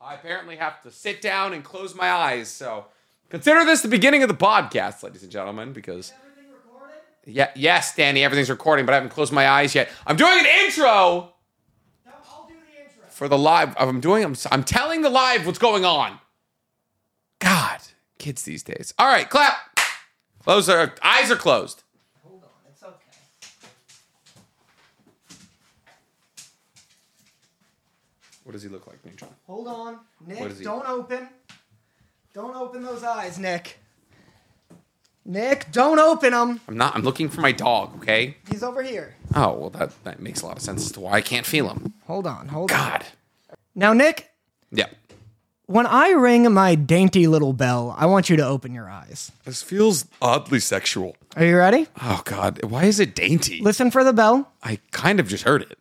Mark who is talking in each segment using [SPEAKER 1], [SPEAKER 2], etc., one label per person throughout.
[SPEAKER 1] I apparently have to sit down and close my eyes. So consider this the beginning of the podcast, ladies and gentlemen, because. Yeah, yes, Danny, everything's recording, but I haven't closed my eyes yet. I'm doing an intro for the live. I'm doing. I'm, I'm telling the live what's going on. God, kids these days. All right, clap. Close our eyes are closed.
[SPEAKER 2] Hold on, it's okay.
[SPEAKER 1] What does he look like, Neutron?
[SPEAKER 2] Hold on,
[SPEAKER 1] What is
[SPEAKER 2] Nick.
[SPEAKER 1] he-
[SPEAKER 2] Don't open. Don't open those eyes, Nick. Nick, don't open them.
[SPEAKER 1] I'm not. I'm looking for my dog. Okay.
[SPEAKER 2] He's over here.
[SPEAKER 1] Oh well, that that makes a lot of sense as to why I can't feel him.
[SPEAKER 2] Hold on, hold on.
[SPEAKER 1] God.
[SPEAKER 2] Now, Nick,
[SPEAKER 1] Yeah.
[SPEAKER 2] when I ring my dainty little bell, I want you to open your eyes.
[SPEAKER 1] This feels oddly sexual.
[SPEAKER 2] Are you ready?
[SPEAKER 1] Oh God, why is it dainty?
[SPEAKER 2] Listen for the bell.
[SPEAKER 1] I kind of just heard it.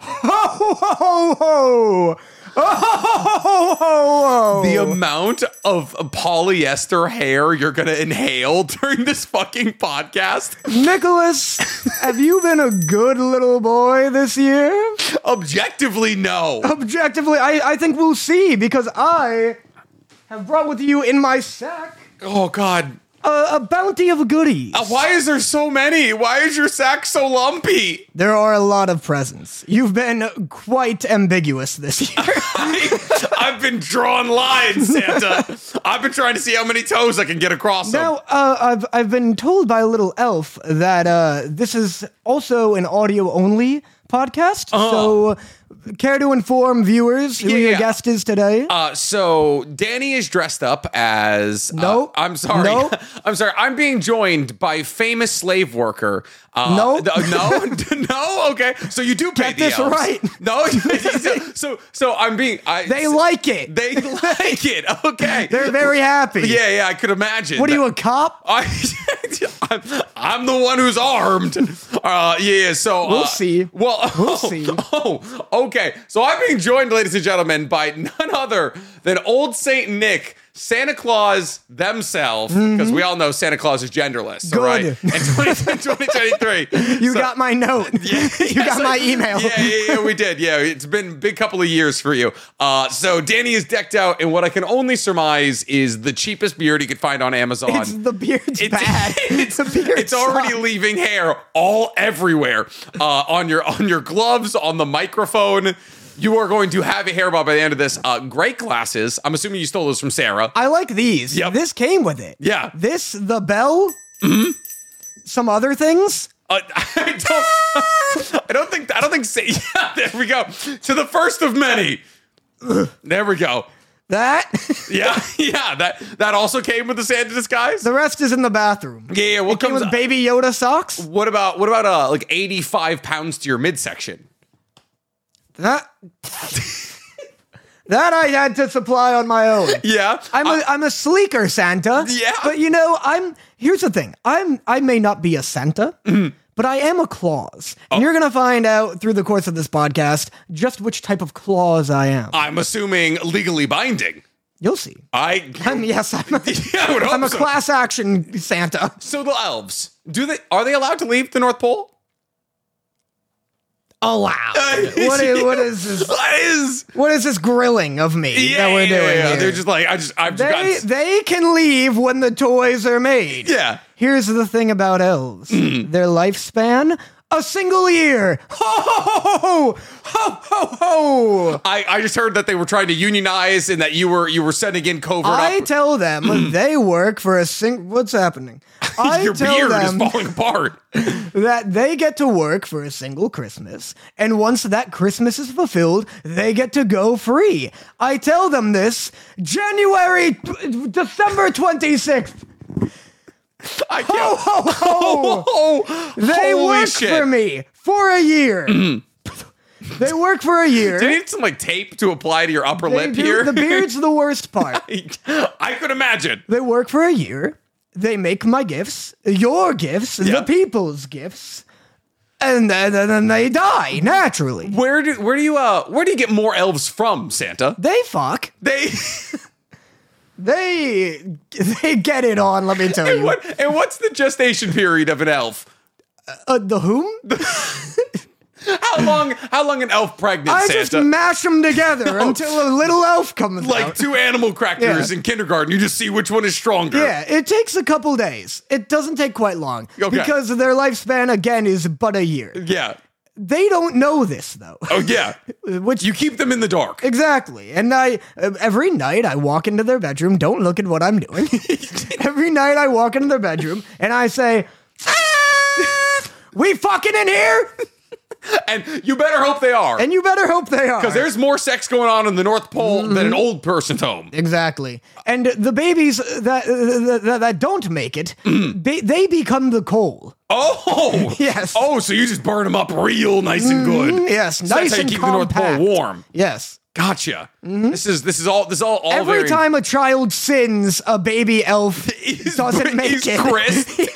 [SPEAKER 2] Ho ho ho ho! Oh, ho ho ho ho!
[SPEAKER 1] The amount of polyester hair you're gonna inhale during this fucking podcast.
[SPEAKER 2] Nicholas, have you been a good little boy this year?
[SPEAKER 1] Objectively, no.
[SPEAKER 2] objectively, I, I think we'll see because I have brought with you in my sack
[SPEAKER 1] Oh God.
[SPEAKER 2] a, a bounty of goodies.
[SPEAKER 1] Uh, Why is there so many? Why is your sack so lumpy?
[SPEAKER 2] There are a lot of presents. You've been quite ambiguous this year.
[SPEAKER 1] Oh. I've been drawing lines, Santa. I've been trying to see how many toes I can get across. them.
[SPEAKER 2] now, uh, I've, I've been told by a little elf that uh, this is also an audio only podcast. So, care to inform viewers who your
[SPEAKER 1] Uh-huh. Yeah.
[SPEAKER 2] guest is today?
[SPEAKER 1] Uh, so Danny is dressed up as uh,
[SPEAKER 2] Nope.
[SPEAKER 1] I'm sorry.
[SPEAKER 2] Nope.
[SPEAKER 1] I'm sorry. I'm being joined by famous slave worker. Uh,
[SPEAKER 2] Nope.
[SPEAKER 1] th- no. no. Okay. So you do pay
[SPEAKER 2] Get
[SPEAKER 1] the
[SPEAKER 2] this
[SPEAKER 1] elves.
[SPEAKER 2] right.
[SPEAKER 1] No. so, so so I'm being. I,
[SPEAKER 2] they like it.
[SPEAKER 1] They like it. Okay.
[SPEAKER 2] They're very happy.
[SPEAKER 1] yeah. Yeah. I could imagine.
[SPEAKER 2] What are you, a cop?
[SPEAKER 1] I, I'm, I'm the one who's armed. Uh, yeah, so uh,
[SPEAKER 2] We'll see.
[SPEAKER 1] Well, we'll
[SPEAKER 2] see.
[SPEAKER 1] Oh, okay. So I'm being joined, ladies and gentlemen, by none other than old Saint Nick, Santa Claus themselves, because we all know Santa Claus is genderless. so,
[SPEAKER 2] Mm-hmm. Good.
[SPEAKER 1] Right? In 20, 2023,
[SPEAKER 2] You
[SPEAKER 1] so-
[SPEAKER 2] got my note. you
[SPEAKER 1] yes,
[SPEAKER 2] got my
[SPEAKER 1] I-
[SPEAKER 2] email.
[SPEAKER 1] Yeah, yeah, yeah, we did. Yeah, it's been a big couple of years for you. Uh, so Danny is decked out in what I can only surmise is the cheapest beard you could find on Amazon.
[SPEAKER 2] It's the beard's bad. It's a beard.
[SPEAKER 1] It's already
[SPEAKER 2] sucks.
[SPEAKER 1] leaving hair all everywhere uh, on your on your gloves, on the microphone. You are going to have a hair bob by the end of this. Uh, great glasses. I'm assuming you stole those from Sarah.
[SPEAKER 2] I like these.
[SPEAKER 1] Yep. Mm-hmm.
[SPEAKER 2] This came with it.
[SPEAKER 1] Yeah.
[SPEAKER 2] This, the bell, some other things.
[SPEAKER 1] Uh, I don't. I don't think. I don't think. Sa- Yeah, there we go. To the first of many. There we go.
[SPEAKER 2] That
[SPEAKER 1] Yeah, yeah. That that also came with the Santa disguise.
[SPEAKER 2] the rest is in the bathroom.
[SPEAKER 1] Yeah, yeah. What
[SPEAKER 2] Came
[SPEAKER 1] comes?
[SPEAKER 2] with baby Yoda socks.
[SPEAKER 1] what about what about uh like 85 pounds to your midsection?
[SPEAKER 2] That that I had to supply on my own.
[SPEAKER 1] Yeah. Uh,
[SPEAKER 2] I'm a am a sleeker Santa.
[SPEAKER 1] Yeah.
[SPEAKER 2] But you know, I'm here's the thing. I'm I may not be a Santa,
[SPEAKER 1] Mm-hmm.
[SPEAKER 2] but I am a Claus.
[SPEAKER 1] Oh.
[SPEAKER 2] And you're gonna find out through the course of this podcast just which type of Claus I am.
[SPEAKER 1] I'm assuming legally binding.
[SPEAKER 2] You'll see.
[SPEAKER 1] I
[SPEAKER 2] I'm, yes, I'm a,
[SPEAKER 1] Yeah, I would hope
[SPEAKER 2] I'm a
[SPEAKER 1] so.
[SPEAKER 2] class action Santa.
[SPEAKER 1] So the elves, do they are they allowed to leave the North Pole?
[SPEAKER 2] Allowed. what, is, what is this?
[SPEAKER 1] That is
[SPEAKER 2] What is this grilling of me that we're doing? here?
[SPEAKER 1] They're just like I just I've just gotten,
[SPEAKER 2] they, they can leave when the toys are made.
[SPEAKER 1] yeah. Mm.
[SPEAKER 2] Here's the thing about elves their lifespan, a single year. Ho, ho, ho, ho, ho, ho, ho, ho.
[SPEAKER 1] I, I just heard that they were trying to unionize and that you were you were sending in covert.
[SPEAKER 2] I
[SPEAKER 1] op-
[SPEAKER 2] tell them they work for a single. What's happening? I
[SPEAKER 1] your
[SPEAKER 2] tell
[SPEAKER 1] beard
[SPEAKER 2] them
[SPEAKER 1] is falling apart.
[SPEAKER 2] that they get to work for a single Christmas, and once that Christmas is fulfilled, they get to go free. I tell them this January, December 26th.
[SPEAKER 1] I
[SPEAKER 2] Ho,
[SPEAKER 1] can't.
[SPEAKER 2] ho, ho!
[SPEAKER 1] Oh,
[SPEAKER 2] They
[SPEAKER 1] holy
[SPEAKER 2] work
[SPEAKER 1] shit.
[SPEAKER 2] for me for a year. they work for a year.
[SPEAKER 1] Do you need some like tape to apply to your upper
[SPEAKER 2] They
[SPEAKER 1] lip
[SPEAKER 2] do-
[SPEAKER 1] here?
[SPEAKER 2] the beard's the worst part.
[SPEAKER 1] I could imagine.
[SPEAKER 2] They work for a year. They make my gifts, your gifts,
[SPEAKER 1] Yeah.
[SPEAKER 2] the people's gifts, and then, and then they die naturally.
[SPEAKER 1] Where do where do you uh where do you get more elves from, Santa?
[SPEAKER 2] They fuck.
[SPEAKER 1] They
[SPEAKER 2] They they get it on. Let me tell you.
[SPEAKER 1] what and what's the gestation period of an elf?
[SPEAKER 2] Uh, the whom?
[SPEAKER 1] How long? How long an elf pregnant?
[SPEAKER 2] I
[SPEAKER 1] Santa?
[SPEAKER 2] just mash them together until a little elf comes
[SPEAKER 1] like
[SPEAKER 2] out.
[SPEAKER 1] two animal crackers
[SPEAKER 2] Yeah.
[SPEAKER 1] in kindergarten. You just see which one is stronger.
[SPEAKER 2] Yeah, it takes a couple days. It doesn't take quite long
[SPEAKER 1] Okay.
[SPEAKER 2] because their lifespan again is but a year.
[SPEAKER 1] Yeah.
[SPEAKER 2] They don't know this though.
[SPEAKER 1] Oh yeah.
[SPEAKER 2] Which
[SPEAKER 1] You keep them in the dark.
[SPEAKER 2] Exactly. And I uh, every night I walk into their bedroom, don't look at what I'm doing. every night I walk into their bedroom and I say, "Ah, "We fucking in here?"
[SPEAKER 1] And you better hope they are.
[SPEAKER 2] And you better hope they are.
[SPEAKER 1] Because there's more sex going on in the North Pole than an old person's home.
[SPEAKER 2] Exactly. And the babies that that, that, that don't make it,
[SPEAKER 1] Mm.
[SPEAKER 2] they, they become the coal.
[SPEAKER 1] Oh!
[SPEAKER 2] Yes.
[SPEAKER 1] Oh, so you just burn them up real nice and good.
[SPEAKER 2] Yes,
[SPEAKER 1] So that's
[SPEAKER 2] nice
[SPEAKER 1] how you
[SPEAKER 2] and
[SPEAKER 1] keep
[SPEAKER 2] compact.
[SPEAKER 1] the North Pole warm.
[SPEAKER 2] Yes.
[SPEAKER 1] Gotcha. This is this is all this is all, all
[SPEAKER 2] Every
[SPEAKER 1] very-
[SPEAKER 2] time a child sins, a baby elf
[SPEAKER 1] He's-
[SPEAKER 2] doesn't make
[SPEAKER 1] he's
[SPEAKER 2] it.
[SPEAKER 1] Chris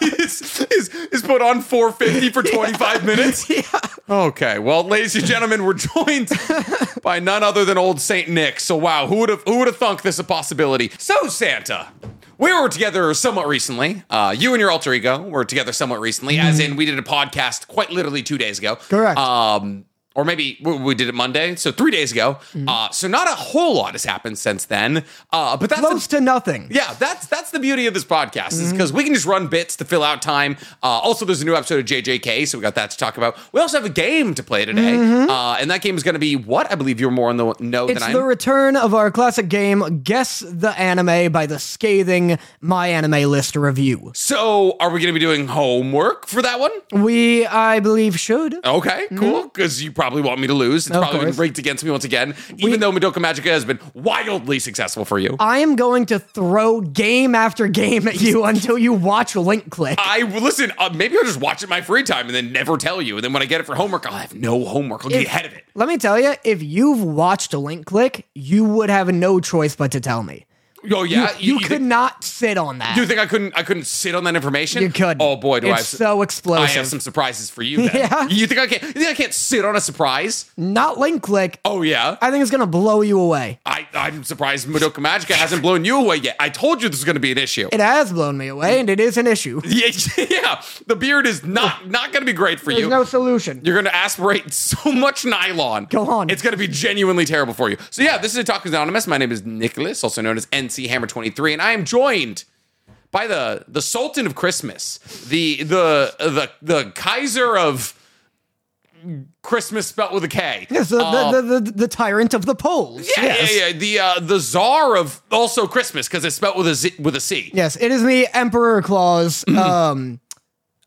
[SPEAKER 1] is, is, is put on 450 for 25 minutes. Okay, well, ladies and gentlemen, we're joined by none other than old Saint Nick. So wow, who would have who would have thunk this a possibility? So Santa, we were together somewhat recently. Uh, you and your alter ego were together somewhat recently, as in we did a podcast quite literally two days ago.
[SPEAKER 2] Correct.
[SPEAKER 1] Um, or maybe we we did it Monday, so three days ago. Uh, so not a whole lot has happened since then. Uh, but that's the-
[SPEAKER 2] Close to nothing.
[SPEAKER 1] yeah, that's that's the beauty of this podcast is because we can just run bits to fill out time. Uh, also, there's a new episode of JJK, so we got that to talk about. We also have a game to play today, uh, and that game is going to be what I believe you're more on the know
[SPEAKER 2] Mm-hmm. It's
[SPEAKER 1] than I
[SPEAKER 2] the
[SPEAKER 1] am.
[SPEAKER 2] return of our classic game, Guess the Anime, by the scathing My Anime List review.
[SPEAKER 1] so, are we going to be doing homework for that one?
[SPEAKER 2] We, I believe, should.
[SPEAKER 1] Okay, cool. Because you probably want me to lose. It's
[SPEAKER 2] Mm-hmm. Of
[SPEAKER 1] probably
[SPEAKER 2] course.
[SPEAKER 1] been rigged against me once again. Even though Madoka Magica has been wildly successful for you,
[SPEAKER 2] I am going to throw game after game at you until you watch Link Click.
[SPEAKER 1] I listen. Uh, maybe I'll just watch it in my free time and then never tell you. And then when I get it for homework, I'll have no homework. I'll get ahead of it.
[SPEAKER 2] Let me tell you, if you've watched Link Click, you would have no choice but to tell me.
[SPEAKER 1] Oh yeah,
[SPEAKER 2] you,
[SPEAKER 1] think-
[SPEAKER 2] could not sit on that.
[SPEAKER 1] Do you think I couldn't? I couldn't sit on that information.
[SPEAKER 2] You could.
[SPEAKER 1] Oh boy, do
[SPEAKER 2] it's
[SPEAKER 1] I! Have,
[SPEAKER 2] so
[SPEAKER 1] I
[SPEAKER 2] explosive.
[SPEAKER 1] have some surprises for you. Then.
[SPEAKER 2] Yeah.
[SPEAKER 1] You think I can't? You think I can't sit on a surprise?
[SPEAKER 2] Not Link Click.
[SPEAKER 1] Oh yeah.
[SPEAKER 2] I think it's gonna blow you away.
[SPEAKER 1] I, I'm surprised Madoka Magica hasn't blown you away yet. I told you this was going to be an issue.
[SPEAKER 2] It has blown me away, and it is an issue.
[SPEAKER 1] yeah, yeah, the beard is not not going to be great for
[SPEAKER 2] There's
[SPEAKER 1] you.
[SPEAKER 2] no solution.
[SPEAKER 1] You're going to aspirate so much nylon.
[SPEAKER 2] Go on.
[SPEAKER 1] It's going to be genuinely terrible for you. So yeah, this is Otaku Anonymous. My name is Nicholas, also known as NC Hammer 23, and I am joined by the the Sultan of Christmas, the the the the Kaiser of Christmas spelt with a K.
[SPEAKER 2] Yes, the,
[SPEAKER 1] Uh,
[SPEAKER 2] the, the, the, the tyrant of the Poles.
[SPEAKER 1] yeah,
[SPEAKER 2] yes.
[SPEAKER 1] yeah, yeah. The uh, the czar of also Christmas because it's spelt with a Z, with a C.
[SPEAKER 2] Yes, it is me, Emperor Claus.
[SPEAKER 1] Mm-hmm.
[SPEAKER 2] um,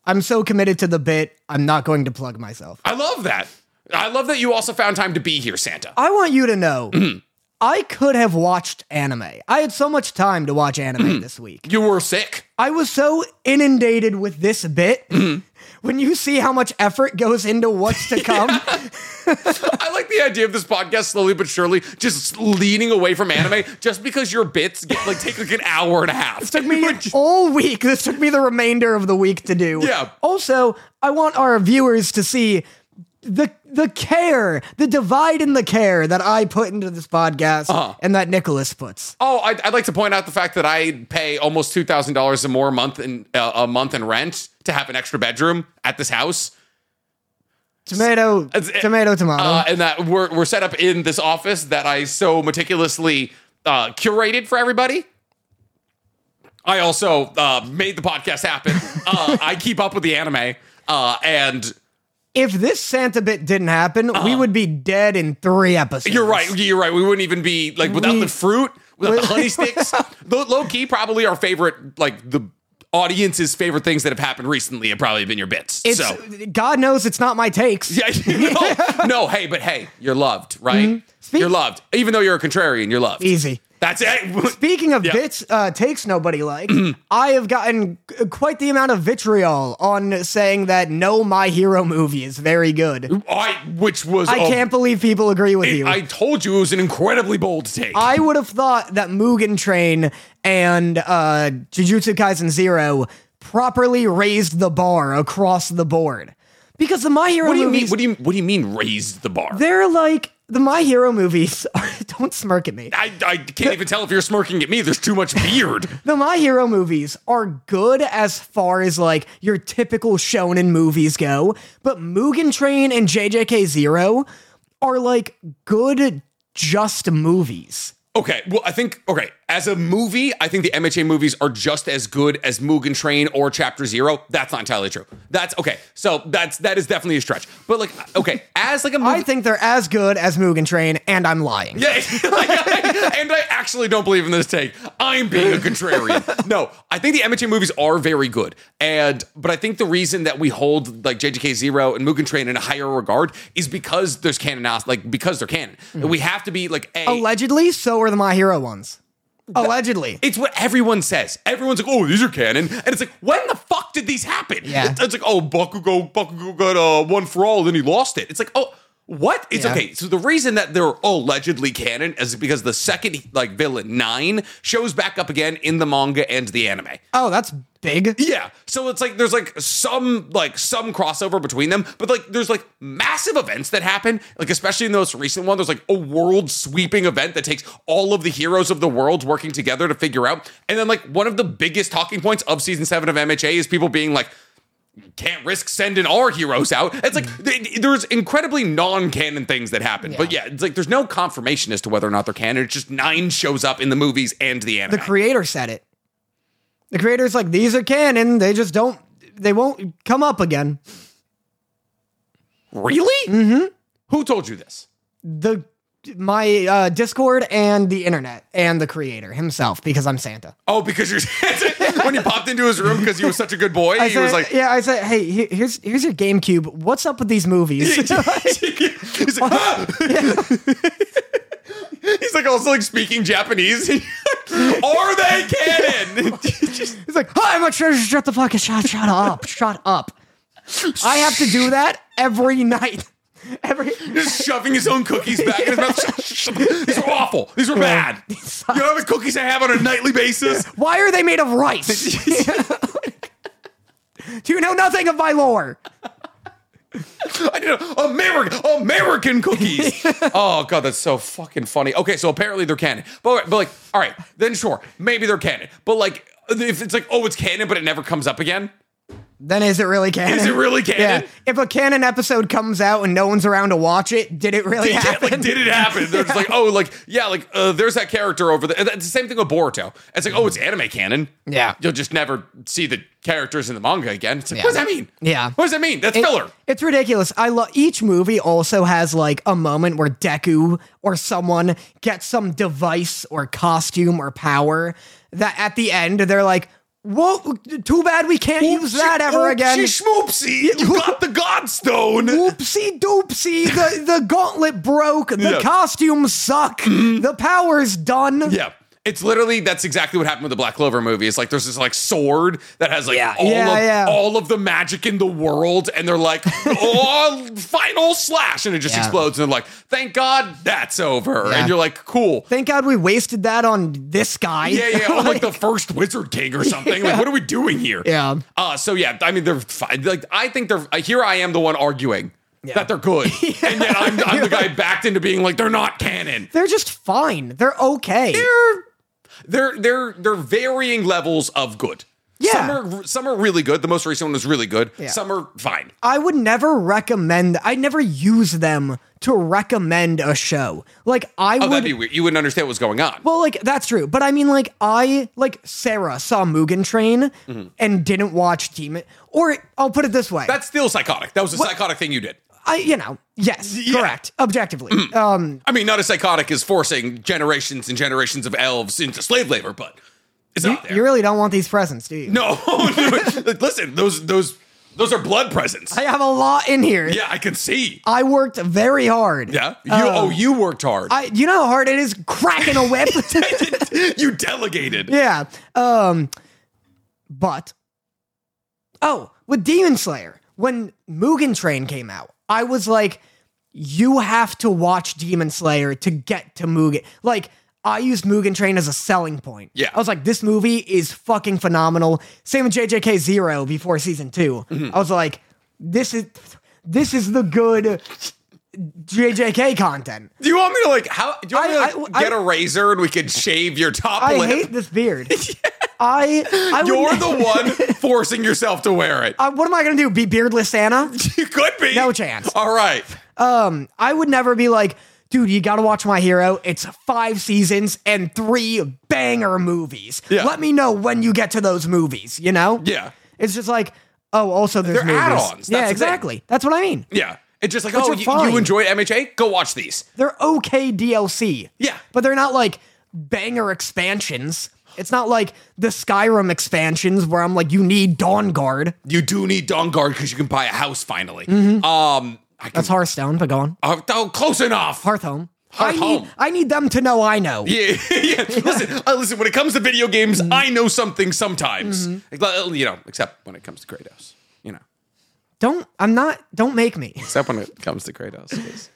[SPEAKER 2] I'm so committed to the bit, I'm not going to plug myself.
[SPEAKER 1] I love that. I love that you also found time to be here, Santa.
[SPEAKER 2] I want you to know, I could have watched anime. I had so much time to watch anime this week.
[SPEAKER 1] You were sick.
[SPEAKER 2] I was so inundated with this bit. When you see how much effort goes into what's to come,
[SPEAKER 1] I like the idea of this podcast slowly but surely just leaning away from anime just because your bits get like take like an hour and a half.
[SPEAKER 2] took me all week. This took me the remainder of the week to do.
[SPEAKER 1] Yeah.
[SPEAKER 2] Also, I want our viewers to see the the care, the divide in the care that I put into this podcast
[SPEAKER 1] Uh-huh.
[SPEAKER 2] and that Nicholas puts.
[SPEAKER 1] Oh, I'd, I'd like to point out the fact that I pay almost two thousand dollars a more month in uh, a month in rent to have an extra bedroom at this house,
[SPEAKER 2] Tomato,
[SPEAKER 1] It's-
[SPEAKER 2] tomato, tomato.
[SPEAKER 1] uh, and that we're we're set up in this office that I so meticulously uh, curated for everybody. I also uh, made the podcast happen. uh, I keep up with the anime, uh, and
[SPEAKER 2] if this Santa bit didn't happen, we would be dead in three episodes.
[SPEAKER 1] Uh-huh. You're right. You're right. We wouldn't even be like without
[SPEAKER 2] We-
[SPEAKER 1] the fruit, without the
[SPEAKER 2] Well-
[SPEAKER 1] honey sticks. low, low key, probably our favorite, like the audience's favorite things that have happened recently have probably been your bits.
[SPEAKER 2] It's,
[SPEAKER 1] so.
[SPEAKER 2] God knows it's not my takes.
[SPEAKER 1] Yeah, no, no, hey, but hey, you're loved, right?
[SPEAKER 2] Mm-hmm. Speak-
[SPEAKER 1] you're loved. Even though you're a contrarian, you're loved.
[SPEAKER 2] Easy.
[SPEAKER 1] That's it.
[SPEAKER 2] Speaking of
[SPEAKER 1] Yeah. Mm-hmm.
[SPEAKER 2] bits, uh, takes nobody like, I have gotten qu- quite the amount of vitriol on saying that no My Hero movie is very good.
[SPEAKER 1] I, which was
[SPEAKER 2] I
[SPEAKER 1] a-
[SPEAKER 2] can't believe people agree with you.
[SPEAKER 1] I
[SPEAKER 2] I,
[SPEAKER 1] told you Oh. it was an incredibly bold take.
[SPEAKER 2] would have thought that Mugen Train and uh, Jujutsu Kaisen Zero properly raised the bar across the board. Because the My Hero
[SPEAKER 1] what do you
[SPEAKER 2] movies,
[SPEAKER 1] mean? What do you What do you mean? Raised the bar?
[SPEAKER 2] they're like the My Hero movies are, don't smirk at me.
[SPEAKER 1] I, I can't even tell if you're smirking at me. There's too much beard.
[SPEAKER 2] The My Hero movies are good as far as like your typical shonen movies go, but Mugen Train and JJK Zero are like good just movies.
[SPEAKER 1] Okay, well, I think okay. As a movie, I think the MHA movies are just as good as Mugen Train or Chapter Zero. That's not entirely true. That's okay. So that's that is definitely a stretch. But like, okay, as like a movie,
[SPEAKER 2] I think they're as good as Mugen Train, and I'm lying.
[SPEAKER 1] Yeah, like, I- and I actually don't believe in this take. I'm being a contrarian. No, I think the MHA movies are very good, and but I think the reason that we hold like JJK Zero and Mugen Train in a higher regard is because there's canon, like because they're canon.
[SPEAKER 2] Mm-hmm.
[SPEAKER 1] We have to be like a.
[SPEAKER 2] Allegedly, so are the My Hero ones. Allegedly.
[SPEAKER 1] it's what everyone says. Everyone's like, "Oh, these are canon," and it's like, "When the fuck did these happen?"
[SPEAKER 2] Yeah.
[SPEAKER 1] it's like, "Oh, Bakugo, Bakugo got uh, one for all, then he lost it." It's like, "Oh, what?" It's
[SPEAKER 2] Yeah.
[SPEAKER 1] okay. So the reason that they're allegedly canon is because the second like villain nine shows back up again in the manga and the anime.
[SPEAKER 2] Oh, that's big.
[SPEAKER 1] Yeah. So it's like there's like some like some crossover between them, but like there's like massive events that happen, like especially in the most recent one, there's like a world sweeping event that takes all of the heroes of the world working together to figure out. And then like one of the biggest talking points of season 7 of MHA is people being like can't risk sending our heroes out. It's like th- there's incredibly non-canon things that happen. But Mm. yeah, it's like there's no confirmation as to whether or not they're canon. It's just nine shows up in the movies and the anime.
[SPEAKER 2] The creator said it. The creator's like, these are canon. They just don't, they won't come up again.
[SPEAKER 1] really? Mhm. Who told you this?
[SPEAKER 2] The my uh, Discord and the internet and the creator himself because I'm Santa.
[SPEAKER 1] Oh, because you're when he popped into his room because he was such a good boy,
[SPEAKER 2] I
[SPEAKER 1] he was
[SPEAKER 2] said-
[SPEAKER 1] like,
[SPEAKER 2] yeah, I said, hey, he- here's here's your GameCube. What's up with these movies?
[SPEAKER 1] he's like, "Ah!" he's like also like speaking Japanese. Are they canon?
[SPEAKER 2] He's like, hi, my treasure. Shut the fuck. Shut, shut up. Shut up. I have to do that every night. Every
[SPEAKER 1] Just shoving his own cookies back in his mouth. These are awful. These are bad. You know how many cookies I have on a nightly basis?
[SPEAKER 2] why are they made of rice? do you know nothing of my lore?
[SPEAKER 1] I did a American American cookies. oh god, that's so fucking funny. Okay, so apparently they're canon, but but like, all right, then sure, maybe they're canon. But like, if it's like, oh, it's canon, but it never comes up again.
[SPEAKER 2] Then is it really canon?
[SPEAKER 1] Is it really canon?
[SPEAKER 2] Yeah. If a canon episode comes out and no one's around to watch it, did it really
[SPEAKER 1] Yeah,
[SPEAKER 2] happen?
[SPEAKER 1] like, did it happen? They're just like, oh, like, yeah, like, uh, there's that character over there. And It's the same thing with Boruto. It's like, oh, it's anime canon.
[SPEAKER 2] Yeah.
[SPEAKER 1] You'll just never see the characters in the manga again. It's like,
[SPEAKER 2] Yeah.
[SPEAKER 1] what does that mean?
[SPEAKER 2] Yeah.
[SPEAKER 1] What does that mean? That's
[SPEAKER 2] It-
[SPEAKER 1] filler.
[SPEAKER 2] It's ridiculous. I love each movie also has like a moment where Deku or someone gets some device or costume or power that at the end they're like, "Whoa, too bad we can't use that ever again."
[SPEAKER 1] Oopsie schmoopsie, you got the godstone.
[SPEAKER 2] Oopsie doopsie, the, the gauntlet broke, the
[SPEAKER 1] Yeah. Mm-hmm.
[SPEAKER 2] costumes suck, the power's done.
[SPEAKER 1] Yeah. It's literally that's exactly what happened with the Black Clover movie. It's like there's this like sword that has like all
[SPEAKER 2] Yeah,
[SPEAKER 1] of
[SPEAKER 2] yeah.
[SPEAKER 1] all of the magic in the world, and they're like, oh, final slash, and it just
[SPEAKER 2] Yeah.
[SPEAKER 1] explodes, and they're like, thank God that's over,
[SPEAKER 2] Yeah.
[SPEAKER 1] and you're like, cool.
[SPEAKER 2] Thank God we wasted that on this guy.
[SPEAKER 1] Yeah, yeah, or like the first Wizard King or something. Like, what are we doing here?
[SPEAKER 2] Yeah.
[SPEAKER 1] Uh, so yeah, I mean, they're fine. Like, I think they're uh, here. I am the one arguing that they're good, and yet I'm, I'm the guy backed into being like they're not canon.
[SPEAKER 2] They're just fine. They're okay.
[SPEAKER 1] They're they're they're they're varying levels of good.
[SPEAKER 2] Yeah.
[SPEAKER 1] Some are some are really good. The most recent one was really good.
[SPEAKER 2] Yeah.
[SPEAKER 1] Some are fine.
[SPEAKER 2] I would never recommend. I never use them to recommend a show. Like I
[SPEAKER 1] Oh,
[SPEAKER 2] would.
[SPEAKER 1] that'd be weird. You wouldn't understand what's going on.
[SPEAKER 2] well, like that's true, but I mean, like I like Sarah saw Mugen Train and didn't watch Demon. Or I'll put it this way:
[SPEAKER 1] That's still psychotic. Mm-hmm. That was a psychotic thing you did.
[SPEAKER 2] I, you know, yes, correct, objectively.
[SPEAKER 1] Mm-hmm.
[SPEAKER 2] Um,
[SPEAKER 1] I mean, not as psychotic as forcing generations and generations of elves into slave labor, but it's not there.
[SPEAKER 2] you really don't want these presents, do you?
[SPEAKER 1] No, listen, those those those are blood presents.
[SPEAKER 2] I have a lot in here.
[SPEAKER 1] yeah, I can see.
[SPEAKER 2] I worked very hard.
[SPEAKER 1] Yeah, you.
[SPEAKER 2] Um,
[SPEAKER 1] oh, you worked hard.
[SPEAKER 2] I, you know how hard it is cracking a whip.
[SPEAKER 1] you delegated.
[SPEAKER 2] Yeah. Um but Oh, with Demon Slayer, when Mugen Train came out, I was like you have to watch Demon Slayer to get to Mugen. Like I used Mugen Train as a selling point.
[SPEAKER 1] Yeah.
[SPEAKER 2] I was like this movie is fucking phenomenal. Same with JJK
[SPEAKER 1] Mm-hmm.
[SPEAKER 2] 0 before season 2. I was like this is this is the good JJK content.
[SPEAKER 1] Do you want me to like how? Do you want
[SPEAKER 2] I-
[SPEAKER 1] me to like,
[SPEAKER 2] I-
[SPEAKER 1] get
[SPEAKER 2] I-
[SPEAKER 1] a razor and we could shave your top
[SPEAKER 2] I
[SPEAKER 1] lip?
[SPEAKER 2] hate this beard. I, I would-
[SPEAKER 1] You're the one forcing yourself to wear it.
[SPEAKER 2] Uh, what am I gonna do? Be beardless Santa?
[SPEAKER 1] you could be.
[SPEAKER 2] No chance.
[SPEAKER 1] All right.
[SPEAKER 2] Um, I would never be like, dude, you gotta watch My Hero. It's five seasons and three banger movies.
[SPEAKER 1] Yeah.
[SPEAKER 2] Let me know when you get to those movies. You know?
[SPEAKER 1] Yeah.
[SPEAKER 2] It's just like, oh, also there's
[SPEAKER 1] They're
[SPEAKER 2] movies.
[SPEAKER 1] add-ons.
[SPEAKER 2] yeah,
[SPEAKER 1] That's the thing.
[SPEAKER 2] exactly. That's what I mean.
[SPEAKER 1] Yeah. It's just like,
[SPEAKER 2] Which
[SPEAKER 1] oh,
[SPEAKER 2] are
[SPEAKER 1] you,
[SPEAKER 2] fine.
[SPEAKER 1] you enjoy MHA? Go watch these.
[SPEAKER 2] They're okay DLC.
[SPEAKER 1] Yeah.
[SPEAKER 2] but they're not like banger expansions. It's not like the Skyrim expansions where I'm like, you need Dawn Guard.
[SPEAKER 1] You do need Dawn Guard because you can buy a house finally.
[SPEAKER 2] Mm-hmm.
[SPEAKER 1] Um, I can,
[SPEAKER 2] That's Hearthstone, but go on.
[SPEAKER 1] oh, oh, close enough.
[SPEAKER 2] Hearthhome. I
[SPEAKER 1] Hearthhome.
[SPEAKER 2] need, I need them to know I know.
[SPEAKER 1] Yeah, yeah. Listen, uh, listen. When it comes to video games,
[SPEAKER 2] Mm-hmm.
[SPEAKER 1] I know something sometimes. Like, uh, You know, except when it comes to Kratos. You know,
[SPEAKER 2] Don't, I'm not, don't make me.
[SPEAKER 1] except when it comes to Kratos. 'cause,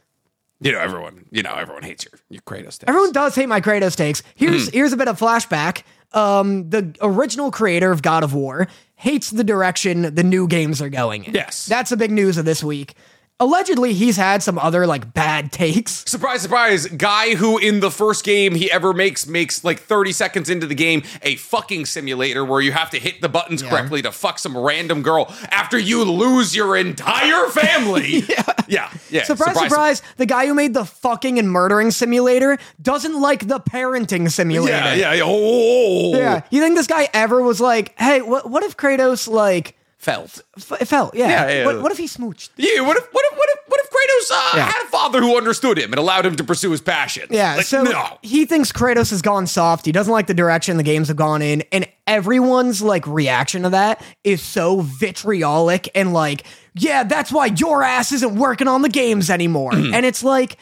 [SPEAKER 1] You know, everyone. You know, everyone hates your your Kratos. takes.
[SPEAKER 2] Everyone does hate my Kratos takes.
[SPEAKER 1] Mm.
[SPEAKER 2] Here's, here's a bit of flashback. Um, the original creator of God of War hates the direction the new games are going in.
[SPEAKER 1] Yes.
[SPEAKER 2] That's the big news of this week. Allegedly, he's had some other like bad takes.
[SPEAKER 1] Surprise, surprise. Guy who in the first game he ever makes makes like 30 seconds into the game a fucking simulator where you have to hit the buttons correctly to fuck some random girl after you lose your entire family. yeah. yeah.
[SPEAKER 2] Surprise, surprise, The guy who made the fucking and murdering simulator doesn't like the parenting simulator.
[SPEAKER 1] Yeah, yeah, yeah. Oh.
[SPEAKER 2] Yeah. You think this guy ever was like, hey, what, what if Kratos, like,
[SPEAKER 1] Felt.
[SPEAKER 2] f- felt? Yeah.
[SPEAKER 1] Yeah, yeah.
[SPEAKER 2] What, what if he smooched?
[SPEAKER 1] Yeah, what if what if what if what if Kratos uh,
[SPEAKER 2] Yeah.
[SPEAKER 1] had a father who understood him and allowed him to pursue his passions?
[SPEAKER 2] Yeah.
[SPEAKER 1] Like,
[SPEAKER 2] so
[SPEAKER 1] no.
[SPEAKER 2] he thinks Kratos has gone soft. He doesn't like the direction the games have gone in. And everyone's, like, reaction to that is so vitriolic and, like, yeah, that's why your ass isn't working on the games anymore.
[SPEAKER 1] Mm-hmm.
[SPEAKER 2] and it's like,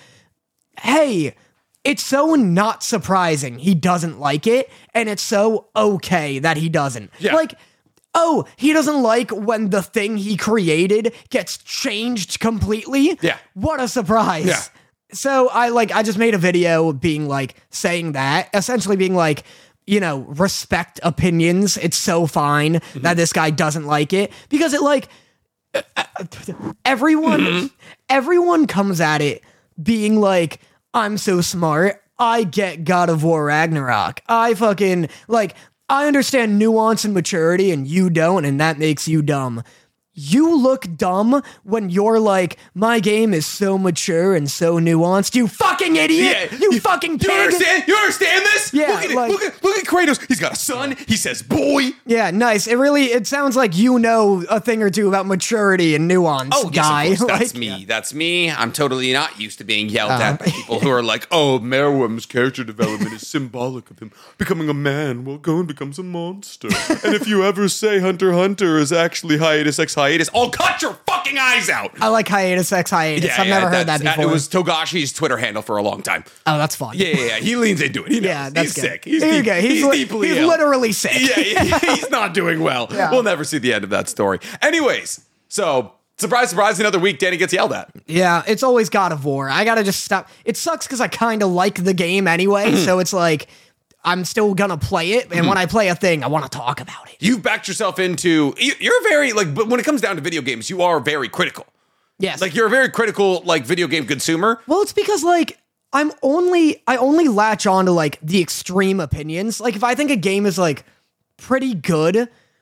[SPEAKER 2] hey, it's so not surprising he doesn't like it, and it's so okay that he doesn't.
[SPEAKER 1] Yeah.
[SPEAKER 2] Like, oh, he doesn't like when the thing he created gets changed completely.
[SPEAKER 1] Yeah.
[SPEAKER 2] What a surprise.
[SPEAKER 1] Yeah.
[SPEAKER 2] So I like I just made a video being like saying that, essentially being like, you know, respect opinions. It's so fine that this guy doesn't like it because it like everyone
[SPEAKER 1] Mm-hmm.
[SPEAKER 2] everyone comes at it being like i'm so smart i get god of war ragnarok i fucking like i understand nuance and maturity and you don't and that makes you dumb you look dumb when you're like my game is so mature and so nuanced you fucking idiot
[SPEAKER 1] Yeah.
[SPEAKER 2] you, fucking
[SPEAKER 1] You
[SPEAKER 2] pig
[SPEAKER 1] understand? You understand this?
[SPEAKER 2] Yeah,
[SPEAKER 1] Look at it.
[SPEAKER 2] like-
[SPEAKER 1] Look at look at Kratos. He's got a son. He says boy.
[SPEAKER 2] yeah nice it really it sounds like you know a thing or two about maturity and nuance
[SPEAKER 1] Oh, yes, of
[SPEAKER 2] guy
[SPEAKER 1] course. That's
[SPEAKER 2] Like, Uh-huh.
[SPEAKER 1] me. That's me. I'm totally not used to being yelled at by people who are like, "Oh, Merwim's character development is symbolic of him becoming a man. Well, go and becomes a monster. and if you ever say Hunter x Hunter is actually hiatus x hiatus, I'll cut your fucking eyes out."
[SPEAKER 2] i like hiatus x hiatus i've never heard that
[SPEAKER 1] that's- uh,
[SPEAKER 2] before
[SPEAKER 1] It was Togashi's Twitter handle for a long time.
[SPEAKER 2] oh that's fun
[SPEAKER 1] Yeah, yeah, yeah. He leans into it. He knows.
[SPEAKER 2] Yeah,
[SPEAKER 1] he's
[SPEAKER 2] that's good.
[SPEAKER 1] sick. He's,
[SPEAKER 2] There you
[SPEAKER 1] deep-
[SPEAKER 2] go. He's,
[SPEAKER 1] he's
[SPEAKER 2] li-
[SPEAKER 1] deeply
[SPEAKER 2] he's
[SPEAKER 1] ill.
[SPEAKER 2] literally sick.
[SPEAKER 1] yeah, he- he's not doing well.
[SPEAKER 2] Yeah.
[SPEAKER 1] We'll never see the end of that story. Anyways, so surprise, surprise, another week Danny gets yelled at.
[SPEAKER 2] Yeah, it's always God of War. I gotta just stop. It sucks because I kind of like the game anyway,
[SPEAKER 1] Mm.
[SPEAKER 2] so it's like I'm still gonna play it, and when I play a thing, I want to talk about it.
[SPEAKER 1] You've backed yourself into. you- You're very like, but when it comes down to video games, you are very critical.
[SPEAKER 2] Yes,
[SPEAKER 1] Like you're a very critical like video game consumer.
[SPEAKER 2] Well, it's because like I'm only I only latch on to like the extreme opinions. Like if I think a game is like pretty good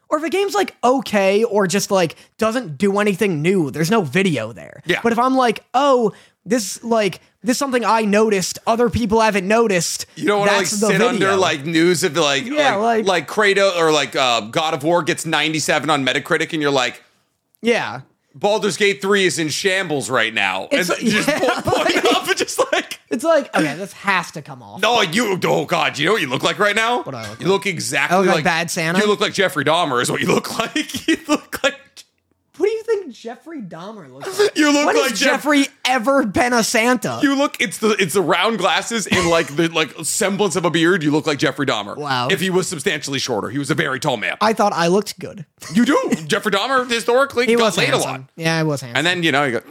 [SPEAKER 2] or if a game's like okay or just like doesn't do anything new, there's no video there.
[SPEAKER 1] Yeah.
[SPEAKER 2] But if I'm like, "Oh, this like this is something I noticed other people haven't noticed."
[SPEAKER 1] You don't want to like
[SPEAKER 2] that's the
[SPEAKER 1] sit under
[SPEAKER 2] video.
[SPEAKER 1] like news of like
[SPEAKER 2] Yeah,
[SPEAKER 1] like,
[SPEAKER 2] like-
[SPEAKER 1] like Kratos or like uh, God of War gets 97 on Metacritic, and you're like.
[SPEAKER 2] Yeah.
[SPEAKER 1] Baldur's Gate 3 is in shambles right now.
[SPEAKER 2] It's-
[SPEAKER 1] and you just
[SPEAKER 2] yeah,
[SPEAKER 1] point, point up and just like,
[SPEAKER 2] It's like, okay, this has to come off.
[SPEAKER 1] no, you, oh God, you know what you look like right now? What
[SPEAKER 2] do I look
[SPEAKER 1] you look exactly
[SPEAKER 2] I look like
[SPEAKER 1] like,
[SPEAKER 2] Bad Santa?
[SPEAKER 1] You look like Jeffrey Dahmer is what you look like. You look like,
[SPEAKER 2] What do you think Jeffrey Dahmer looks like?
[SPEAKER 1] you look
[SPEAKER 2] When
[SPEAKER 1] like
[SPEAKER 2] has
[SPEAKER 1] Jeffrey.
[SPEAKER 2] Jeffrey ever been a Santa?
[SPEAKER 1] You look. It's the it's the round glasses and like the like semblance of a beard. You look like Jeffrey Dahmer.
[SPEAKER 2] Wow.
[SPEAKER 1] If he was substantially shorter, he was a very tall man.
[SPEAKER 2] I thought I looked good.
[SPEAKER 1] you do. Jeffrey Dahmer historically
[SPEAKER 2] He
[SPEAKER 1] got
[SPEAKER 2] was
[SPEAKER 1] laid
[SPEAKER 2] handsome.
[SPEAKER 1] a lot,
[SPEAKER 2] Yeah, I was handsome.
[SPEAKER 1] and then you know you got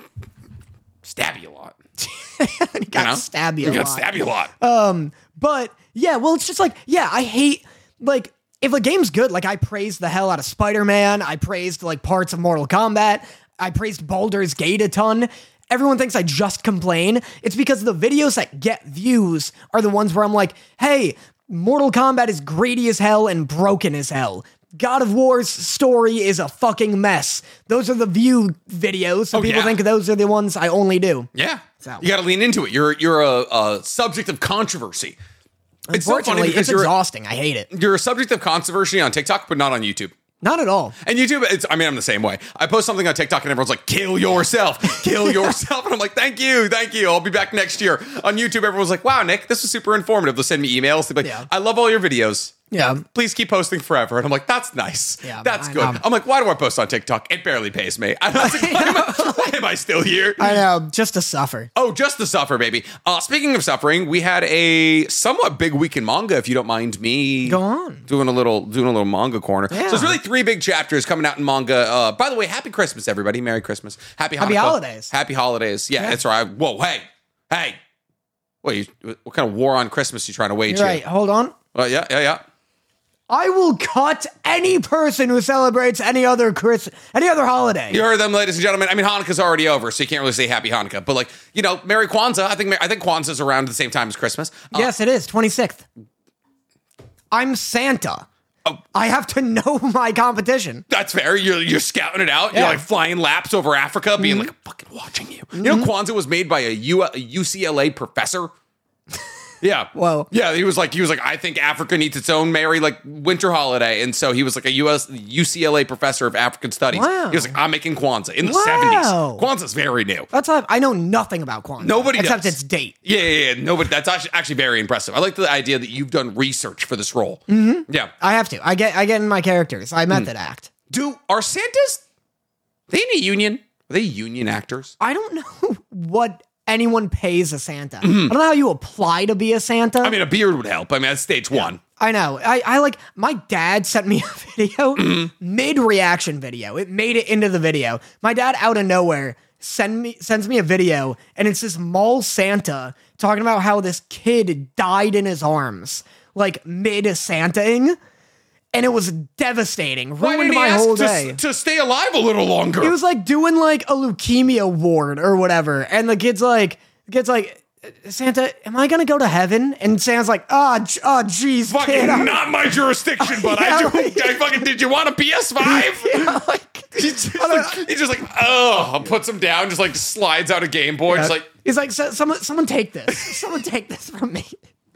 [SPEAKER 1] stabby a lot.
[SPEAKER 2] he got
[SPEAKER 1] You know?
[SPEAKER 2] stabby
[SPEAKER 1] You
[SPEAKER 2] a
[SPEAKER 1] got
[SPEAKER 2] lot. Oh.
[SPEAKER 1] stabby a lot.
[SPEAKER 2] But yeah, well, it's just like yeah, I hate like if a game's good, like I praised the hell out of Spider Man, I praised like parts of Mortal Kombat, I praised Baldur's Gate a ton, everyone thinks I just complain. It's because the videos that get views are the ones where I'm like, hey, Mortal Kombat is greedy as hell and broken as hell. God of War's story is a fucking mess. Those are the view videos, so
[SPEAKER 1] Oh,
[SPEAKER 2] people
[SPEAKER 1] yeah.
[SPEAKER 2] think those are the ones I only do.
[SPEAKER 1] Yeah,
[SPEAKER 2] So-
[SPEAKER 1] you got to lean into it. You're you're a, a subject of controversy. It's so funny
[SPEAKER 2] Unfortunately,
[SPEAKER 1] because
[SPEAKER 2] it's
[SPEAKER 1] you're
[SPEAKER 2] exhausting. I hate it.
[SPEAKER 1] you're a subject of controversy on TikTok, but not on YouTube.
[SPEAKER 2] Not at all.
[SPEAKER 1] And YouTube, it's, I mean, I'm the same way. I post something on TikTok and everyone's like, kill yourself, kill yourself. And I'm like, thank you, thank you. I'll be back next year. On YouTube, everyone's like, wow, Nick, this was super informative. They'll send me emails. They'll be like,
[SPEAKER 2] Yeah.
[SPEAKER 1] I love all your videos.
[SPEAKER 2] Yeah.
[SPEAKER 1] Please keep posting forever. And I'm like, that's nice.
[SPEAKER 2] Yeah,
[SPEAKER 1] that's
[SPEAKER 2] I
[SPEAKER 1] good.
[SPEAKER 2] know.
[SPEAKER 1] I'm like, why do I post on TikTok? It barely pays me. And I was like, why, am I, why am I still here?
[SPEAKER 2] I know, just to suffer.
[SPEAKER 1] Oh, just the suffer, baby. Uh, speaking of suffering, we had a somewhat big week in manga. If you don't mind me,
[SPEAKER 2] Go on.
[SPEAKER 1] Hmm. doing a little doing a little manga corner. So
[SPEAKER 2] Yeah.
[SPEAKER 1] there's really three big chapters coming out in manga. Uh, by the way, happy Christmas, everybody! Merry Christmas, happy
[SPEAKER 2] Happy
[SPEAKER 1] Hanukkah.
[SPEAKER 2] holidays.
[SPEAKER 1] happy holidays. Yeah, that's right. Whoa, hey, hey, what, you, what kind of war on Christmas you trying to wage
[SPEAKER 2] You're right.
[SPEAKER 1] here?
[SPEAKER 2] Hold on.
[SPEAKER 1] Well, yeah, yeah, yeah.
[SPEAKER 2] I will cut any person who celebrates any other Chris, any other holiday.
[SPEAKER 1] You heard them, ladies and gentlemen. I mean, Hanukkah's already over, so you can't really say Happy Hanukkah. But like, you know, Merry Kwanzaa. I think I think Kwanzaa's around the same time as Christmas. Uh,
[SPEAKER 2] yes, it is twenty sixth. I'm Santa.
[SPEAKER 1] Oh.
[SPEAKER 2] I have to know my competition.
[SPEAKER 1] That's fair. You're, you're scouting it out. You're
[SPEAKER 2] Yeah. Mm-hmm.
[SPEAKER 1] like flying laps over Africa, being like, fucking watching you. You know, Kwanzaa was made by a, U- a UCLA professor. Yeah.
[SPEAKER 2] Whoa.
[SPEAKER 1] Yeah, he was like, he was like, I think Africa needs its own merry like winter holiday, and so he was like a US UCLA professor of African studies.
[SPEAKER 2] Wow.
[SPEAKER 1] He was like, I'm making Kwanzaa in the
[SPEAKER 2] Wow.
[SPEAKER 1] seventies. Kwanzaa's very new.
[SPEAKER 2] That's how I know nothing about Kwanzaa.
[SPEAKER 1] Nobody
[SPEAKER 2] except
[SPEAKER 1] does.
[SPEAKER 2] its date.
[SPEAKER 1] Yeah, yeah, yeah. No, but that's actually, actually very impressive. I like the idea that you've done research for this role. Mm-hmm. Yeah.
[SPEAKER 2] I have to. I get. I get in my characters. I
[SPEAKER 1] Hmm.
[SPEAKER 2] method act.
[SPEAKER 1] Do are Santas? They in a union? Are they union actors?
[SPEAKER 2] I don't know what anyone pays a Santa. I don't know how you apply to be a Santa.
[SPEAKER 1] Mm-hmm. I mean, a beard would help. I mean, that's stage one.
[SPEAKER 2] I know. I, I like my dad sent me a video, mid reaction video. It made it into the video. My dad out of nowhere send me sends me a video and it's this mall Santa talking about how this kid died in his arms, like mid Santaing. And it was devastating.
[SPEAKER 1] Why
[SPEAKER 2] Ruined
[SPEAKER 1] didn't
[SPEAKER 2] my
[SPEAKER 1] he
[SPEAKER 2] whole
[SPEAKER 1] ask to,
[SPEAKER 2] day.
[SPEAKER 1] s- to stay alive a little longer?
[SPEAKER 2] It was like doing like a leukemia ward or whatever, and the kid's like, the kid's like, Santa, am I gonna go to heaven? And Santa's like, ah, oh, oh, jeez,
[SPEAKER 1] fucking
[SPEAKER 2] kid, I'm
[SPEAKER 1] not my jurisdiction, but
[SPEAKER 2] Yeah,
[SPEAKER 1] I do.
[SPEAKER 2] like-
[SPEAKER 1] I fucking did. You want a PS Five?
[SPEAKER 2] like,
[SPEAKER 1] He's just like, he's just like, oh, puts him down. Just like slides out a Game Boy. Just like,
[SPEAKER 2] he's like, "So- someone, someone take this, someone take this from me.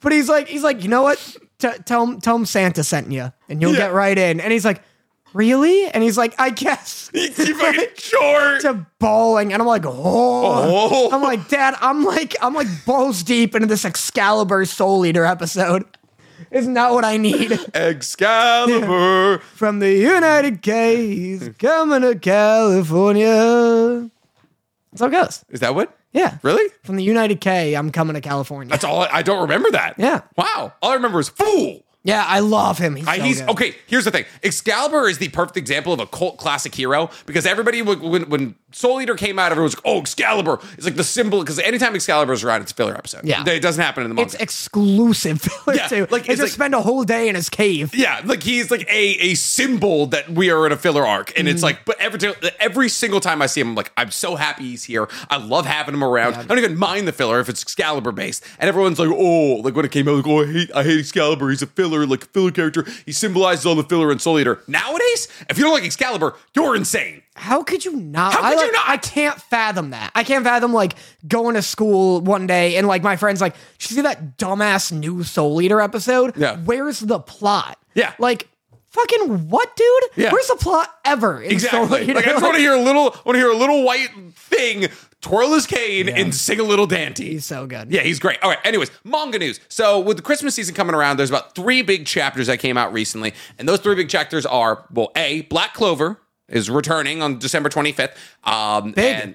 [SPEAKER 2] But he's like, he's like, you know what? T- tell him, tell him Santa sent you, and you'll
[SPEAKER 1] Yeah.
[SPEAKER 2] get right in. And he's like, really? And he's like, I guess.
[SPEAKER 1] he, he fucking short.
[SPEAKER 2] to bawling, and I'm like, oh.
[SPEAKER 1] Oh.
[SPEAKER 2] I'm like, Dad, I'm like, I'm like balls deep into this Excalibur Soul Eater episode. It's not what I need.
[SPEAKER 1] Excalibur.
[SPEAKER 2] From the United K's, coming to California. That's how it goes.
[SPEAKER 1] Is that what?
[SPEAKER 2] Yeah.
[SPEAKER 1] Really?
[SPEAKER 2] From the United K, I'm coming to California.
[SPEAKER 1] That's all. I, I don't remember that.
[SPEAKER 2] Yeah.
[SPEAKER 1] Wow. All I remember is fool.
[SPEAKER 2] Yeah, I love him. He's,
[SPEAKER 1] I,
[SPEAKER 2] so
[SPEAKER 1] he's
[SPEAKER 2] good.
[SPEAKER 1] okay. Here's the thing: Excalibur is the perfect example of a cult classic hero because everybody, would- when when Soul Eater came out, everyone was like, "Oh, Excalibur!" It's like the symbol because anytime Excalibur is around, it's a filler episode.
[SPEAKER 2] Yeah.
[SPEAKER 1] it doesn't happen in the
[SPEAKER 2] It's
[SPEAKER 1] manga.
[SPEAKER 2] exclusive filler
[SPEAKER 1] Yeah,
[SPEAKER 2] too.
[SPEAKER 1] like,
[SPEAKER 2] Like they
[SPEAKER 1] it's
[SPEAKER 2] just
[SPEAKER 1] like-
[SPEAKER 2] spend a whole day in his cave.
[SPEAKER 1] yeah, like he's like a a symbol that we are in a filler arc, and it's like, but every every single time I see him, I'm like, I'm so happy he's here. I love having him around. I don't even mind the filler if it's Excalibur based, and everyone's like, oh, like when it came out, like, oh, I hate I hate Excalibur. He's a filler, like a filler character. He symbolizes all the filler in Soul Eater. Nowadays, if you don't like Excalibur, you're insane.
[SPEAKER 2] How could you not?
[SPEAKER 1] How
[SPEAKER 2] I,
[SPEAKER 1] could you
[SPEAKER 2] like,
[SPEAKER 1] not?
[SPEAKER 2] I can't fathom that. I can't fathom like going to school one day and like my friends like, "Did you see that dumbass new Soul Eater episode?
[SPEAKER 1] Yeah.
[SPEAKER 2] Where's the plot?
[SPEAKER 1] Yeah.
[SPEAKER 2] Like, fucking what, dude?
[SPEAKER 1] Yeah.
[SPEAKER 2] Where's the plot ever? In Soul
[SPEAKER 1] Exactly.
[SPEAKER 2] Eater?
[SPEAKER 1] Like I just want to hear a little. I want to hear a little white thing twirl his cane and sing a little Dante.
[SPEAKER 2] He's so good.
[SPEAKER 1] Yeah, he's great. All right. Anyways, manga news. So with the Christmas season coming around, there's about three big chapters that came out recently, and those three big chapters are well, a Black Clover is returning on December 25th. Um,
[SPEAKER 2] Big.
[SPEAKER 1] and-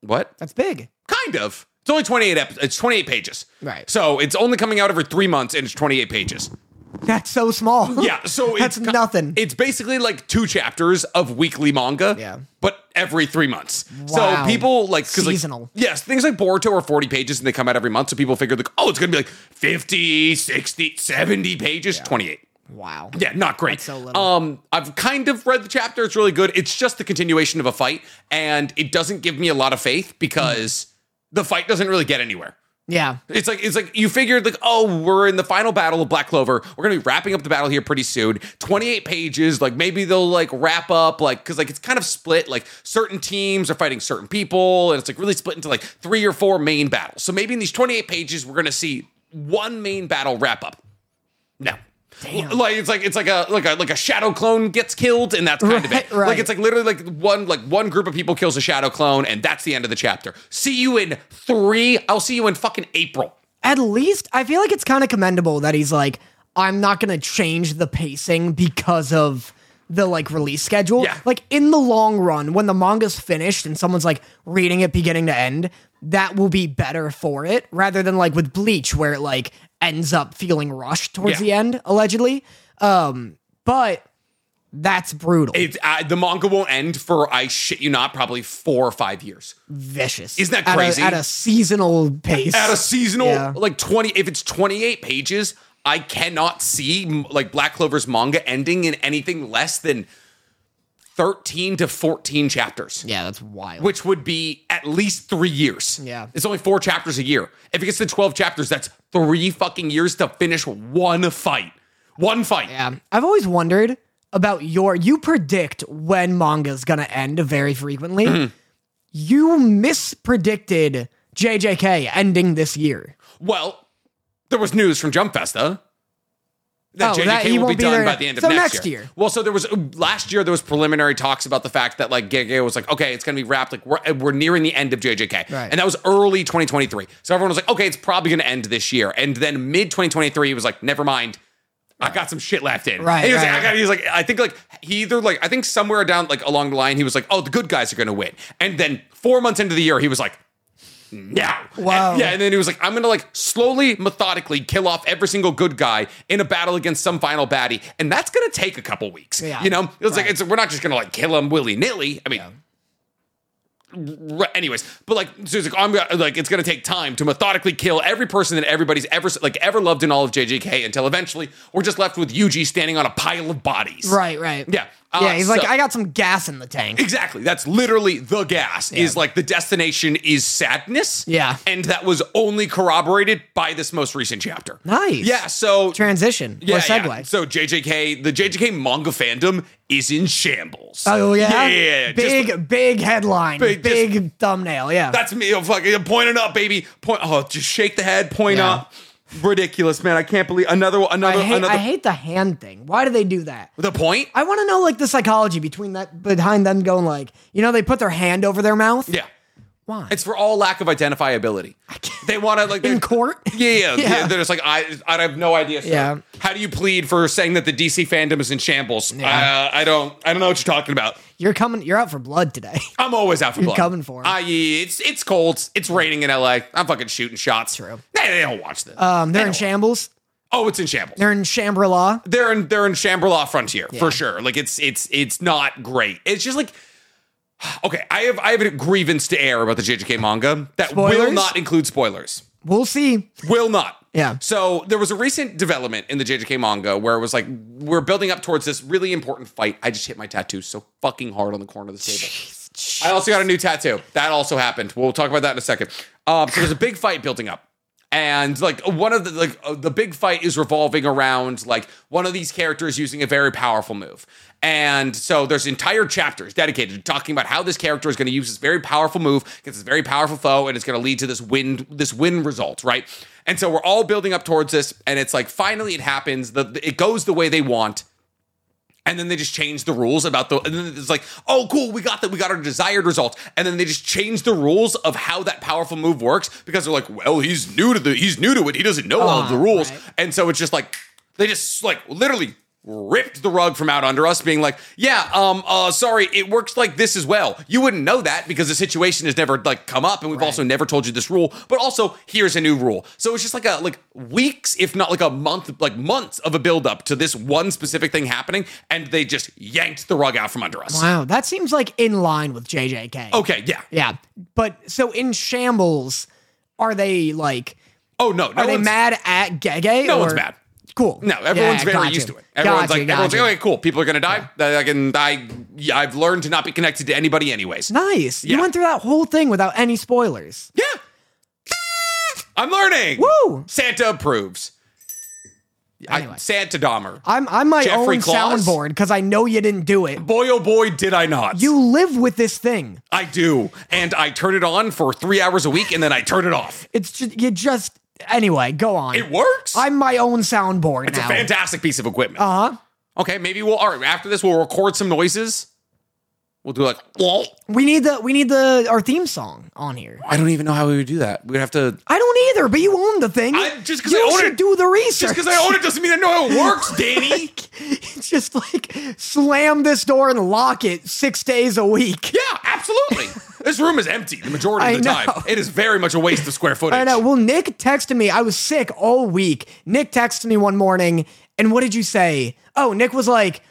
[SPEAKER 1] what?
[SPEAKER 2] That's big.
[SPEAKER 1] Kind of. It's only 28 episodes. It's 28 pages.
[SPEAKER 2] Right.
[SPEAKER 1] So it's only coming out every three months, and it's 28 pages.
[SPEAKER 2] That's so small.
[SPEAKER 1] Yeah, so
[SPEAKER 2] That's
[SPEAKER 1] it's ki-
[SPEAKER 2] nothing.
[SPEAKER 1] It's basically like two chapters of weekly manga.
[SPEAKER 2] Yeah.
[SPEAKER 1] but every three months.
[SPEAKER 2] Wow.
[SPEAKER 1] So people like 'cause, like,
[SPEAKER 2] Seasonal.
[SPEAKER 1] yes, things like Boruto are forty pages and they come out every month. So people figure like, oh, it's gonna be like 50, 60, 70 pages. Twenty eight.
[SPEAKER 2] Wow.
[SPEAKER 1] Yeah, not great.
[SPEAKER 2] so little.
[SPEAKER 1] Um, I've kind of read the chapter. It's really good. It's just the continuation of a fight, and it doesn't give me a lot of faith because the fight doesn't really get anywhere.
[SPEAKER 2] Yeah.
[SPEAKER 1] It's like it's like you figured like oh we're in the final battle of Black Clover we're gonna be wrapping up the battle here pretty soon twenty eight pages like maybe they'll like wrap up like because like it's kind of split like certain teams are fighting certain people and it's like really split into like three or four main battles so maybe in these twenty eight pages we're gonna see one main battle wrap up no.
[SPEAKER 2] Damn.
[SPEAKER 1] Like it's like it's like a like a like a shadow clone gets killed and that's kind of
[SPEAKER 2] Right,
[SPEAKER 1] it.
[SPEAKER 2] right.
[SPEAKER 1] Like it's like literally like one like one group of people kills a shadow clone and that's the end of the chapter. See you in three. I'll see you in fucking April.
[SPEAKER 2] At least I feel like it's kind of commendable that he's like, I'm not gonna change the pacing because of the like release schedule.
[SPEAKER 1] Yeah.
[SPEAKER 2] Like in the long run, when the manga's finished and someone's like reading it beginning to end, that will be better for it rather than like with Bleach where it like ends up feeling rushed towards
[SPEAKER 1] Yeah.
[SPEAKER 2] the end allegedly. Um, but that's brutal,
[SPEAKER 1] It's uh, the manga won't end for I shit you not probably four or five years
[SPEAKER 2] vicious.
[SPEAKER 1] isn't that
[SPEAKER 2] At a-
[SPEAKER 1] crazy?
[SPEAKER 2] At a, seasonal pace.
[SPEAKER 1] at a seasonal
[SPEAKER 2] Yeah.
[SPEAKER 1] like twenty. If it's twenty eight pages, I cannot see m- like Black Clover's manga ending in anything less than thirteen to fourteen chapters.
[SPEAKER 2] yeah, that's wild.
[SPEAKER 1] which would be at least three years.
[SPEAKER 2] Yeah.
[SPEAKER 1] It's only four chapters a year. If it gets to 12 chapters, that's three fucking years to finish one fight. One fight.
[SPEAKER 2] Yeah. I've always wondered about your you predict when manga's gonna end very frequently.
[SPEAKER 1] Mm-hmm.
[SPEAKER 2] You mispredicted JJK ending this year.
[SPEAKER 1] Well, there was news from Jump Festa. That
[SPEAKER 2] Oh,
[SPEAKER 1] JJK
[SPEAKER 2] that he
[SPEAKER 1] will be,
[SPEAKER 2] won't be
[SPEAKER 1] done
[SPEAKER 2] there-
[SPEAKER 1] by the end of
[SPEAKER 2] so
[SPEAKER 1] next,
[SPEAKER 2] next
[SPEAKER 1] year.
[SPEAKER 2] year.
[SPEAKER 1] Well, so there was last year there was preliminary talks about the fact that like Gege was like, okay, it's gonna be wrapped. Like we're we're nearing the end of JJK,
[SPEAKER 2] Right.
[SPEAKER 1] and that was early 2023. So everyone was like, okay, it's probably gonna end this year. And then mid 2023, he was like, never mind. I got some shit left in.
[SPEAKER 2] Right,
[SPEAKER 1] And he was like,
[SPEAKER 2] right,
[SPEAKER 1] I got. He's like, I think like he either like I think somewhere down like along the line he was like, oh, the good guys are gonna win. And then four months into the year, he was like, now.
[SPEAKER 2] Wow.
[SPEAKER 1] And- yeah, and then he was like, I'm gonna like slowly, methodically kill off every single good guy in a battle against some final baddie, and that's gonna take a couple weeks.
[SPEAKER 2] Yeah.
[SPEAKER 1] You know, it's like
[SPEAKER 2] Right.
[SPEAKER 1] it's we're not just gonna like kill him willy nilly. I mean. r- Anyways, but like, so he's like, I'm gonna- like, it's gonna take time to methodically kill every person that everybody's ever like ever loved in all of JJK until eventually we're just left with Yuji standing on a pile of bodies.
[SPEAKER 2] Right, right.
[SPEAKER 1] Yeah. Uh,
[SPEAKER 2] yeah, he's like,
[SPEAKER 1] so-
[SPEAKER 2] I got some gas in the tank.
[SPEAKER 1] Exactly. That's literally the gas. Is like the destination is sadness.
[SPEAKER 2] Yeah.
[SPEAKER 1] And that was only corroborated by this most recent chapter.
[SPEAKER 2] Nice.
[SPEAKER 1] Yeah. So
[SPEAKER 2] Transition
[SPEAKER 1] yeah,
[SPEAKER 2] or
[SPEAKER 1] yeah.
[SPEAKER 2] segue.
[SPEAKER 1] So JJK, the JJK manga fandom is in shambles.
[SPEAKER 2] Oh yeah,
[SPEAKER 1] Yeah. yeah, yeah. Just
[SPEAKER 2] big big headline,
[SPEAKER 1] Big-
[SPEAKER 2] big,
[SPEAKER 1] just-
[SPEAKER 2] thumbnail. Yeah,
[SPEAKER 1] That's me. Oh, fucking pointing up, baby. Point. Oh, just shake the head. Point
[SPEAKER 2] Yeah.
[SPEAKER 1] up. Ridiculous, man. I can't believe another one- another
[SPEAKER 2] I hate
[SPEAKER 1] another.
[SPEAKER 2] I hate the hand thing. Why do they do that?
[SPEAKER 1] the point.
[SPEAKER 2] I want to know like the psychology between that behind them going like, you know, they put their hand over their mouth.
[SPEAKER 1] yeah.
[SPEAKER 2] Why?
[SPEAKER 1] It's for all lack of identifiability. They want to like
[SPEAKER 2] in
[SPEAKER 1] they're-
[SPEAKER 2] court.
[SPEAKER 1] Yeah, yeah,
[SPEAKER 2] Yeah.
[SPEAKER 1] yeah. They're just like, I, I have no idea. Sir.
[SPEAKER 2] Yeah.
[SPEAKER 1] How do you plead for saying that the DC fandom is in shambles?
[SPEAKER 2] Yeah.
[SPEAKER 1] Uh, I don't, I don't know what you're talking about.
[SPEAKER 2] You're coming. You're out for blood today.
[SPEAKER 1] I'm always out for blood.
[SPEAKER 2] coming for 'em.
[SPEAKER 1] I, it's it's cold. It's raining in LA. I'm fucking shooting shots.
[SPEAKER 2] True.
[SPEAKER 1] They, they don't watch this.
[SPEAKER 2] Um, they're in
[SPEAKER 1] They
[SPEAKER 2] shambles.
[SPEAKER 1] oh, it's in shambles.
[SPEAKER 2] They're in Shambhala.
[SPEAKER 1] They're in they're in Shambhala Frontier for sure. Like it's it's it's not great. It's just like. Okay, I have I have a grievance to air about the JJK manga that will
[SPEAKER 2] Spoilers?
[SPEAKER 1] not include spoilers.
[SPEAKER 2] We'll see.
[SPEAKER 1] Will not.
[SPEAKER 2] Yeah.
[SPEAKER 1] So there was a recent development in the JJK manga where it was like we're building up towards this really important fight. I just hit my tattoo so fucking hard on the corner of the table. I also got a new tattoo. That also happened. We'll talk about that in a second. Um, so there's a big fight building up. And like one of the like uh, the big fight is revolving around like one of these characters using a very powerful move. And so there's entire chapters dedicated to talking about how this character is going to use this very powerful move against this very powerful foe and it's going to lead to this win this win result, right? And so we're all building up towards this and it's like finally it happens. The, it goes the way they want. And then they just changed the rules about the. And then it's like, oh, cool, we got that. We got our desired result. And then they just changed the rules of how that powerful move works because they're like, well, he's new to the. He's new to it. He doesn't know all of the
[SPEAKER 2] Ah,
[SPEAKER 1] rules.
[SPEAKER 2] right.
[SPEAKER 1] And so it's just like they just like literally ripped the rug from out under us, being like, yeah, um, uh, sorry, it works like this as well. You wouldn't know that because the situation has never like come up, and we've also never told you this rule. But also, here's a new rule. So it's just like a like weeks, if not like a month, like months of a buildup to this one specific thing happening, and they just yanked the rug out from under us.
[SPEAKER 2] Wow, that seems like in line with JJK.
[SPEAKER 1] Okay, yeah.
[SPEAKER 2] Yeah, but so in shambles, are they like?
[SPEAKER 1] Oh no, no
[SPEAKER 2] Are they
[SPEAKER 1] one's-
[SPEAKER 2] mad at Gege?
[SPEAKER 1] No
[SPEAKER 2] or-
[SPEAKER 1] one's mad.
[SPEAKER 2] Cool.
[SPEAKER 1] No, everyone's
[SPEAKER 2] Yeah,
[SPEAKER 1] very
[SPEAKER 2] gotcha.
[SPEAKER 1] used to it. Everyone's
[SPEAKER 2] Gotcha,
[SPEAKER 1] like, everyone's
[SPEAKER 2] gotcha.
[SPEAKER 1] like, okay, cool. People are gonna die. I can, I, yeah, I've learned to not be connected to anybody, anyways. "Oh,
[SPEAKER 2] Nice.
[SPEAKER 1] Yeah.
[SPEAKER 2] You went through that whole thing without any spoilers.
[SPEAKER 1] Yeah, I'm learning.
[SPEAKER 2] Woo!
[SPEAKER 1] Santa approves. I-
[SPEAKER 2] Anyway.
[SPEAKER 1] Santa Dahmer.
[SPEAKER 2] I'm I'm my
[SPEAKER 1] Jeffrey
[SPEAKER 2] own
[SPEAKER 1] Claus?
[SPEAKER 2] soundboard because I know you didn't do it.
[SPEAKER 1] boy, oh boy, did I not?
[SPEAKER 2] You live with this thing.
[SPEAKER 1] I do, and I turn it on for three hours a week, and then I turn it off.
[SPEAKER 2] It's just you just anyway. Go on.
[SPEAKER 1] It works.
[SPEAKER 2] I'm my own soundboard
[SPEAKER 1] it's a
[SPEAKER 2] now.
[SPEAKER 1] fantastic piece of equipment.
[SPEAKER 2] uh huh.
[SPEAKER 1] okay, maybe we'll. All right, after this, we'll record some noises. We'll do like.
[SPEAKER 2] We need the we need the our theme song on here.
[SPEAKER 1] I don't even know how we would do that. We'd have to
[SPEAKER 2] I don't either, but you own the thing.
[SPEAKER 1] I- just 'cause
[SPEAKER 2] you
[SPEAKER 1] I own
[SPEAKER 2] should
[SPEAKER 1] it-
[SPEAKER 2] do the research.
[SPEAKER 1] Just because I own it doesn't mean I know how it works, Danny.
[SPEAKER 2] It's just like slam this door and lock it six days a week.
[SPEAKER 1] yeah, absolutely. This room is empty the majority
[SPEAKER 2] I
[SPEAKER 1] of the
[SPEAKER 2] know.
[SPEAKER 1] time. It is very much a waste of square footage.
[SPEAKER 2] I know. Well, Nick texted me. I was sick all week. Nick texted me one morning, and what did you say? Oh, Nick was like,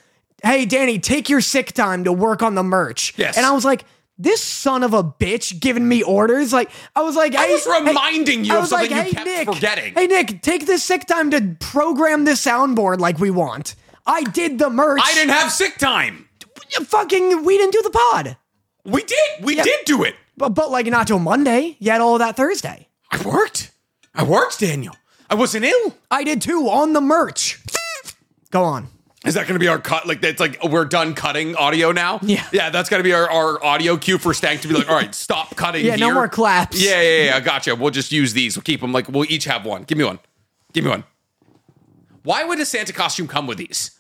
[SPEAKER 2] "Hey, Danny, take your sick time to work on the merch."
[SPEAKER 1] Yes.
[SPEAKER 2] And I was like, "This son of a bitch giving me orders." Like, I was like,
[SPEAKER 1] I
[SPEAKER 2] hey-
[SPEAKER 1] was
[SPEAKER 2] hey-
[SPEAKER 1] reminding you
[SPEAKER 2] I
[SPEAKER 1] of
[SPEAKER 2] was
[SPEAKER 1] something
[SPEAKER 2] like,
[SPEAKER 1] you
[SPEAKER 2] "Hey,
[SPEAKER 1] kept
[SPEAKER 2] Nick,
[SPEAKER 1] forgetting.
[SPEAKER 2] Hey, Nick, take this sick time to program this soundboard like we want." I did the merch.
[SPEAKER 1] I didn't have sick time.
[SPEAKER 2] fucking we didn't do the pod.
[SPEAKER 1] We did. We did do it.
[SPEAKER 2] But but like not till Monday. You had all that Thursday.
[SPEAKER 1] I worked. I worked, Daniel. I wasn't ill.
[SPEAKER 2] I did too on the merch. Go on.
[SPEAKER 1] Is that going to be our cut? Like it's like we're done cutting audio now.
[SPEAKER 2] Yeah.
[SPEAKER 1] yeah. That's going to be our, our audio cue for Stank to be like, all right, stop cutting.
[SPEAKER 2] Yeah, no
[SPEAKER 1] here."
[SPEAKER 2] more claps.
[SPEAKER 1] Yeah, yeah, yeah. Gotcha. We'll just use these. We'll keep them. Like we'll each have one. Give me one. Give me one. Why would a Santa costume come with these?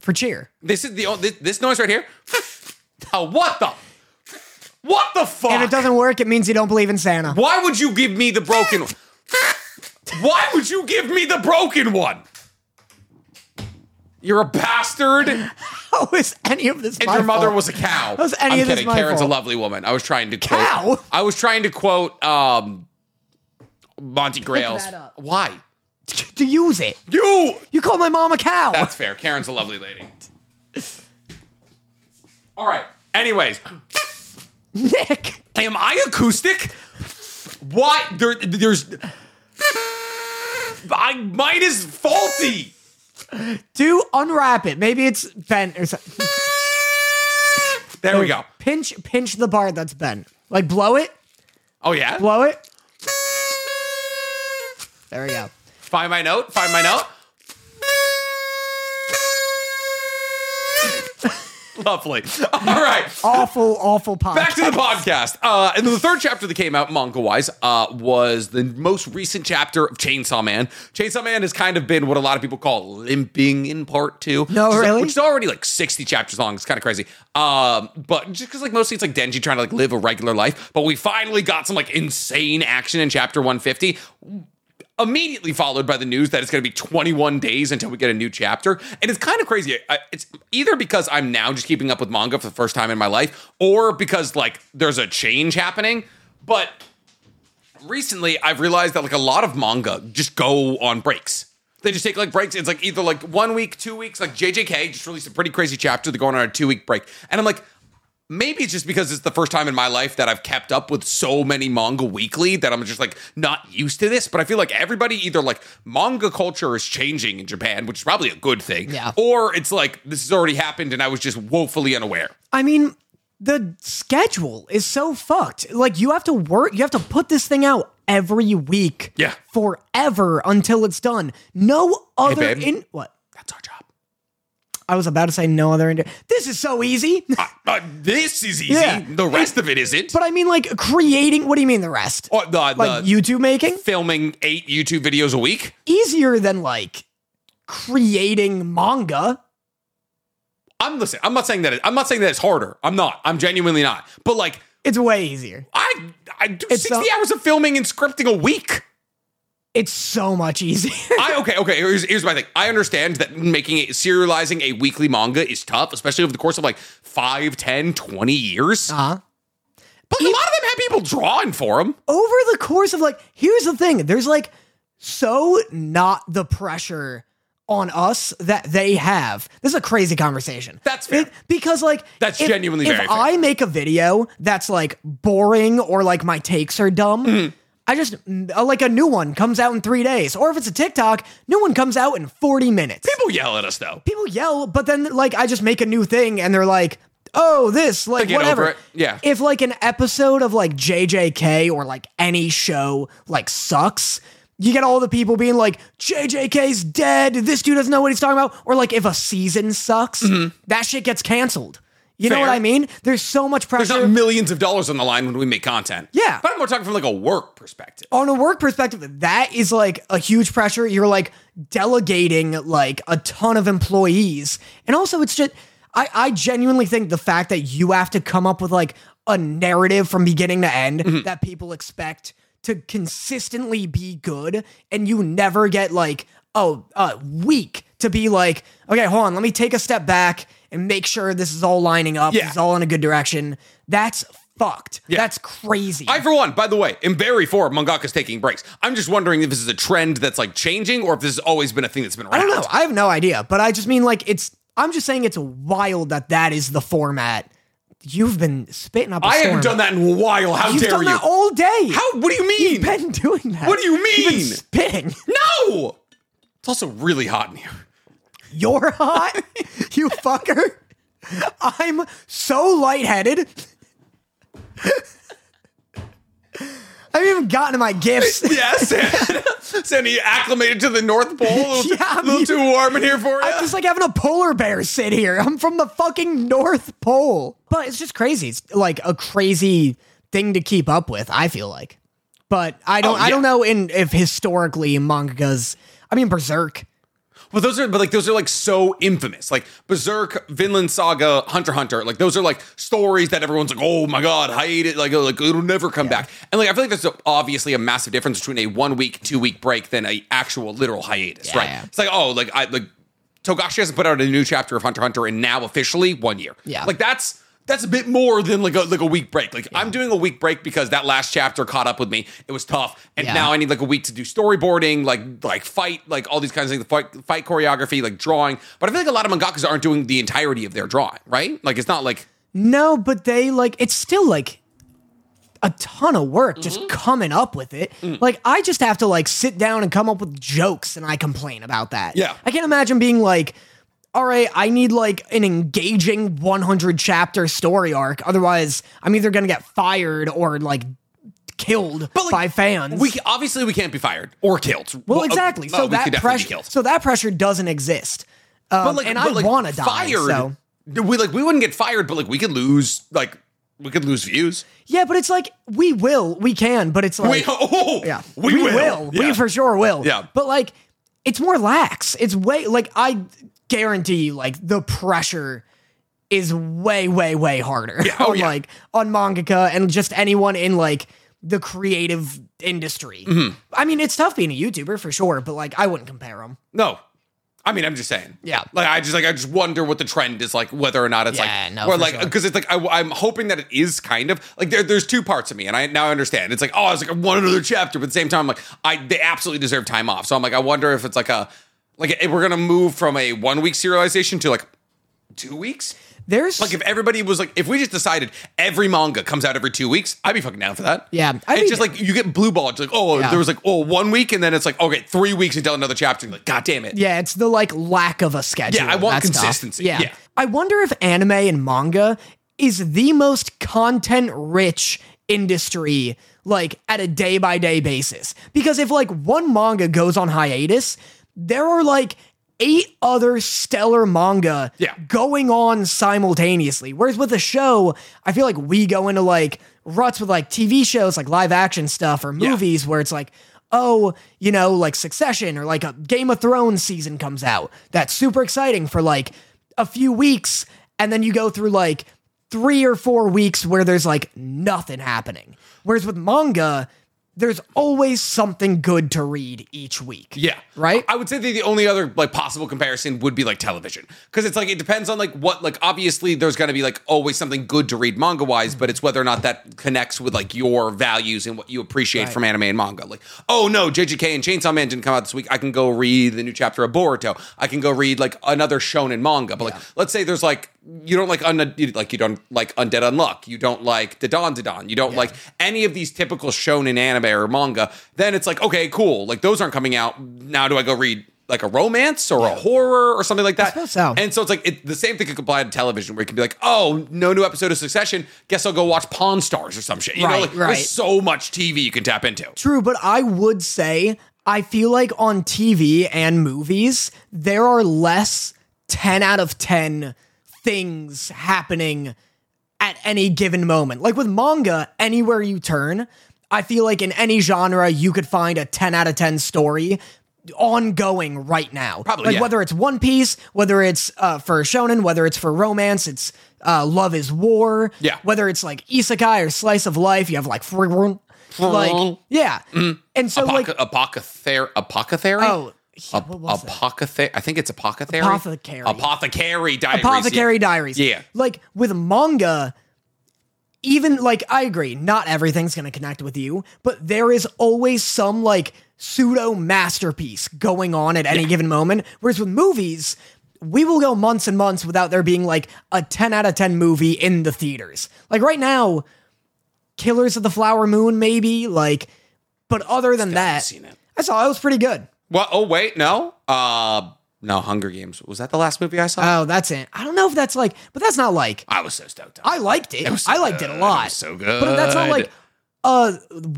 [SPEAKER 2] For cheer.
[SPEAKER 1] This is the o- this, this noise right here. Oh, what the? What the fuck?
[SPEAKER 2] If it doesn't work, it means you don't believe in Santa.
[SPEAKER 1] Why would you give me the broken one? Why would you give me the broken one? You're a bastard, and
[SPEAKER 2] How is any of this my
[SPEAKER 1] your mother
[SPEAKER 2] fault?
[SPEAKER 1] was a cow.
[SPEAKER 2] was any
[SPEAKER 1] I'm
[SPEAKER 2] of this
[SPEAKER 1] kidding.
[SPEAKER 2] my
[SPEAKER 1] Karen's
[SPEAKER 2] fault?
[SPEAKER 1] a lovely woman. I was trying to
[SPEAKER 2] Cow?
[SPEAKER 1] Quote, I was trying to quote um, Monty Grail's.
[SPEAKER 2] that up.
[SPEAKER 1] Why
[SPEAKER 2] to use it.
[SPEAKER 1] you?
[SPEAKER 2] You call my mom a cow.
[SPEAKER 1] That's fair. Karen's a lovely lady. All right. Anyways,
[SPEAKER 2] Nick.
[SPEAKER 1] Am I acoustic? Why there there's I mine is faulty.
[SPEAKER 2] Do unwrap it. Maybe it's bent or something.
[SPEAKER 1] There we go.
[SPEAKER 2] Pinch pinch the part that's bent. Like blow it.
[SPEAKER 1] Oh yeah.
[SPEAKER 2] Blow it. There we go.
[SPEAKER 1] Find my note. Find my note. Lovely. All right.
[SPEAKER 2] Awful, awful podcast.
[SPEAKER 1] Back to the podcast. Uh, and the third chapter that came out manga wise uh, was the most recent chapter of Chainsaw Man. Chainsaw Man has kind of been what a lot of people call limping in part two.
[SPEAKER 2] No,
[SPEAKER 1] Which is, like-
[SPEAKER 2] really?
[SPEAKER 1] which is already like 60 chapters long. It's kind of crazy. Um, but just because like mostly it's like Denji trying to like live a regular life. But we finally got some like insane action in chapter 150 immediately followed by the news that it's going to be 21 days until we get a new chapter. And it's kind of crazy. I- It's either because I'm now just keeping up with manga for the first time in my life or because like there's a change happening. But recently I've realized that like a lot of manga just go on breaks. They just take like breaks. It's like either like one week, two weeks. Like JJK just released a pretty crazy chapter. They're going on a two week break. And I'm like, maybe it's just because it's the first time in my life that I've kept up with so many manga weekly that I'm just like not used to this. But I feel like everybody either like manga culture is changing in Japan, which is probably a good thing.
[SPEAKER 2] Yeah.
[SPEAKER 1] Or it's like this has already happened and I was just woefully unaware.
[SPEAKER 2] I mean, the schedule is so fucked. Like you have to work, you have to put this thing out every week.
[SPEAKER 1] Yeah.
[SPEAKER 2] Forever until it's done. No other
[SPEAKER 1] babe.
[SPEAKER 2] in what?
[SPEAKER 1] That's our job.
[SPEAKER 2] I was about to say no other in This is so easy.
[SPEAKER 1] Uh, uh, this is easy.
[SPEAKER 2] Yeah.
[SPEAKER 1] The rest of it isn't.
[SPEAKER 2] but I mean like creating, what do you mean the rest?
[SPEAKER 1] Or Oh, the,
[SPEAKER 2] like
[SPEAKER 1] the-
[SPEAKER 2] YouTube making?
[SPEAKER 1] filming eight YouTube videos a week.
[SPEAKER 2] Easier than like creating manga.
[SPEAKER 1] I'm listen. I'm not saying that. It, I'm not saying that it's harder. I'm not. I'm genuinely not. But like,
[SPEAKER 2] It's way easier.
[SPEAKER 1] I I do
[SPEAKER 2] It's
[SPEAKER 1] 60
[SPEAKER 2] so-
[SPEAKER 1] hours of filming and scripting a week.
[SPEAKER 2] It's so much easier.
[SPEAKER 1] I okay okay. Here's, here's my thing. I understand that making it serializing a weekly manga is tough, especially over the course of like 5, 10, 20 years.
[SPEAKER 2] huh?
[SPEAKER 1] but a lot of them have people drawing for them.
[SPEAKER 2] over the course of like here's the thing there's like so not the pressure on us that they have this is a crazy conversation
[SPEAKER 1] That's fair.
[SPEAKER 2] because like
[SPEAKER 1] That's
[SPEAKER 2] if-
[SPEAKER 1] genuinely
[SPEAKER 2] if
[SPEAKER 1] very fair. Mm-hmm.
[SPEAKER 2] i make a video that's like boring or like my takes are dumb I just uh, like a new one comes out in three days, or if it's a TikTok, new one comes out in forty minutes.
[SPEAKER 1] People yell at us though.
[SPEAKER 2] People yell, but then like I just make a new thing, and they're like, "Oh, this like
[SPEAKER 1] get
[SPEAKER 2] whatever."
[SPEAKER 1] over it. Yeah.
[SPEAKER 2] If like an episode of like JJK or like any show like sucks. You get all the people being like, JJK's dead. This dude doesn't know what he's talking about. Or like, if a season sucks, that shit gets canceled. You know
[SPEAKER 1] Mm-hmm. Fair.
[SPEAKER 2] what I mean? There's so much pressure.
[SPEAKER 1] There's not millions of dollars on the line when we make content.
[SPEAKER 2] Yeah.
[SPEAKER 1] But we're talking from like a work perspective.
[SPEAKER 2] on a work perspective, that is like a huge pressure. You're like delegating like a ton of employees. And also it's just I, I genuinely think the fact that you have to come up with like a narrative from beginning to end
[SPEAKER 1] Mm-hmm.
[SPEAKER 2] that people expect to consistently be good and you never get like oh uh weak to be like, okay, hold on, let me take a step back and make sure this is all lining up,
[SPEAKER 1] Yeah.
[SPEAKER 2] it's all in a good direction. That's fucked. That's crazy.
[SPEAKER 1] I, for one, by the way, am very for Mangaka's taking breaks. I'm just wondering if this is a trend that's like changing or if this has always been a thing that's been around.
[SPEAKER 2] I don't know. I have no idea. But I just mean like it's. I'm just saying it's wild that that is the format. You've been spitting up. I
[SPEAKER 1] I haven't done that in a while. How
[SPEAKER 2] You've
[SPEAKER 1] dare
[SPEAKER 2] done
[SPEAKER 1] you?
[SPEAKER 2] that all day.
[SPEAKER 1] How? What do you mean?
[SPEAKER 2] You've been doing that?
[SPEAKER 1] What do you
[SPEAKER 2] You've been
[SPEAKER 1] mean?
[SPEAKER 2] spitting.
[SPEAKER 1] no. It's also really hot in here.
[SPEAKER 2] You're hot. you fucker. I'm so lightheaded. I haven't even gotten to my gifts.
[SPEAKER 1] Yes. Sandy, you acclimated to the North Pole. A little,
[SPEAKER 2] Yeah, I
[SPEAKER 1] a little
[SPEAKER 2] mean-
[SPEAKER 1] too warm in here for
[SPEAKER 2] I'm
[SPEAKER 1] you.
[SPEAKER 2] just like having a polar bear sit here. I'm from the fucking North Pole. But it's just crazy. It's like a crazy thing to keep up with, I feel like. But I don't
[SPEAKER 1] Oh, yeah.
[SPEAKER 2] I don't know in if historically mangas I mean Berserk.
[SPEAKER 1] Well, those are, but like those are like so infamous, like Berserk, Vinland Saga, Hunter x Hunter. Like those are like stories that everyone's like, oh my god, hiatus, like like it'll never come back. And like I feel like there's obviously a massive difference between a one week, two week break than a actual literal hiatus, right?
[SPEAKER 2] yeah.
[SPEAKER 1] It's like oh, like I like Togashi hasn't put out a new chapter of Hunter x Hunter, and now officially one year.
[SPEAKER 2] Yeah.
[SPEAKER 1] like that's. That's a bit more than like a like a week break. Like I'm doing a week break because that last chapter caught up with me. It was tough, and
[SPEAKER 2] Yeah.
[SPEAKER 1] now I need like a week to do storyboarding, like like fight, like all these kinds of things, fight, fight choreography, like drawing. But I feel like a lot of mangakas aren't doing the entirety of their drawing, right? Like it's not like
[SPEAKER 2] No, but they like it's still like a ton of work
[SPEAKER 1] Mm-hmm.
[SPEAKER 2] just coming up with it.
[SPEAKER 1] Mm.
[SPEAKER 2] Like I just have to like sit down and come up with jokes and I complain about that.
[SPEAKER 1] Yeah.
[SPEAKER 2] I can't imagine being like all right, I need like an engaging 100 chapter story arc. Otherwise, I'm either going to get fired or like killed
[SPEAKER 1] like,
[SPEAKER 2] by fans.
[SPEAKER 1] we obviously we can't be fired or killed.
[SPEAKER 2] well, exactly.
[SPEAKER 1] uh,
[SPEAKER 2] so
[SPEAKER 1] we could
[SPEAKER 2] that
[SPEAKER 1] definitely be
[SPEAKER 2] pressure, so that pressure doesn't exist. Um,
[SPEAKER 1] but like,
[SPEAKER 2] and
[SPEAKER 1] but,
[SPEAKER 2] I
[SPEAKER 1] like,
[SPEAKER 2] want to die.
[SPEAKER 1] Fired.
[SPEAKER 2] so-
[SPEAKER 1] We like we wouldn't get fired, but like we could lose like we could lose views.
[SPEAKER 2] Yeah, but it's like we will, we can, but it's like
[SPEAKER 1] we oh
[SPEAKER 2] Yeah.
[SPEAKER 1] we, will. Yeah.
[SPEAKER 2] We for sure will.
[SPEAKER 1] Yeah.
[SPEAKER 2] But like it's more lax. It's way like I guarantee you like the pressure is way way way harder
[SPEAKER 1] Yeah. Oh,
[SPEAKER 2] on
[SPEAKER 1] yeah.
[SPEAKER 2] like on mangaka and just anyone in like the creative industry.
[SPEAKER 1] Mm-hmm.
[SPEAKER 2] I mean, it's tough being a YouTuber for sure, but like I wouldn't compare them.
[SPEAKER 1] No. I mean, I'm just saying.
[SPEAKER 2] Yeah.
[SPEAKER 1] Like, I just like I just wonder what the trend is like, whether or not it's
[SPEAKER 2] Yeah,
[SPEAKER 1] like,
[SPEAKER 2] no,
[SPEAKER 1] or
[SPEAKER 2] for
[SPEAKER 1] like,
[SPEAKER 2] sure.
[SPEAKER 1] because it's like I, am hoping that it is kind of like there, there's two parts of me, and I now I understand. It's like, oh, it's like one another chapter, but at the same time, I'm like, I they absolutely deserve time off. So I'm like, I wonder if it's like a like if we're gonna move from a one week serialization to like two weeks.
[SPEAKER 2] There's
[SPEAKER 1] Like if everybody was like, if we just decided every manga comes out every two weeks, I'd be fucking down for that.
[SPEAKER 2] Yeah, I'd
[SPEAKER 1] it's
[SPEAKER 2] be-
[SPEAKER 1] just like you get blue ball. It's like, oh,
[SPEAKER 2] Yeah.
[SPEAKER 1] there was like, oh, one week, and then it's like, okay, three weeks until another chapter. Like, god damn it.
[SPEAKER 2] Yeah, it's the like lack of a schedule.
[SPEAKER 1] Yeah, I want
[SPEAKER 2] That's tough.
[SPEAKER 1] consistency.
[SPEAKER 2] Yeah.
[SPEAKER 1] Yeah.
[SPEAKER 2] I wonder if anime and manga is the most content rich industry like at a day by day basis. Because if like one manga goes on hiatus, there are like eight other stellar manga
[SPEAKER 1] Yeah.
[SPEAKER 2] going on simultaneously. Whereas with a show, I feel like we go into like ruts with like TV shows, like live action stuff or movies where it's like, oh, you know, like Succession or like a Game of Thrones season comes out. That's super exciting for like a few weeks. And then you go through like three or four weeks where there's like nothing happening. Whereas with manga, there's always something good to read each week.
[SPEAKER 1] Yeah.
[SPEAKER 2] Right?
[SPEAKER 1] I would say that the only other like possible comparison would be like television. Because it's like it depends on like what like obviously there's gonna be like always something good to read manga wise, but it's whether or not that connects with like your values and what you appreciate from anime and manga. Like, oh no, JJK and Chainsaw Man didn't come out this week. I can go read the new chapter of Boruto. I can go read like another shonen manga. But like let's say there's like you don't like un- you- like you don't like Undead Unluck. You don't like Dadon Dadon. You don't like any of these typical shonen anime or manga. Then it's like okay, cool. Like those aren't coming out now. Do I go read? Like a romance or a horror or something like that.
[SPEAKER 2] suppose so.
[SPEAKER 1] And so it's like it, the same thing could apply to television, where you could be like, "Oh, no new episode of Succession. Guess I'll go watch Pawn Stars or some shit." You know,
[SPEAKER 2] Right,
[SPEAKER 1] like
[SPEAKER 2] right.
[SPEAKER 1] there's so much TV you can tap into.
[SPEAKER 2] True, but I would say I feel like on TV and movies, there are less 10 out of 10 things happening at any given moment. Like with manga, anywhere you turn, I feel like in any genre, you could find a 10 out of 10 story ongoing right now.
[SPEAKER 1] Probably,
[SPEAKER 2] Like
[SPEAKER 1] yeah.
[SPEAKER 2] whether it's One Piece, whether it's uh, for shonen, whether it's for romance, it's uh, Love is War.
[SPEAKER 1] Yeah.
[SPEAKER 2] Whether it's like isekai or slice of life, you have like like yeah, and so like
[SPEAKER 1] Apoca- apothecary. Apothecary.
[SPEAKER 2] oh, yeah, what was that?
[SPEAKER 1] apothecary. I think it's apothecary.
[SPEAKER 2] Apothecary.
[SPEAKER 1] Apothecary diaries.
[SPEAKER 2] Apothecary
[SPEAKER 1] yeah.
[SPEAKER 2] Diaries.
[SPEAKER 1] Yeah.
[SPEAKER 2] like with manga, even like I agree, not everything's gonna connect with you, but there is always some like pseudo masterpiece going on at any given moment. Whereas with movies. We will go months and months without there being like a 10 out of 10 movie in the theaters. Like right now, Killers of the Flower Moon, maybe, like, but other than that,
[SPEAKER 1] seen it.
[SPEAKER 2] I saw it was pretty good.
[SPEAKER 1] Well, oh wait, no. Uh, no. Hunger Games was that the last movie I saw?
[SPEAKER 2] Oh, that's it. I don't know if that's like, but that's not like
[SPEAKER 1] I was so stoked.
[SPEAKER 2] I liked it. I liked it a lot.
[SPEAKER 1] so
[SPEAKER 2] But that's not
[SPEAKER 1] good.
[SPEAKER 2] like a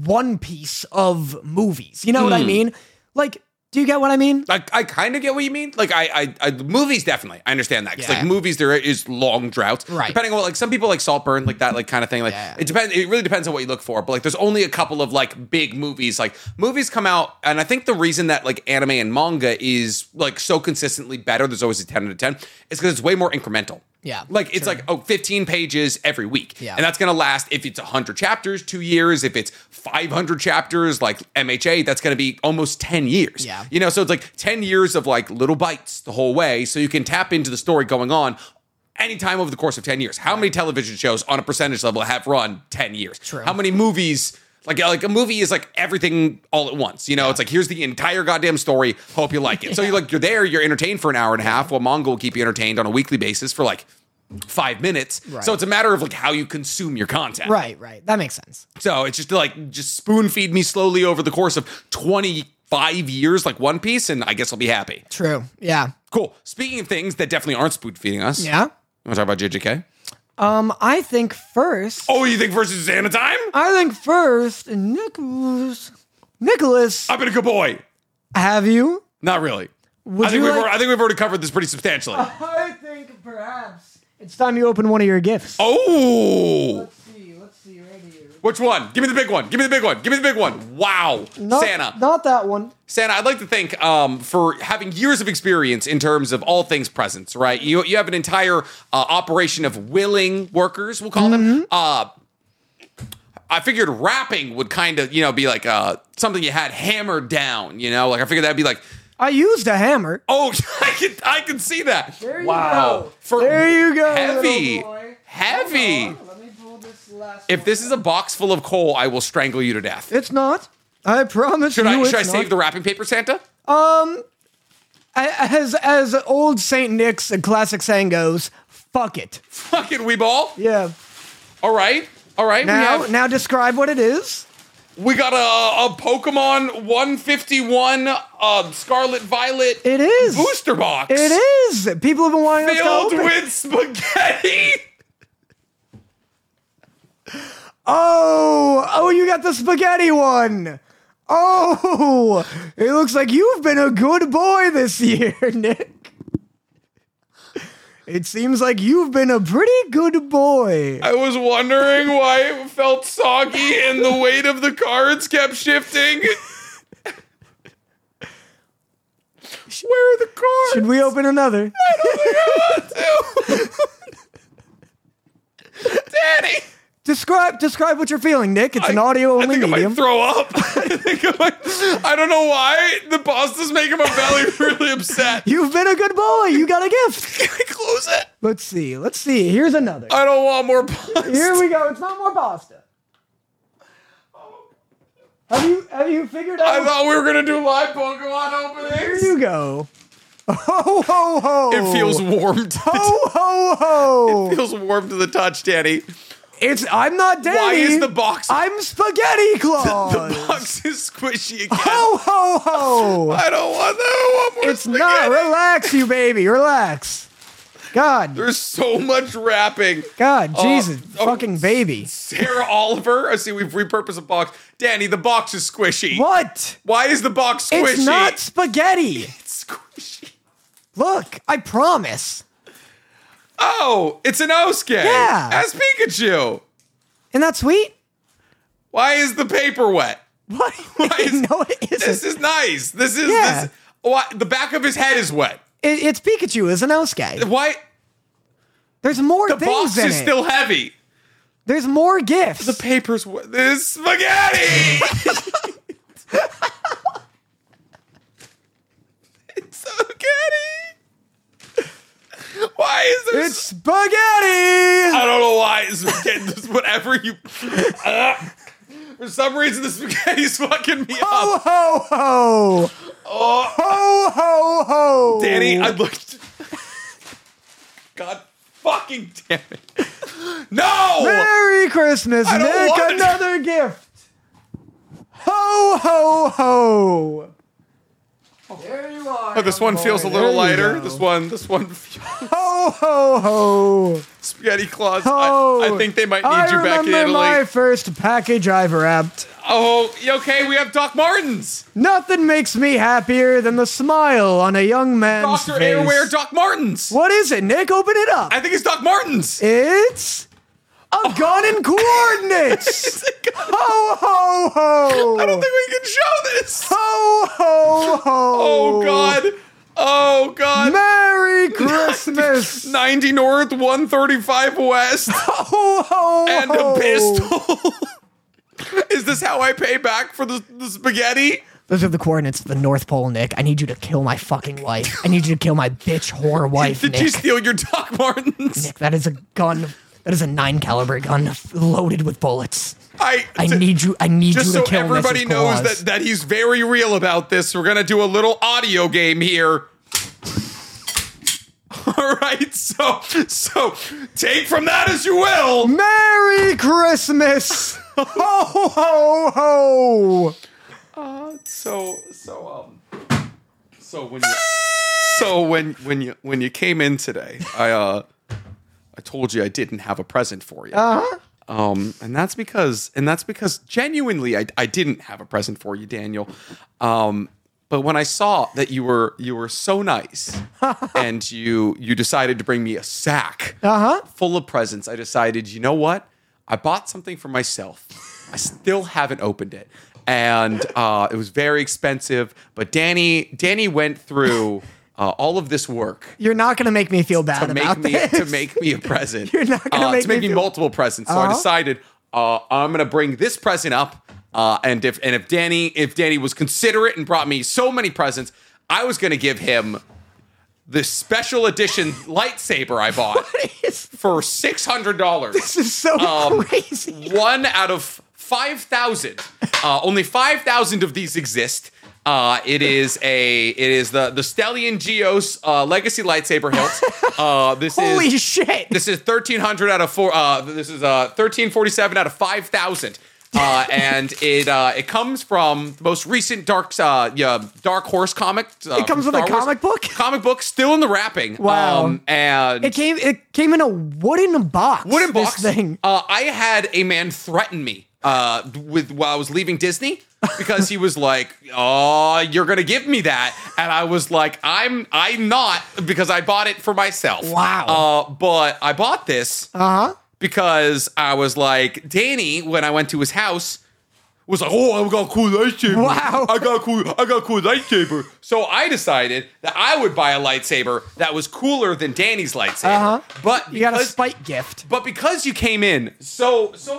[SPEAKER 2] one piece of movies. You know
[SPEAKER 1] Hmm.
[SPEAKER 2] what I mean? Like, do you get what I mean?
[SPEAKER 1] Like I kind of get what you mean. Like I, I, I movies definitely. I understand that because
[SPEAKER 2] Yeah.
[SPEAKER 1] like movies, there is long droughts.
[SPEAKER 2] Right.
[SPEAKER 1] Depending on what, like some people like Saltburn, like that, like kind of thing. Like
[SPEAKER 2] Yeah.
[SPEAKER 1] it depends. It really depends on what you look for. But like, there's only a couple of like big movies. Like movies come out, and I think the reason that like anime and manga is like so consistently better. There's always a ten out of ten. Is because it's way more incremental.
[SPEAKER 2] Yeah,
[SPEAKER 1] Like it's
[SPEAKER 2] sure.
[SPEAKER 1] like oh, 15 pages every week.
[SPEAKER 2] Yeah.
[SPEAKER 1] And that's going to last if it's 100 chapters, 2 years, if it's 500 chapters like MHA, that's going to be almost 10 years.
[SPEAKER 2] Yeah.
[SPEAKER 1] You know, so it's like 10 years of like little bites the whole way. So you can tap into the story going on anytime over the course of 10 years. How many television shows on a percentage level have run 10 years?
[SPEAKER 2] True.
[SPEAKER 1] How many movies? Like, like a movie is like everything all at once. You know, it's like here's the entire goddamn story. Hope you like it. So you're like you're there, you're entertained for an hour and a half, while manga will keep you entertained on a weekly basis for like five minutes.
[SPEAKER 2] Right.
[SPEAKER 1] So it's a matter of like how you consume your content.
[SPEAKER 2] Right, right. That makes sense.
[SPEAKER 1] So it's just like just spoon feed me slowly over the course of 25 years, like One Piece, and I guess I'll be happy.
[SPEAKER 2] True. Yeah.
[SPEAKER 1] Cool. Speaking of things that definitely aren't spoon feeding us.
[SPEAKER 2] Yeah.
[SPEAKER 1] You want to talk about JJK?
[SPEAKER 2] Um, I think first.
[SPEAKER 1] Oh, you think versus Xana time?
[SPEAKER 2] I think first, Nicholas. Nicholas,
[SPEAKER 1] I've been a good boy.
[SPEAKER 2] have you?
[SPEAKER 1] Not really.
[SPEAKER 2] Would
[SPEAKER 1] I think
[SPEAKER 2] you
[SPEAKER 1] we've
[SPEAKER 2] like-
[SPEAKER 1] already, I think we've already covered this pretty substantially.
[SPEAKER 2] I think perhaps it's time you open one of your gifts.
[SPEAKER 1] oh.
[SPEAKER 2] Let's see. Let's see right here.
[SPEAKER 1] Which one? Give me the big one. Give me the big one. Give me the big one. Wow. Santa.
[SPEAKER 2] Not that one.
[SPEAKER 1] Santa, I'd like to thank um, for having years of experience in terms of all things presence, right? You you have an entire uh, operation of willing workers, we'll call
[SPEAKER 2] Mm-hmm.
[SPEAKER 1] them. Uh, I figured rapping would kind of, you know, be like uh, something you had hammered down, you know? Like, I figured that'd be like,
[SPEAKER 2] I used a hammer.
[SPEAKER 1] oh, I can, I can see that.
[SPEAKER 2] There you go.
[SPEAKER 1] For
[SPEAKER 2] There you go,
[SPEAKER 1] Heavy.
[SPEAKER 2] little boy.
[SPEAKER 1] Heavy.
[SPEAKER 2] Hold on, let me pull this last
[SPEAKER 1] If
[SPEAKER 2] one.
[SPEAKER 1] this is a box full of coal, I will strangle you to death.
[SPEAKER 2] it's not. I promise
[SPEAKER 1] Should
[SPEAKER 2] you.
[SPEAKER 1] I,
[SPEAKER 2] it's
[SPEAKER 1] should I
[SPEAKER 2] not.
[SPEAKER 1] save the wrapping paper, Santa?
[SPEAKER 2] I- As as old Saint Nick's a classic saying goes, fuck it.
[SPEAKER 1] Fucking weeball.
[SPEAKER 2] Yeah.
[SPEAKER 1] All right. All right.
[SPEAKER 2] Now
[SPEAKER 1] we have,
[SPEAKER 2] now describe what it is.
[SPEAKER 1] We got a, a Pokemon 151 uh, Scarlet Violet
[SPEAKER 2] It is.
[SPEAKER 1] booster box.
[SPEAKER 2] It is. People have been wanting us to
[SPEAKER 1] Filled
[SPEAKER 2] open. it.
[SPEAKER 1] with spaghetti.
[SPEAKER 2] Oh, oh, you got the spaghetti one. Oh, it looks like you've been a good boy this year, Nick. It seems like you've been a pretty good boy.
[SPEAKER 1] I was wondering why it felt soggy and the weight of the cards kept shifting. Where are the cards?
[SPEAKER 2] Should we open another?
[SPEAKER 1] Daddy!
[SPEAKER 2] Describe describe what you're feeling, Nick. It's an
[SPEAKER 1] I-
[SPEAKER 2] audio
[SPEAKER 1] I
[SPEAKER 2] only
[SPEAKER 1] think I
[SPEAKER 2] medium.
[SPEAKER 1] might throw up. I think I might. I don't know why. The pasta's making my belly really upset. Can
[SPEAKER 2] you've been a good boy. You got a gift.
[SPEAKER 1] I close it?
[SPEAKER 2] Let's see. Let's see. Here's another.
[SPEAKER 1] I don't want more pasta.
[SPEAKER 2] Here we go. It's not more pasta. Have you have you figured out?
[SPEAKER 1] I thought we were gonna do live Pokemon
[SPEAKER 2] Here
[SPEAKER 1] openings.
[SPEAKER 2] you go. Ho ho ho!
[SPEAKER 1] It feels
[SPEAKER 2] Oh.
[SPEAKER 1] warm. To
[SPEAKER 2] Ho ho ho!
[SPEAKER 1] it feels warm to the touch, Danny.
[SPEAKER 2] it's I'm not Danny.
[SPEAKER 1] Why is the box-
[SPEAKER 2] I'm Spaghetti Claus.
[SPEAKER 1] The box is squishy again.
[SPEAKER 2] ho ho ho!
[SPEAKER 1] I don't want that. I want more
[SPEAKER 2] Oh. It's not.
[SPEAKER 1] spaghetti.
[SPEAKER 2] Relax, you baby. Relax. God,
[SPEAKER 1] There's so much wrapping.
[SPEAKER 2] God,
[SPEAKER 1] Uh,
[SPEAKER 2] Jesus,
[SPEAKER 1] oh,
[SPEAKER 2] fucking baby.
[SPEAKER 1] Sarah Oliver. I see we've repurposed a box. Danny, the box is squishy.
[SPEAKER 2] What?
[SPEAKER 1] Why is the box squishy?
[SPEAKER 2] It's not spaghetti.
[SPEAKER 1] It's squishy.
[SPEAKER 2] Look, I promise.
[SPEAKER 1] Oh, it's an Osuke.
[SPEAKER 2] Yeah.
[SPEAKER 1] As Pikachu.
[SPEAKER 2] Isn't that sweet?
[SPEAKER 1] Why is the paper wet?
[SPEAKER 2] What?
[SPEAKER 1] is-
[SPEAKER 2] no, it isn't.
[SPEAKER 1] This is nice. This is
[SPEAKER 2] Yeah.
[SPEAKER 1] this. Why, the back of his head is wet.
[SPEAKER 2] It, it's Pikachu as an Osuke.
[SPEAKER 1] Why?
[SPEAKER 2] There's more
[SPEAKER 1] The
[SPEAKER 2] things
[SPEAKER 1] box
[SPEAKER 2] in
[SPEAKER 1] is
[SPEAKER 2] it.
[SPEAKER 1] still heavy.
[SPEAKER 2] There's more gifts.
[SPEAKER 1] The paper's wet. This spaghetti. it's spaghetti. Why is there?
[SPEAKER 2] it's
[SPEAKER 1] so-
[SPEAKER 2] spaghetti.
[SPEAKER 1] I don't know why. It's spaghetti. Just whatever you. Ah. for some reason, the spaghetti's fucking me
[SPEAKER 2] Ho
[SPEAKER 1] up.
[SPEAKER 2] ho ho!
[SPEAKER 1] Oh.
[SPEAKER 2] Ho ho ho!
[SPEAKER 1] Danny, I looked. God fucking damn it. No!
[SPEAKER 2] Merry Christmas!
[SPEAKER 1] I don't
[SPEAKER 2] Make
[SPEAKER 1] want-
[SPEAKER 2] another gift. Ho ho ho! Oh, There you are.
[SPEAKER 1] Oh, This one
[SPEAKER 2] boy,
[SPEAKER 1] feels a
[SPEAKER 2] there
[SPEAKER 1] little
[SPEAKER 2] you
[SPEAKER 1] lighter.
[SPEAKER 2] go.
[SPEAKER 1] This one, this one, feels-
[SPEAKER 2] Ho ho ho!
[SPEAKER 1] spaghetti claws.
[SPEAKER 2] Ho!
[SPEAKER 1] I, I think they might need
[SPEAKER 2] Oh, I
[SPEAKER 1] you back in
[SPEAKER 2] remember
[SPEAKER 1] Italy.
[SPEAKER 2] my first package I've wrapped.
[SPEAKER 1] Oh, you okay, we have Doc Martens.
[SPEAKER 2] Nothing makes me happier than the smile on a young man's
[SPEAKER 1] Doctor
[SPEAKER 2] face.
[SPEAKER 1] Airwear, Doc Martens.
[SPEAKER 2] what is it, Nick? Open it up.
[SPEAKER 1] I think it's Doc Martens.
[SPEAKER 2] It's a gun and coordinates.
[SPEAKER 1] I
[SPEAKER 2] ho ho ho!
[SPEAKER 1] don't think we can show
[SPEAKER 2] Oh.
[SPEAKER 1] this.
[SPEAKER 2] ho ho ho!
[SPEAKER 1] Oh God. Oh God.
[SPEAKER 2] Merry Christmas!
[SPEAKER 1] 90 North, 135 West.
[SPEAKER 2] ho ho!
[SPEAKER 1] and
[SPEAKER 2] ho.
[SPEAKER 1] a pistol. Is this how I pay back for the, the spaghetti?
[SPEAKER 2] Those are the coordinates of the North Pole, Nick. I need you to kill my fucking wife. I need you to kill my bitch whore wife,
[SPEAKER 1] Did
[SPEAKER 2] Nick.
[SPEAKER 1] you steal your Doc Martens?
[SPEAKER 2] Nick, that is a gun. That is a nine caliber gun loaded with bullets.
[SPEAKER 1] I,
[SPEAKER 2] I
[SPEAKER 1] to-
[SPEAKER 2] need you. I need you
[SPEAKER 1] just
[SPEAKER 2] to
[SPEAKER 1] so
[SPEAKER 2] kill
[SPEAKER 1] everybody
[SPEAKER 2] Mrs.
[SPEAKER 1] knows
[SPEAKER 2] Claus.
[SPEAKER 1] that, that he's very real about this. We're gonna do a little audio game here. All right, so so take from that as you will.
[SPEAKER 2] Merry Christmas! ho ho ho!
[SPEAKER 1] So so um so when you so when when you when you came in today, I uh I told you I didn't have a present for you.
[SPEAKER 2] Uh-huh.
[SPEAKER 1] Um, and that's because, and that's because genuinely, I, I didn't have a present for you, Daniel. Um, but when I saw that you were you were so nice, and you you decided to bring me a sack
[SPEAKER 2] Uh-huh.
[SPEAKER 1] full of presents, I decided, you know what? I bought something for myself. I still haven't opened it, and uh, it was very expensive. But Danny Danny went through uh, all of this work
[SPEAKER 2] You're not gonna make me feel bad
[SPEAKER 1] to
[SPEAKER 2] about
[SPEAKER 1] make me
[SPEAKER 2] this.
[SPEAKER 1] to make me a present.
[SPEAKER 2] You're not gonna
[SPEAKER 1] uh,
[SPEAKER 2] make
[SPEAKER 1] to make
[SPEAKER 2] me
[SPEAKER 1] me,
[SPEAKER 2] feel-
[SPEAKER 1] multiple presents. So I
[SPEAKER 2] Uh-huh.
[SPEAKER 1] decided uh, I'm gonna bring this present up, uh, and if and if Danny if Danny was considerate and brought me so many presents, I was gonna give him the special edition lightsaber I bought
[SPEAKER 2] It's-
[SPEAKER 1] for six hundred dollars.
[SPEAKER 2] this is so
[SPEAKER 1] Um,
[SPEAKER 2] crazy.
[SPEAKER 1] One out of five thousand. Uh, only five thousand of these exist. Uh, it is a it is the the Stellion Geos uh, Legacy lightsaber hilt. Uh, this
[SPEAKER 2] Holy
[SPEAKER 1] is
[SPEAKER 2] shit!
[SPEAKER 1] this is 1300 out of four. Uh, this is uh, 1347 out of 5000. Uh, and it uh, it comes from the most recent dark uh, yeah, dark horse comic. Uh,
[SPEAKER 2] It comes
[SPEAKER 1] from
[SPEAKER 2] with
[SPEAKER 1] Star
[SPEAKER 2] a
[SPEAKER 1] Wars.
[SPEAKER 2] comic book?
[SPEAKER 1] Comic book still in the wrapping. Um,
[SPEAKER 2] Wow.
[SPEAKER 1] and
[SPEAKER 2] it came. It came in a wooden box.
[SPEAKER 1] wooden box
[SPEAKER 2] This thing.
[SPEAKER 1] Uh, I had a man threaten me uh, with while I was leaving Disney because he was like, "Oh, you're gonna give me that," and I was like, "I'm I'm not because I bought it for myself."
[SPEAKER 2] Wow.
[SPEAKER 1] Uh, but I bought this
[SPEAKER 2] Uh huh.
[SPEAKER 1] because I was like, Danny, when I went to his house, was like, oh, I got a cool lightsaber.
[SPEAKER 2] Wow.
[SPEAKER 1] I got a cool, I got a cool lightsaber. So I decided that I would buy a lightsaber that was cooler than Danny's lightsaber.
[SPEAKER 2] Uh-huh.
[SPEAKER 1] But
[SPEAKER 2] You got a
[SPEAKER 1] because-
[SPEAKER 2] spike gift.
[SPEAKER 1] but because you came in so so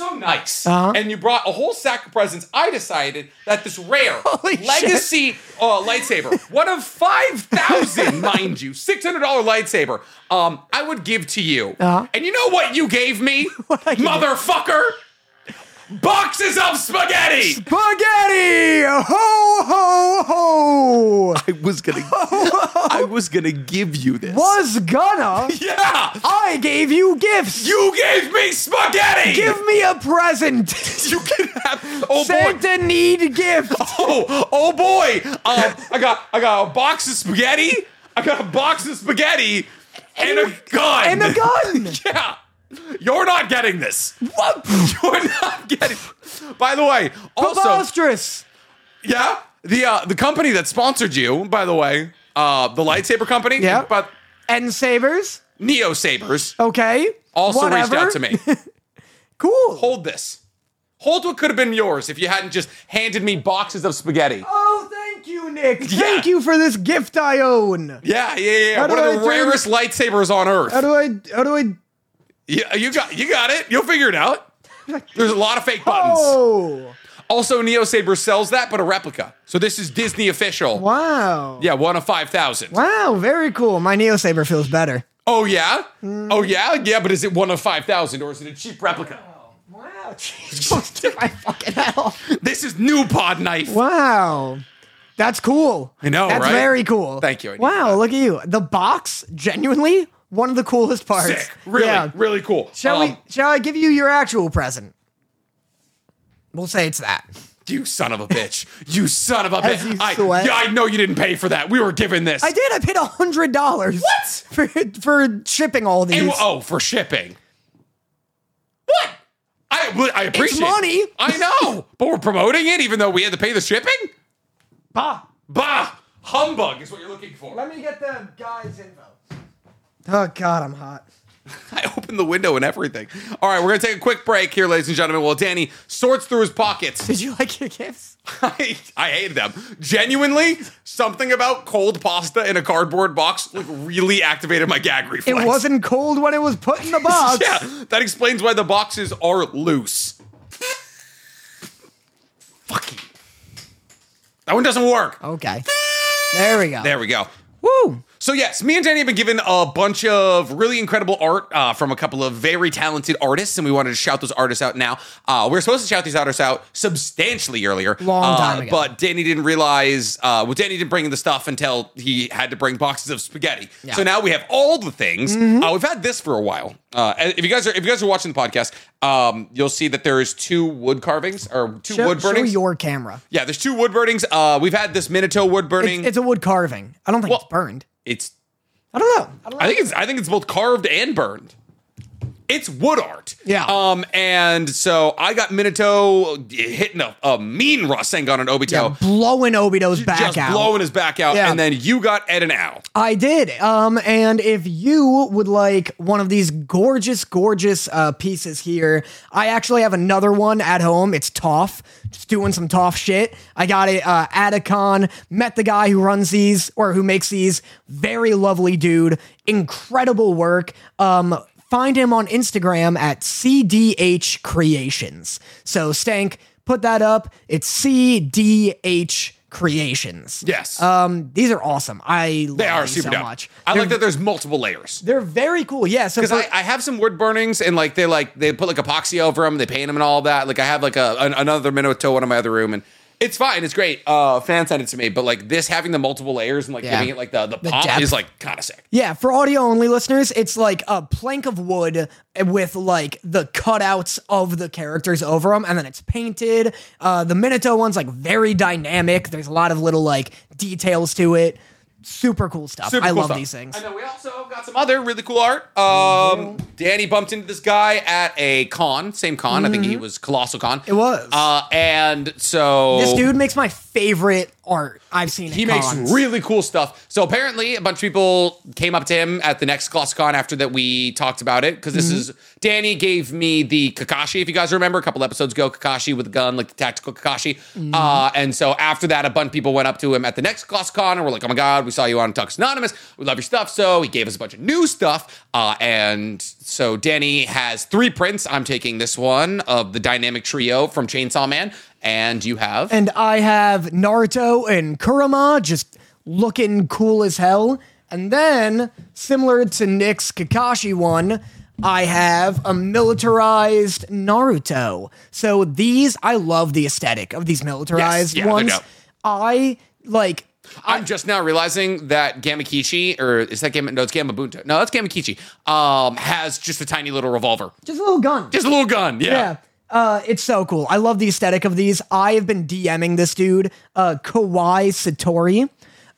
[SPEAKER 1] so nice
[SPEAKER 2] Uh-huh.
[SPEAKER 1] and you brought a whole sack of presents, I decided that this rare
[SPEAKER 2] Holy shit.
[SPEAKER 1] legacy uh, lightsaber, one of five thousand, mind you, six hundred dollar lightsaber, um, I would give to you.
[SPEAKER 2] Uh-huh.
[SPEAKER 1] And you know what you gave me,
[SPEAKER 2] I give you?
[SPEAKER 1] motherfucker? Boxes of spaghetti.
[SPEAKER 2] Spaghetti! Ho ho ho!
[SPEAKER 1] I was gonna.
[SPEAKER 3] was gonna give you this.
[SPEAKER 2] was gonna.
[SPEAKER 1] Yeah!
[SPEAKER 2] I gave you gifts.
[SPEAKER 1] You gave me spaghetti!
[SPEAKER 2] give me a present.
[SPEAKER 1] you can have oh boy.
[SPEAKER 2] Santa need gift.
[SPEAKER 1] Oh, oh boy. Um, I got I got a box of spaghetti. I got a box of spaghetti and, a gun.
[SPEAKER 2] and a gun.
[SPEAKER 1] yeah. You're not getting this.
[SPEAKER 2] what?
[SPEAKER 1] You're not getting. By the way, also
[SPEAKER 2] Preposterous.
[SPEAKER 1] Yeah. The uh, the company that sponsored you, by the way, uh, the lightsaber company,
[SPEAKER 2] Yeah.
[SPEAKER 1] but
[SPEAKER 2] And savers.
[SPEAKER 1] Neo Sabers
[SPEAKER 2] Okay.
[SPEAKER 1] also reached
[SPEAKER 2] Whatever.
[SPEAKER 1] out to me.
[SPEAKER 2] Cool.
[SPEAKER 1] Hold this. Hold what could have been yours if you hadn't just handed me boxes of spaghetti.
[SPEAKER 2] oh, thank you, Nick.
[SPEAKER 1] Yeah.
[SPEAKER 2] Thank you for this gift I own.
[SPEAKER 1] Yeah, yeah, yeah. yeah.
[SPEAKER 2] How do
[SPEAKER 1] One of
[SPEAKER 2] I
[SPEAKER 1] the
[SPEAKER 2] turn-
[SPEAKER 1] rarest lightsabers on earth.
[SPEAKER 2] How do I? How do I?
[SPEAKER 1] yeah, you got you got it. You'll figure it out. There's a lot of fake buttons.
[SPEAKER 2] Oh,
[SPEAKER 1] Also, Neo Saber sells that, but a replica. So this is Disney official.
[SPEAKER 2] wow.
[SPEAKER 1] Yeah, one of five thousand.
[SPEAKER 2] Wow, very cool. My Neo Saber feels better.
[SPEAKER 1] Oh yeah, oh yeah, yeah. But is it one of five thousand or is it a cheap replica?
[SPEAKER 2] Oh. Wow, Jesus, my fucking hell.
[SPEAKER 1] This is new pod knife.
[SPEAKER 2] Wow. That's cool.
[SPEAKER 1] I know,
[SPEAKER 2] That's
[SPEAKER 1] right?
[SPEAKER 2] very cool.
[SPEAKER 1] Thank you, I need
[SPEAKER 2] Wow, look at you. The box, genuinely, one of the coolest parts.
[SPEAKER 1] Sick. Really,
[SPEAKER 2] Yeah.
[SPEAKER 1] really cool.
[SPEAKER 2] Shall
[SPEAKER 1] Um,
[SPEAKER 2] we? Shall I give you your actual present? We'll say it's that.
[SPEAKER 1] You son of a bitch. You son of a
[SPEAKER 2] As
[SPEAKER 1] bitch.
[SPEAKER 2] you
[SPEAKER 1] I,
[SPEAKER 2] sweat.
[SPEAKER 1] yeah, I know you didn't pay for that. We were given this.
[SPEAKER 2] I did. I paid a hundred dollars. What for for shipping all these?
[SPEAKER 1] And- oh, for shipping. What? I, well, I appreciate
[SPEAKER 2] money.
[SPEAKER 1] I know, but we're promoting it even though we had to pay the shipping?
[SPEAKER 2] bah.
[SPEAKER 1] Bah! Humbug is what you're looking for.
[SPEAKER 2] me get the guy's info. Oh God, I'm hot.
[SPEAKER 1] I opened the window and everything. All right, we're going to take a quick break here, ladies and gentlemen, while Danny sorts through his pockets.
[SPEAKER 2] Did you like your gifts?
[SPEAKER 1] I, I hate them. Genuinely, something about cold pasta in a cardboard box like really activated my gag
[SPEAKER 2] It
[SPEAKER 1] reflex.
[SPEAKER 2] wasn't cold when it was put in the box.
[SPEAKER 1] Yeah, that explains why the boxes are loose. Fucking. That one doesn't work.
[SPEAKER 2] Okay. There we go.
[SPEAKER 1] There we go.
[SPEAKER 2] Woo.
[SPEAKER 1] So yes, me and Danny have been given a bunch of really incredible art uh, from a couple of very talented artists, and we wanted to shout those artists out now. Uh, we were supposed to shout these artists out substantially earlier,
[SPEAKER 2] Long time
[SPEAKER 1] uh,
[SPEAKER 2] ago.
[SPEAKER 1] but Danny didn't realize. Uh, well, Danny didn't bring in the stuff until he had to bring boxes of spaghetti.
[SPEAKER 2] Yeah. Mm-hmm.
[SPEAKER 1] So now we have all the things. Uh, we've had this for a while. Uh, if you guys are if you guys are watching the podcast, um, you'll see that there is two wood carvings or two
[SPEAKER 2] Show,
[SPEAKER 1] wood
[SPEAKER 2] show
[SPEAKER 1] burnings.
[SPEAKER 2] your camera.
[SPEAKER 1] yeah, there's two wood burnings. Uh, we've had this Minato wood burning.
[SPEAKER 2] It's, it's a wood carving. I don't think
[SPEAKER 1] Well-
[SPEAKER 2] it's burned.
[SPEAKER 1] it's
[SPEAKER 2] I don't know. I don't know.
[SPEAKER 1] I think it's I think it's both carved and burned. It's wood art.
[SPEAKER 2] Yeah.
[SPEAKER 1] Um, and so I got Minato hitting a, a mean Rasengan on Obito.
[SPEAKER 2] Yeah, blowing Obito's back
[SPEAKER 1] just
[SPEAKER 2] out.
[SPEAKER 1] blowing his back out.
[SPEAKER 2] Yeah.
[SPEAKER 1] And then you got Ed and Al.
[SPEAKER 2] I did. Um, and if you would like one of these gorgeous, gorgeous uh, pieces here, I actually have another one at home. It's Toff, just doing some Toff shit. I got it uh, at a con. Met the guy who runs these or who makes these. Very lovely dude. Incredible work. Um, find him on Instagram at CDH Creations. So Stank, put that up. It's CDH Creations.
[SPEAKER 1] Yes.
[SPEAKER 2] Um, these are awesome. I love
[SPEAKER 1] they are
[SPEAKER 2] these
[SPEAKER 1] super
[SPEAKER 2] so
[SPEAKER 1] dope.
[SPEAKER 2] much.
[SPEAKER 1] I
[SPEAKER 2] they're,
[SPEAKER 1] like that there's multiple layers.
[SPEAKER 2] they're very cool. Yeah. So
[SPEAKER 1] Because
[SPEAKER 2] for-
[SPEAKER 1] I, I have some wood burnings and like they like they put like epoxy over them, they paint them and all that. Like I have like a an, another Minato one in my other room and it's fine, it's great. Uh fan sent it to me, but like this having the multiple layers and like
[SPEAKER 2] Yeah.
[SPEAKER 1] giving it like the, the pop
[SPEAKER 2] depth.
[SPEAKER 1] is like kinda sick.
[SPEAKER 2] yeah, for audio only listeners, it's like a plank of wood with like the cutouts of the characters over them, and then it's painted. Uh, the Minato one's like very dynamic. There's a lot of little like details to it. Super cool stuff.
[SPEAKER 1] Super
[SPEAKER 2] I
[SPEAKER 1] cool
[SPEAKER 2] love
[SPEAKER 1] stuff.
[SPEAKER 2] these things. Mm-hmm.
[SPEAKER 1] And then we also got some other really cool art. Um, Danny bumped into this guy at a con, same con. I think he was Colossal Con. It
[SPEAKER 2] Mm-hmm. was.
[SPEAKER 1] Uh, and so
[SPEAKER 2] This dude makes my favorite art I've seen.
[SPEAKER 1] he
[SPEAKER 2] at
[SPEAKER 1] makes
[SPEAKER 2] cons.
[SPEAKER 1] really cool stuff. So apparently, a bunch of people came up to him at the next ColossCon after that we talked about it because this is Danny gave me the Kakashi. If you guys remember, a couple episodes ago, Kakashi with a gun, like the tactical Kakashi. Uh, and so after that, a bunch of people went up to him at the next ColossCon and were like, "Oh my god, we saw you on Tux Anonymous. We love your stuff." So he gave us a bunch of new stuff. Uh, and so Danny has three prints. I'm taking this one of the dynamic trio from Chainsaw Man, and you have
[SPEAKER 2] and I have Naruto and Kurama just looking cool as hell. And then, similar to Nick's Kakashi one, I have a militarized Naruto. So these, I love the aesthetic of these militarized
[SPEAKER 1] yeah, they're
[SPEAKER 2] ones.
[SPEAKER 1] dope.
[SPEAKER 2] I like
[SPEAKER 1] I'm just now realizing that Gamakichi, or is that Gamma? No, it's Gamabunta. No, that's Gamakichi. Um, has just a tiny little revolver,
[SPEAKER 2] Just a little gun.
[SPEAKER 1] just a little gun. Yeah.
[SPEAKER 2] yeah. Uh, it's so cool. I love the aesthetic of these. I have been DMing this dude, uh, Kawhi Satori,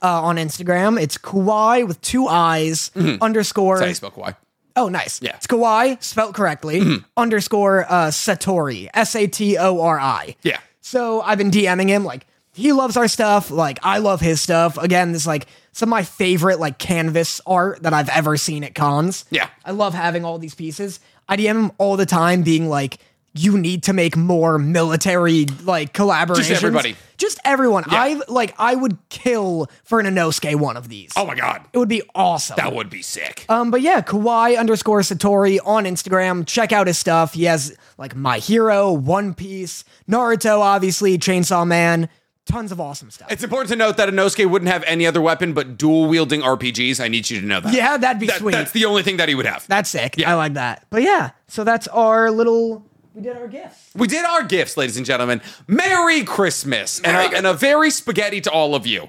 [SPEAKER 2] uh, on Instagram. It's Kawhi with two I's underscore.
[SPEAKER 1] Mm-hmm. That's how you spell Kawhi.
[SPEAKER 2] Oh, nice.
[SPEAKER 1] Yeah. Mm-hmm.
[SPEAKER 2] It's Kawhi, spelt correctly, underscore uh, Satori, S A T O R I.
[SPEAKER 1] Yeah.
[SPEAKER 2] So I've been DMing him. Like, he loves our stuff. Like, I love his stuff. Again, this, like, some of my favorite, like, canvas art that I've ever seen at cons.
[SPEAKER 1] Yeah.
[SPEAKER 2] I love having all these pieces. I DM him all the time, being like, you need to make more military like collaborations.
[SPEAKER 1] everybody.
[SPEAKER 2] Just everyone.
[SPEAKER 1] Yeah.
[SPEAKER 2] I like I would kill for an Inosuke one of these.
[SPEAKER 1] Oh my God,
[SPEAKER 2] It would be awesome.
[SPEAKER 1] that would be sick.
[SPEAKER 2] Um, but yeah, Kawhi underscore Satori on Instagram. Check out his stuff. He has like My Hero, One Piece, Naruto, obviously, Chainsaw Man, tons of awesome stuff.
[SPEAKER 1] it's important to note that Inosuke wouldn't have any other weapon but dual wielding RPGs. I need you to know that.
[SPEAKER 2] yeah, that'd be
[SPEAKER 1] That-
[SPEAKER 2] sweet.
[SPEAKER 1] that's
[SPEAKER 2] That's,
[SPEAKER 1] the only thing that he would have.
[SPEAKER 2] sick.
[SPEAKER 1] Yeah.
[SPEAKER 2] I like that. But yeah, so that's our little. We did our gifts.
[SPEAKER 1] We did our gifts, ladies and gentlemen. Merry Christmas and, a, and a very spaghetti to all of you.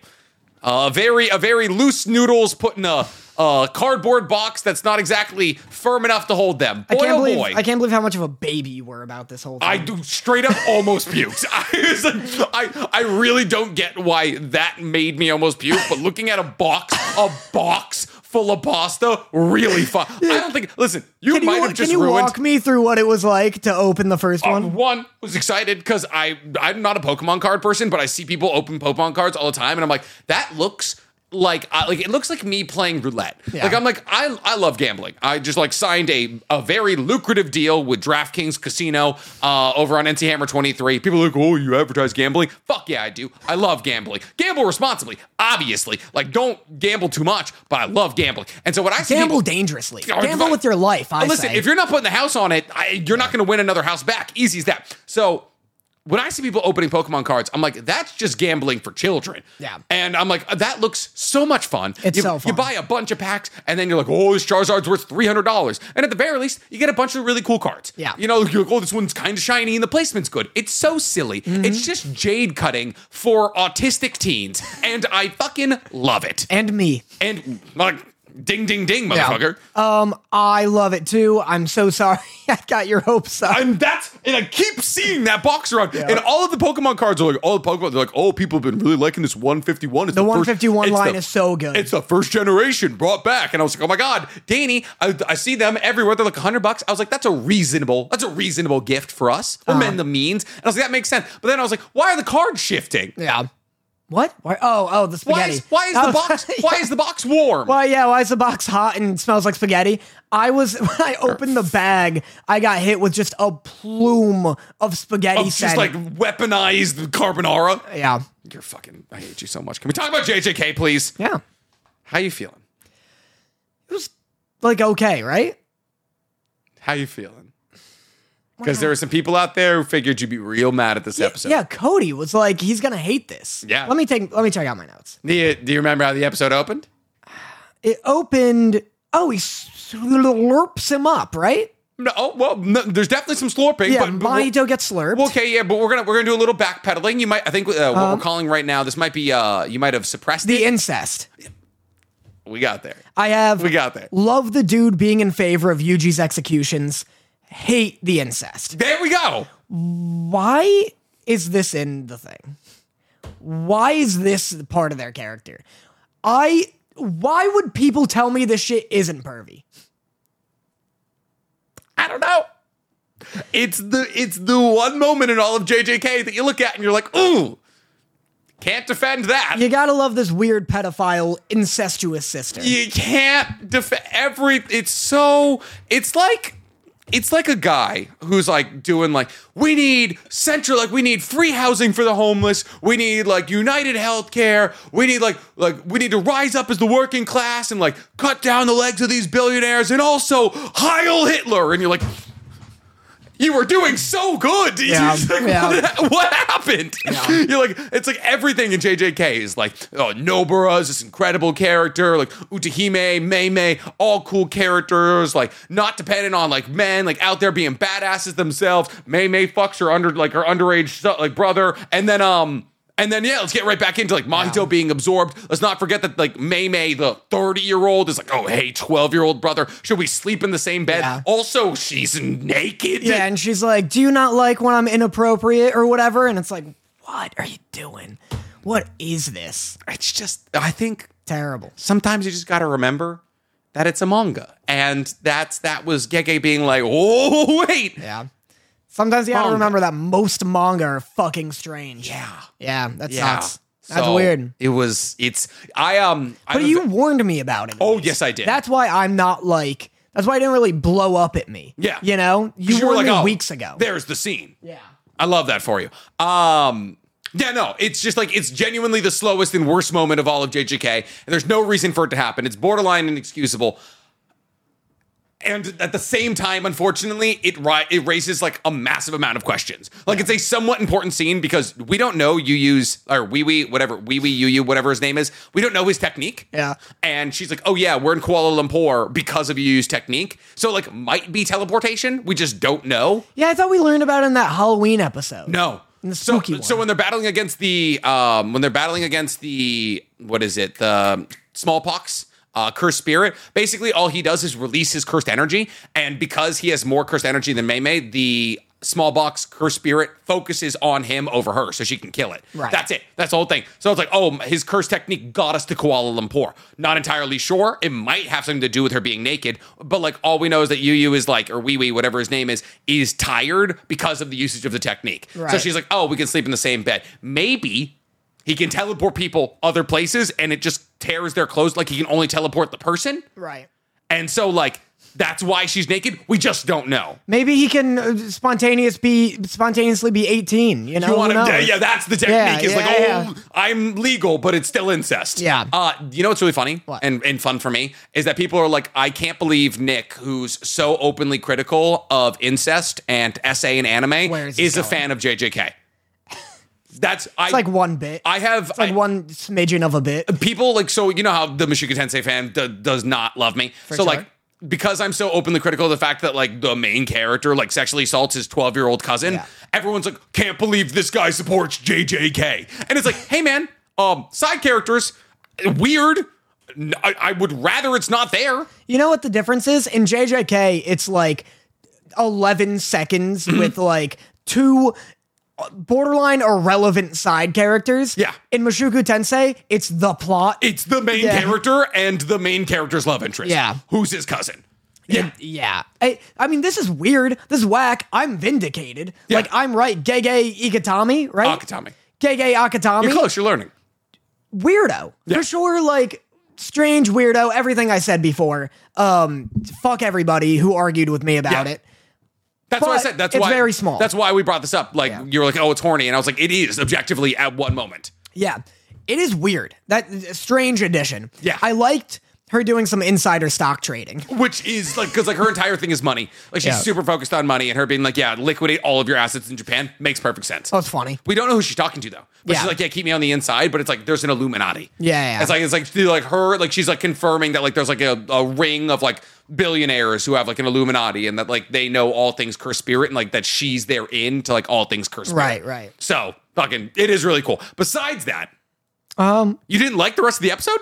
[SPEAKER 1] A very a very loose noodles put in a, a cardboard box that's not exactly firm enough to hold them. Boy,
[SPEAKER 2] I can't
[SPEAKER 1] oh
[SPEAKER 2] believe
[SPEAKER 1] boy.
[SPEAKER 2] I can't believe how much of a baby you were about this whole thing.
[SPEAKER 1] I do straight up almost puked. I, was like, I I really don't get why that made me almost puke, but looking at a box, a box full of pasta, really fun. I don't think. Listen, you
[SPEAKER 2] can
[SPEAKER 1] might
[SPEAKER 2] you,
[SPEAKER 1] have just
[SPEAKER 2] can you
[SPEAKER 1] ruined.
[SPEAKER 2] walk me through what it was like to open the first
[SPEAKER 1] Uh,
[SPEAKER 2] one?
[SPEAKER 1] One was excited because I I'm not a Pokemon card person, but I see people open Pokemon cards all the time, and I'm like, that looks like I, like it looks like me playing roulette.
[SPEAKER 2] Yeah.
[SPEAKER 1] Like I'm like I I love gambling. I just like signed a a very lucrative deal with DraftKings Casino uh, over on NC Hammer 23. People are like, oh, you advertise gambling? Fuck yeah, I do. I love gambling. Gamble responsibly, obviously. Like don't gamble too much, but I love gambling. And so when I see
[SPEAKER 2] Gamble
[SPEAKER 1] people-
[SPEAKER 2] dangerously.
[SPEAKER 1] Oh,
[SPEAKER 2] Gamble
[SPEAKER 1] fuck.
[SPEAKER 2] with your life. I
[SPEAKER 1] Listen,
[SPEAKER 2] say.
[SPEAKER 1] if you're not putting the house on it, I, you're not going to win another house back. Easy as that. So when I see people opening Pokemon cards, I'm like, that's just gambling for children.
[SPEAKER 2] Yeah.
[SPEAKER 1] And I'm like, that looks so much fun.
[SPEAKER 2] It's
[SPEAKER 1] you,
[SPEAKER 2] so
[SPEAKER 1] You
[SPEAKER 2] fun.
[SPEAKER 1] buy a bunch of packs, and then you're like, oh, this Charizard's worth three hundred dollars. And at the very least, you get a bunch of really cool cards.
[SPEAKER 2] Yeah.
[SPEAKER 1] You know, you're like, oh, this one's kind of shiny, and the placement's good. It's so silly.
[SPEAKER 2] Mm-hmm.
[SPEAKER 1] It's just jade cutting for autistic teens, and I fucking love it.
[SPEAKER 2] and me.
[SPEAKER 1] And like, ding, ding, ding, motherfucker.
[SPEAKER 2] Um, I love it too. I'm so sorry. I got your hopes up.
[SPEAKER 1] And that's and I keep seeing that box around. And all of the Pokemon cards are like, all the Pokemon, they're like, oh, people have been really liking this 151. It's the, first-
[SPEAKER 2] 151
[SPEAKER 1] it's
[SPEAKER 2] line
[SPEAKER 1] the-
[SPEAKER 2] is so good.
[SPEAKER 1] It's the first generation brought back. And I was like, oh my god, Danny, I, I see them everywhere. They're like 100 bucks. I was like, that's a reasonable, that's a reasonable gift for us.
[SPEAKER 2] Uh-huh.
[SPEAKER 1] We'll mend the means. And I was like, that makes sense. But then I was like, why are the cards shifting?
[SPEAKER 2] yeah. What? Why, oh, oh, the
[SPEAKER 1] Why
[SPEAKER 2] spaghetti.
[SPEAKER 1] is, why is
[SPEAKER 2] That
[SPEAKER 1] the
[SPEAKER 2] was-
[SPEAKER 1] box why is the box warm?
[SPEAKER 2] Why, yeah, why is the box hot and smells like spaghetti? I was when I opened the bag, I got hit with just a plume of spaghetti.
[SPEAKER 1] It's just like
[SPEAKER 2] setting.
[SPEAKER 1] weaponized carbonara.
[SPEAKER 2] yeah,
[SPEAKER 1] You're fucking I hate you so much. Can we talk about JJK, please?
[SPEAKER 2] yeah.
[SPEAKER 1] How you feeling?
[SPEAKER 2] It was like okay, right?
[SPEAKER 1] How you feeling? Because there were some people out there who figured you'd be real mad at this episode.
[SPEAKER 2] Yeah, Cody was like, he's gonna hate this.
[SPEAKER 1] Yeah.
[SPEAKER 2] Let me take. Let me check out my notes.
[SPEAKER 1] Do you, do you remember how the episode opened?
[SPEAKER 2] It opened. Oh, he slurps him up, right?
[SPEAKER 1] No. Oh, well, no, there's definitely some slurping.
[SPEAKER 2] Yeah,
[SPEAKER 1] but, but we'll-
[SPEAKER 2] Mahito gets slurped.
[SPEAKER 1] well, okay, yeah, but we're gonna we're gonna do a little backpedaling. You might, I think, uh, what we're calling right now. This might be, uh, you might have suppressed
[SPEAKER 2] Uh-huh. the
[SPEAKER 1] it.
[SPEAKER 2] incest.
[SPEAKER 1] We got there.
[SPEAKER 2] I have
[SPEAKER 1] We got there.
[SPEAKER 2] love the dude being in favor of Yuji's executions, hate the incest.
[SPEAKER 1] There we go.
[SPEAKER 2] Why is this in the thing? Why is this part of their character? I why would people tell me this shit isn't pervy?
[SPEAKER 1] I don't know. It's the it's the one moment in all of JJK that you look at and you're like, ooh, can't defend that.
[SPEAKER 2] You gotta love this weird pedophile incestuous sister.
[SPEAKER 1] you can't def every it's so it's like it's like a guy who's like doing like we need central like we need free housing for the homeless we need like united healthcare we need like like we need to rise up as the working class and like cut down the legs of these billionaires and also heil hitler and you're like you were doing so good.
[SPEAKER 2] Yeah,
[SPEAKER 1] It's like,
[SPEAKER 2] yeah.
[SPEAKER 1] What, ha- what happened? You're like, it's like everything in JJK is like, oh, Nobara is this incredible character, like Utahime, Mei Mei, all cool characters, like not dependent on like men, like out there being badasses themselves. Mei Mei fucks her under like her underage so- like brother, and then um. And then yeah, let's get right back into like Mahito being absorbed. Let's not forget that like May May, the 30 year old, is like, oh hey, 12 year old brother, should we sleep in the same bed?
[SPEAKER 2] Yeah.
[SPEAKER 1] Also, she's naked.
[SPEAKER 2] Yeah, and she's like, "Do you not like when I'm inappropriate or whatever?" And it's like, "What are you doing? What is this?
[SPEAKER 1] It's just I think
[SPEAKER 2] Terrible."
[SPEAKER 1] sometimes you just got to remember that it's a manga, and that's that was Gege being like, oh wait,
[SPEAKER 2] Yeah. Sometimes you gotta
[SPEAKER 1] Manga.
[SPEAKER 2] remember that most manga are fucking strange.
[SPEAKER 1] yeah,
[SPEAKER 2] Yeah, that
[SPEAKER 1] yeah.
[SPEAKER 2] sucks. That's
[SPEAKER 1] So,
[SPEAKER 2] weird.
[SPEAKER 1] It was. It's. I um. I
[SPEAKER 2] But
[SPEAKER 1] was-
[SPEAKER 2] you warned me about it. at
[SPEAKER 1] Oh,
[SPEAKER 2] least.
[SPEAKER 1] yes, I did.
[SPEAKER 2] That's why I'm not like. That's why I didn't really blow up at me.
[SPEAKER 1] Yeah.
[SPEAKER 2] You know, you,
[SPEAKER 1] you were
[SPEAKER 2] warned
[SPEAKER 1] like
[SPEAKER 2] me
[SPEAKER 1] oh,
[SPEAKER 2] weeks ago.
[SPEAKER 1] There's the scene.
[SPEAKER 2] yeah.
[SPEAKER 1] I love that for you. Um, yeah, no, it's just like it's genuinely the slowest and worst moment of all of JJK, and there's no reason for it to happen. It's borderline inexcusable. And at the same time, unfortunately, it ri- it raises like a massive amount of questions. Like it's a somewhat important scene because we don't know Yu Yu's or Wee Wee whatever Wee Wee Yu Yu whatever his name is. We don't know his technique.
[SPEAKER 2] Yeah.
[SPEAKER 1] And she's like, "Oh yeah, we're in Kuala Lumpur because of Yu Yu's technique." So like, might be teleportation. We just don't know.
[SPEAKER 2] Yeah, I thought we learned about it in that Halloween episode.
[SPEAKER 1] No.
[SPEAKER 2] In the
[SPEAKER 1] so,
[SPEAKER 2] spooky one.
[SPEAKER 1] so when they're battling against the um when they're battling against the what is it? The smallpox uh, cursed spirit. Basically, all he does is release his cursed energy, and because he has more cursed energy than Maymay, the smallpox cursed spirit focuses on him over her, so she can kill it.
[SPEAKER 2] Right.
[SPEAKER 1] That's it. That's the whole thing. So it's like, oh, his curse technique got us to Kuala Lumpur. Not entirely sure. It might have something to do with her being naked, but like all we know is that Yu Yu is like, or Wee Wee, whatever his name is, is tired because of the usage of the technique. So
[SPEAKER 2] Right.
[SPEAKER 1] she's like, oh, we can sleep in the same bed. Maybe he can teleport people other places and it just tears their clothes like he can only teleport the person.
[SPEAKER 2] Right.
[SPEAKER 1] And so, like, that's why she's naked. We just don't know.
[SPEAKER 2] Maybe he can uh, spontaneous be spontaneously be 18. You know.
[SPEAKER 1] You
[SPEAKER 2] Who
[SPEAKER 1] want to,
[SPEAKER 2] knows?
[SPEAKER 1] yeah, that's the technique.
[SPEAKER 2] Yeah,
[SPEAKER 1] it's like, oh,
[SPEAKER 2] yeah, yeah.
[SPEAKER 1] I'm legal, but it's still incest.
[SPEAKER 2] Yeah.
[SPEAKER 1] Uh, you know what's really funny
[SPEAKER 2] What?
[SPEAKER 1] and, and fun for me is that people are like, I can't believe Nick, who's so openly critical of incest and essay and anime,
[SPEAKER 2] Where is this
[SPEAKER 1] is a
[SPEAKER 2] going?
[SPEAKER 1] fan of JJK. That's I
[SPEAKER 2] It's like one bit.
[SPEAKER 1] I have
[SPEAKER 2] It's like
[SPEAKER 1] I-
[SPEAKER 2] one smidgen of a bit.
[SPEAKER 1] people like so you know how the Michigan Tensei fan d- does not love me. so
[SPEAKER 2] sure.
[SPEAKER 1] like because I'm so openly critical of the fact that like the main character like sexually assaults his 12 year old cousin,
[SPEAKER 2] Yeah.
[SPEAKER 1] everyone's like can't believe this guy supports JJK, and it's like hey man, um side characters weird. N- I, I would rather it's not there.
[SPEAKER 2] You know what the difference is? In JJK, it's like 11 seconds
[SPEAKER 1] Mm-hmm.
[SPEAKER 2] with like two borderline irrelevant side characters.
[SPEAKER 1] Yeah.
[SPEAKER 2] In Mushoku Tensei, it's the plot.
[SPEAKER 1] It's the main
[SPEAKER 2] Yeah.
[SPEAKER 1] character and the main character's love interest.
[SPEAKER 2] Yeah.
[SPEAKER 1] who's his cousin? Yeah,
[SPEAKER 2] yeah. I, I mean, this is weird. This is whack. I'm vindicated.
[SPEAKER 1] Yeah.
[SPEAKER 2] Like, I'm right. Gege Ikatami, right?
[SPEAKER 1] Akatami.
[SPEAKER 2] Gege Akatami.
[SPEAKER 1] You're close. You're learning.
[SPEAKER 2] weirdo for sure like strange weirdo everything i said before um fuck everybody who argued with me about
[SPEAKER 1] Yeah.
[SPEAKER 2] it
[SPEAKER 1] That's what I
[SPEAKER 2] But
[SPEAKER 1] said. That's
[SPEAKER 2] it's
[SPEAKER 1] why
[SPEAKER 2] very small.
[SPEAKER 1] That's why we brought this up. Like you were like, "Oh, it's horny," and I was like, "It is objectively at one moment."
[SPEAKER 2] yeah it is weird that strange addition
[SPEAKER 1] Yeah.
[SPEAKER 2] i liked her doing some insider stock trading
[SPEAKER 1] Which is like because like her entire thing is money. Like she's
[SPEAKER 2] Yeah.
[SPEAKER 1] super focused on money, and her being like, "Yeah, liquidate all of your assets in Japan" makes perfect sense.
[SPEAKER 2] that's funny
[SPEAKER 1] we don't know who she's talking to though. But she's
[SPEAKER 2] Yeah.
[SPEAKER 1] like, "Yeah, keep me on the inside," but it's like there's an Illuminati.
[SPEAKER 2] Yeah, yeah.
[SPEAKER 1] it's like it's like she- like her like she's like confirming that like there's like a, a ring of like billionaires who have like an Illuminati, and that like they know all things cursed spirit, and like that she's there in to like all things cursed spirit.
[SPEAKER 2] Right, right.
[SPEAKER 1] So fucking, it is really cool. Besides that.
[SPEAKER 2] um
[SPEAKER 1] You didn't like the rest of the episode?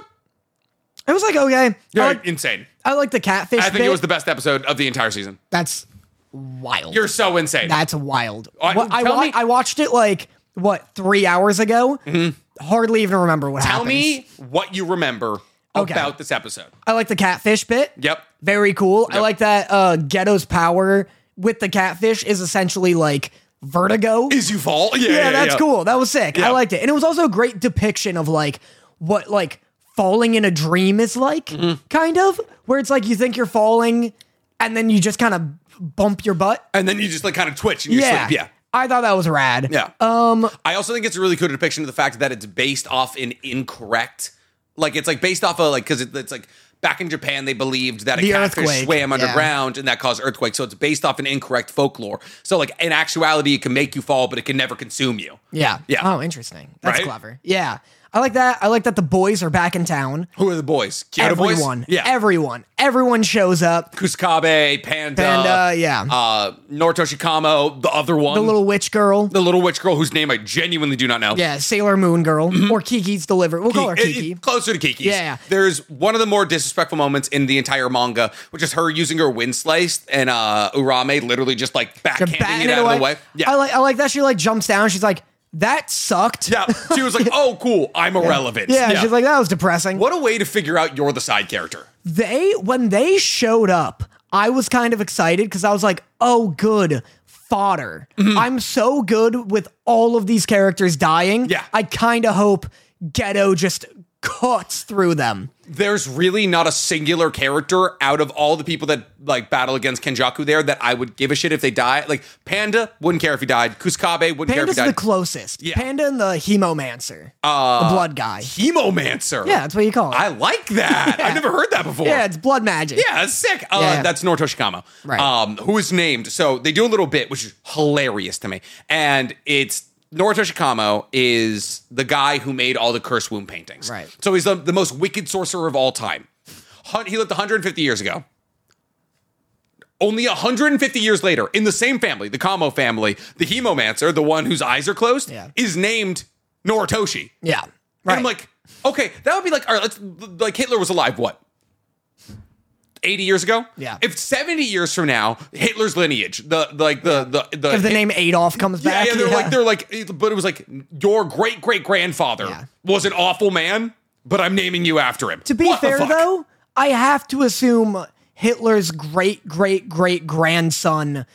[SPEAKER 2] it was like okay
[SPEAKER 1] You're
[SPEAKER 2] i like,
[SPEAKER 1] insane.
[SPEAKER 2] I like the catfish
[SPEAKER 1] I think it
[SPEAKER 2] bit.
[SPEAKER 1] was the best episode of the entire season.
[SPEAKER 2] that's wild
[SPEAKER 1] You're so insane.
[SPEAKER 2] that's wild
[SPEAKER 1] I-
[SPEAKER 2] What- I,
[SPEAKER 1] tell
[SPEAKER 2] wa-
[SPEAKER 1] me-
[SPEAKER 2] I watched it like what three hours ago hardly even remember what
[SPEAKER 1] Mm-hmm. Tell
[SPEAKER 2] happened
[SPEAKER 1] me what you remember
[SPEAKER 2] Okay.
[SPEAKER 1] about this episode.
[SPEAKER 2] i like the catfish bit
[SPEAKER 1] Yep.
[SPEAKER 2] Very cool. I like that uh Ghetto's power with the catfish is essentially like vertigo.
[SPEAKER 1] Is you fall? Yeah,
[SPEAKER 2] yeah, that's cool. That was sick.
[SPEAKER 1] Yeah.
[SPEAKER 2] I liked it. And it was also a great depiction of like what like falling in a dream is like,
[SPEAKER 1] Mm-hmm.
[SPEAKER 2] kind of, where it's like you think you're falling and then you just kind of bump your butt.
[SPEAKER 1] And then you just like kind of twitch and you
[SPEAKER 2] yeah.
[SPEAKER 1] sleep. Yeah.
[SPEAKER 2] I thought that was rad.
[SPEAKER 1] Yeah. Um I also think it's a really cool depiction of the fact that it's based off an incorrect like it's like based off of like cuz it, it's like back in Japan they believed that a
[SPEAKER 2] The
[SPEAKER 1] catfish
[SPEAKER 2] earthquake,
[SPEAKER 1] swam
[SPEAKER 2] yeah.
[SPEAKER 1] underground and that caused earthquakes so it's based off an incorrect folklore. So like in actuality it can make you fall but it can never consume you.
[SPEAKER 2] Yeah.
[SPEAKER 1] Yeah.
[SPEAKER 2] Oh, interesting. That's
[SPEAKER 1] Right?
[SPEAKER 2] clever. Yeah. I like that. I like that the boys are back in town.
[SPEAKER 1] Who are the boys? Kyoto boys?
[SPEAKER 2] everyone.
[SPEAKER 1] Yeah.
[SPEAKER 2] Everyone. Everyone shows up.
[SPEAKER 1] Kusukabe, Panda.
[SPEAKER 2] Panda, yeah.
[SPEAKER 1] Uh, Noritoshi Kamo, the other one.
[SPEAKER 2] The little witch girl.
[SPEAKER 1] the little witch girl whose name I genuinely do not know.
[SPEAKER 2] Yeah, Sailor Moon girl.
[SPEAKER 1] Mm-hmm.
[SPEAKER 2] Or Kiki's delivery. We'll call her
[SPEAKER 1] It- it-
[SPEAKER 2] Kiki.
[SPEAKER 1] closer to Kiki's.
[SPEAKER 2] Yeah, yeah.
[SPEAKER 1] There's one of the more disrespectful moments in the entire manga, which is her using her wind slice and uh, Urame literally just like
[SPEAKER 2] They're
[SPEAKER 1] backhanding it
[SPEAKER 2] batting it
[SPEAKER 1] out
[SPEAKER 2] away.
[SPEAKER 1] of the way. Yeah.
[SPEAKER 2] I like I like that she like jumps down. She's like, that sucked.
[SPEAKER 1] yeah. She was like, oh, cool. I'm irrelevant.
[SPEAKER 2] Yeah, she's like, that was depressing.
[SPEAKER 1] what a way to figure out you're the side character.
[SPEAKER 2] They when they showed up, I was kind of excited because I was like, oh good. Fodder.
[SPEAKER 1] Mm-hmm.
[SPEAKER 2] I'm so good with all of these characters dying.
[SPEAKER 1] Yeah.
[SPEAKER 2] I kinda hope Ghetto just cuts through them.
[SPEAKER 1] There's really not a singular character out of all the people that like battle against Kenjaku there that I would give a shit if they die. Like Panda wouldn't care if he died. Kuskabe wouldn't
[SPEAKER 2] Panda's
[SPEAKER 1] care
[SPEAKER 2] the
[SPEAKER 1] if he died.
[SPEAKER 2] closest.
[SPEAKER 1] Yeah.
[SPEAKER 2] Panda and the hemomancer. Uh, the blood guy.
[SPEAKER 1] Hemomancer.
[SPEAKER 2] Yeah, that's what you call it.
[SPEAKER 1] I like that. I've never heard that before.
[SPEAKER 2] yeah, it's blood magic.
[SPEAKER 1] Yeah, that's sick. Uh,
[SPEAKER 2] Yeah.
[SPEAKER 1] That's Noritoshi Kamo,
[SPEAKER 2] Right.
[SPEAKER 1] Um, who is named. So they do a little bit, which is hilarious to me. And it's Noritoshi Kamo is the guy who made all the Curse Womb paintings.
[SPEAKER 2] Right.
[SPEAKER 1] So he's the, the most wicked sorcerer of all time. Hun- He lived 150 years ago. Only 150 years later, in the same family, the Kamo family, the Hemomancer, the one whose eyes are closed,
[SPEAKER 2] Yeah.
[SPEAKER 1] is named Noritoshi.
[SPEAKER 2] Yeah.
[SPEAKER 1] And
[SPEAKER 2] Right.
[SPEAKER 1] I'm like, okay, that would be like, all right, let's like Hitler was alive what? 80 years ago?
[SPEAKER 2] Yeah.
[SPEAKER 1] If 70 years from now, Hitler's lineage, the like the the the,
[SPEAKER 2] if the
[SPEAKER 1] Hit-
[SPEAKER 2] name Adolf comes
[SPEAKER 1] yeah,
[SPEAKER 2] back.
[SPEAKER 1] yeah, they're like they're like but it was like your great great grandfather
[SPEAKER 2] Yeah.
[SPEAKER 1] was an awful man, but I'm naming you after him.
[SPEAKER 2] to be fair though, I have to assume Hitler's great great great grandson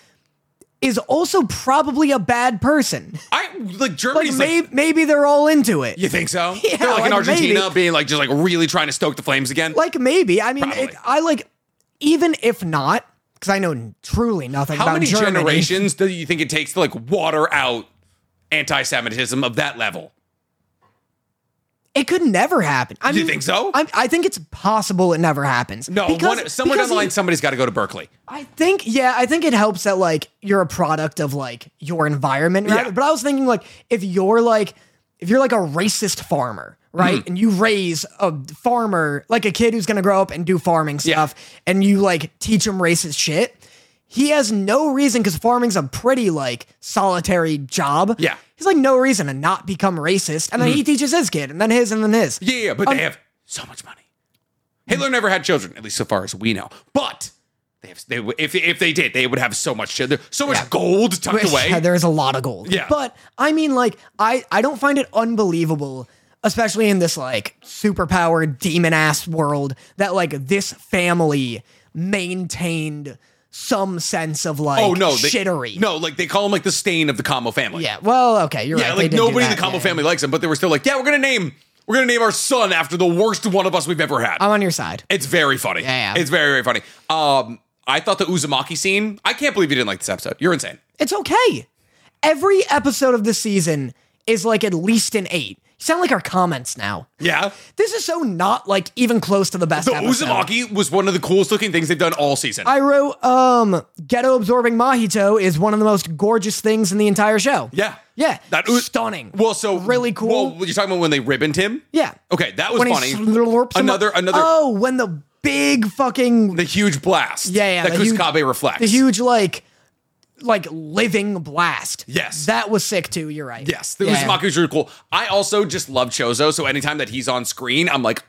[SPEAKER 2] is also probably a bad person.
[SPEAKER 1] I like
[SPEAKER 2] Like
[SPEAKER 1] Germany's like,
[SPEAKER 2] maybe maybe they're all into it.
[SPEAKER 1] you think so?
[SPEAKER 2] Yeah,
[SPEAKER 1] they're like, in
[SPEAKER 2] like,
[SPEAKER 1] Argentina
[SPEAKER 2] maybe.
[SPEAKER 1] being like just like really trying to stoke the flames again.
[SPEAKER 2] Like maybe. I mean,
[SPEAKER 1] Probably.
[SPEAKER 2] it, I like even if not because I know truly nothing
[SPEAKER 1] How
[SPEAKER 2] about
[SPEAKER 1] many
[SPEAKER 2] Germany.
[SPEAKER 1] generations do you think it takes to like water out anti-Semitism of that level?
[SPEAKER 2] It could never happen. I
[SPEAKER 1] You
[SPEAKER 2] mean,
[SPEAKER 1] think so?
[SPEAKER 2] I, I think it's possible it never happens.
[SPEAKER 1] No, one, somewhere down
[SPEAKER 2] because
[SPEAKER 1] the line,
[SPEAKER 2] he-
[SPEAKER 1] somebody's got to go to Berkeley.
[SPEAKER 2] I think, yeah, I think it helps that like you're a product of like your environment, right?
[SPEAKER 1] Yeah.
[SPEAKER 2] But I was thinking like if you're like if you're like a racist farmer, right?
[SPEAKER 1] Mm-hmm.
[SPEAKER 2] And you raise a farmer, like a kid who's gonna grow up and do farming
[SPEAKER 1] Yeah.
[SPEAKER 2] stuff, and you like teach him racist shit. He has no reason because farming's a pretty like solitary job.
[SPEAKER 1] Yeah. Mm-hmm.
[SPEAKER 2] He's like no reason to not become racist. And then he teaches his kid and then his and then his.
[SPEAKER 1] Yeah, yeah,
[SPEAKER 2] Um,
[SPEAKER 1] but they have so much money. Hitler never had children, at least so far as we know. But they have, they, would- if if they did, they would have so much children, so much gold tucked away.
[SPEAKER 2] Yeah, there is a lot of gold.
[SPEAKER 1] Yeah.
[SPEAKER 2] But I mean, like, I, I don't find it unbelievable, especially in this like superpower demon ass world, that like this family maintained some sense of like
[SPEAKER 1] oh no, they,
[SPEAKER 2] shittery.
[SPEAKER 1] No, like they call him like the stain of the Kamo family.
[SPEAKER 2] Yeah. Well, okay, you're
[SPEAKER 1] yeah,
[SPEAKER 2] right.
[SPEAKER 1] like
[SPEAKER 2] they did do
[SPEAKER 1] nobody in the
[SPEAKER 2] that,
[SPEAKER 1] Kamo
[SPEAKER 2] yeah.
[SPEAKER 1] family likes him, but they were still like, yeah, we're gonna name we're gonna name our son after the worst one of us we've ever had.
[SPEAKER 2] I'm on your side.
[SPEAKER 1] It's very funny.
[SPEAKER 2] Um, Yeah, yeah.
[SPEAKER 1] it's very very funny. Um, I thought the Uzumaki scene. I can't believe you didn't like this episode. You're insane.
[SPEAKER 2] It's okay. Every episode of this season is like at least an eight. You sound like our comments now.
[SPEAKER 1] Yeah.
[SPEAKER 2] This is so not like even close to the best.
[SPEAKER 1] The
[SPEAKER 2] episode.
[SPEAKER 1] Uzumaki was one of the coolest looking things they've done all season.
[SPEAKER 2] I wrote, um, ghetto absorbing Mahito is one of the most gorgeous things in the entire show.
[SPEAKER 1] yeah.
[SPEAKER 2] Yeah.
[SPEAKER 1] That u-
[SPEAKER 2] stunning.
[SPEAKER 1] Well, so
[SPEAKER 2] really cool.
[SPEAKER 1] Well, you're talking about when they ribboned him.
[SPEAKER 2] yeah.
[SPEAKER 1] Okay, that was
[SPEAKER 2] When
[SPEAKER 1] funny.
[SPEAKER 2] he slurps him
[SPEAKER 1] Another
[SPEAKER 2] up-
[SPEAKER 1] another
[SPEAKER 2] Oh, when the big fucking
[SPEAKER 1] the huge blast.
[SPEAKER 2] yeah, yeah,
[SPEAKER 1] That
[SPEAKER 2] the huge-
[SPEAKER 1] Kuskabe reflects.
[SPEAKER 2] the huge like like living blast.
[SPEAKER 1] Yes.
[SPEAKER 2] That was sick too, you're right.
[SPEAKER 1] yes, the
[SPEAKER 2] Yeah.
[SPEAKER 1] Uzumaki was really cool. I also just love Chozo. So anytime that he's on screen, I'm like,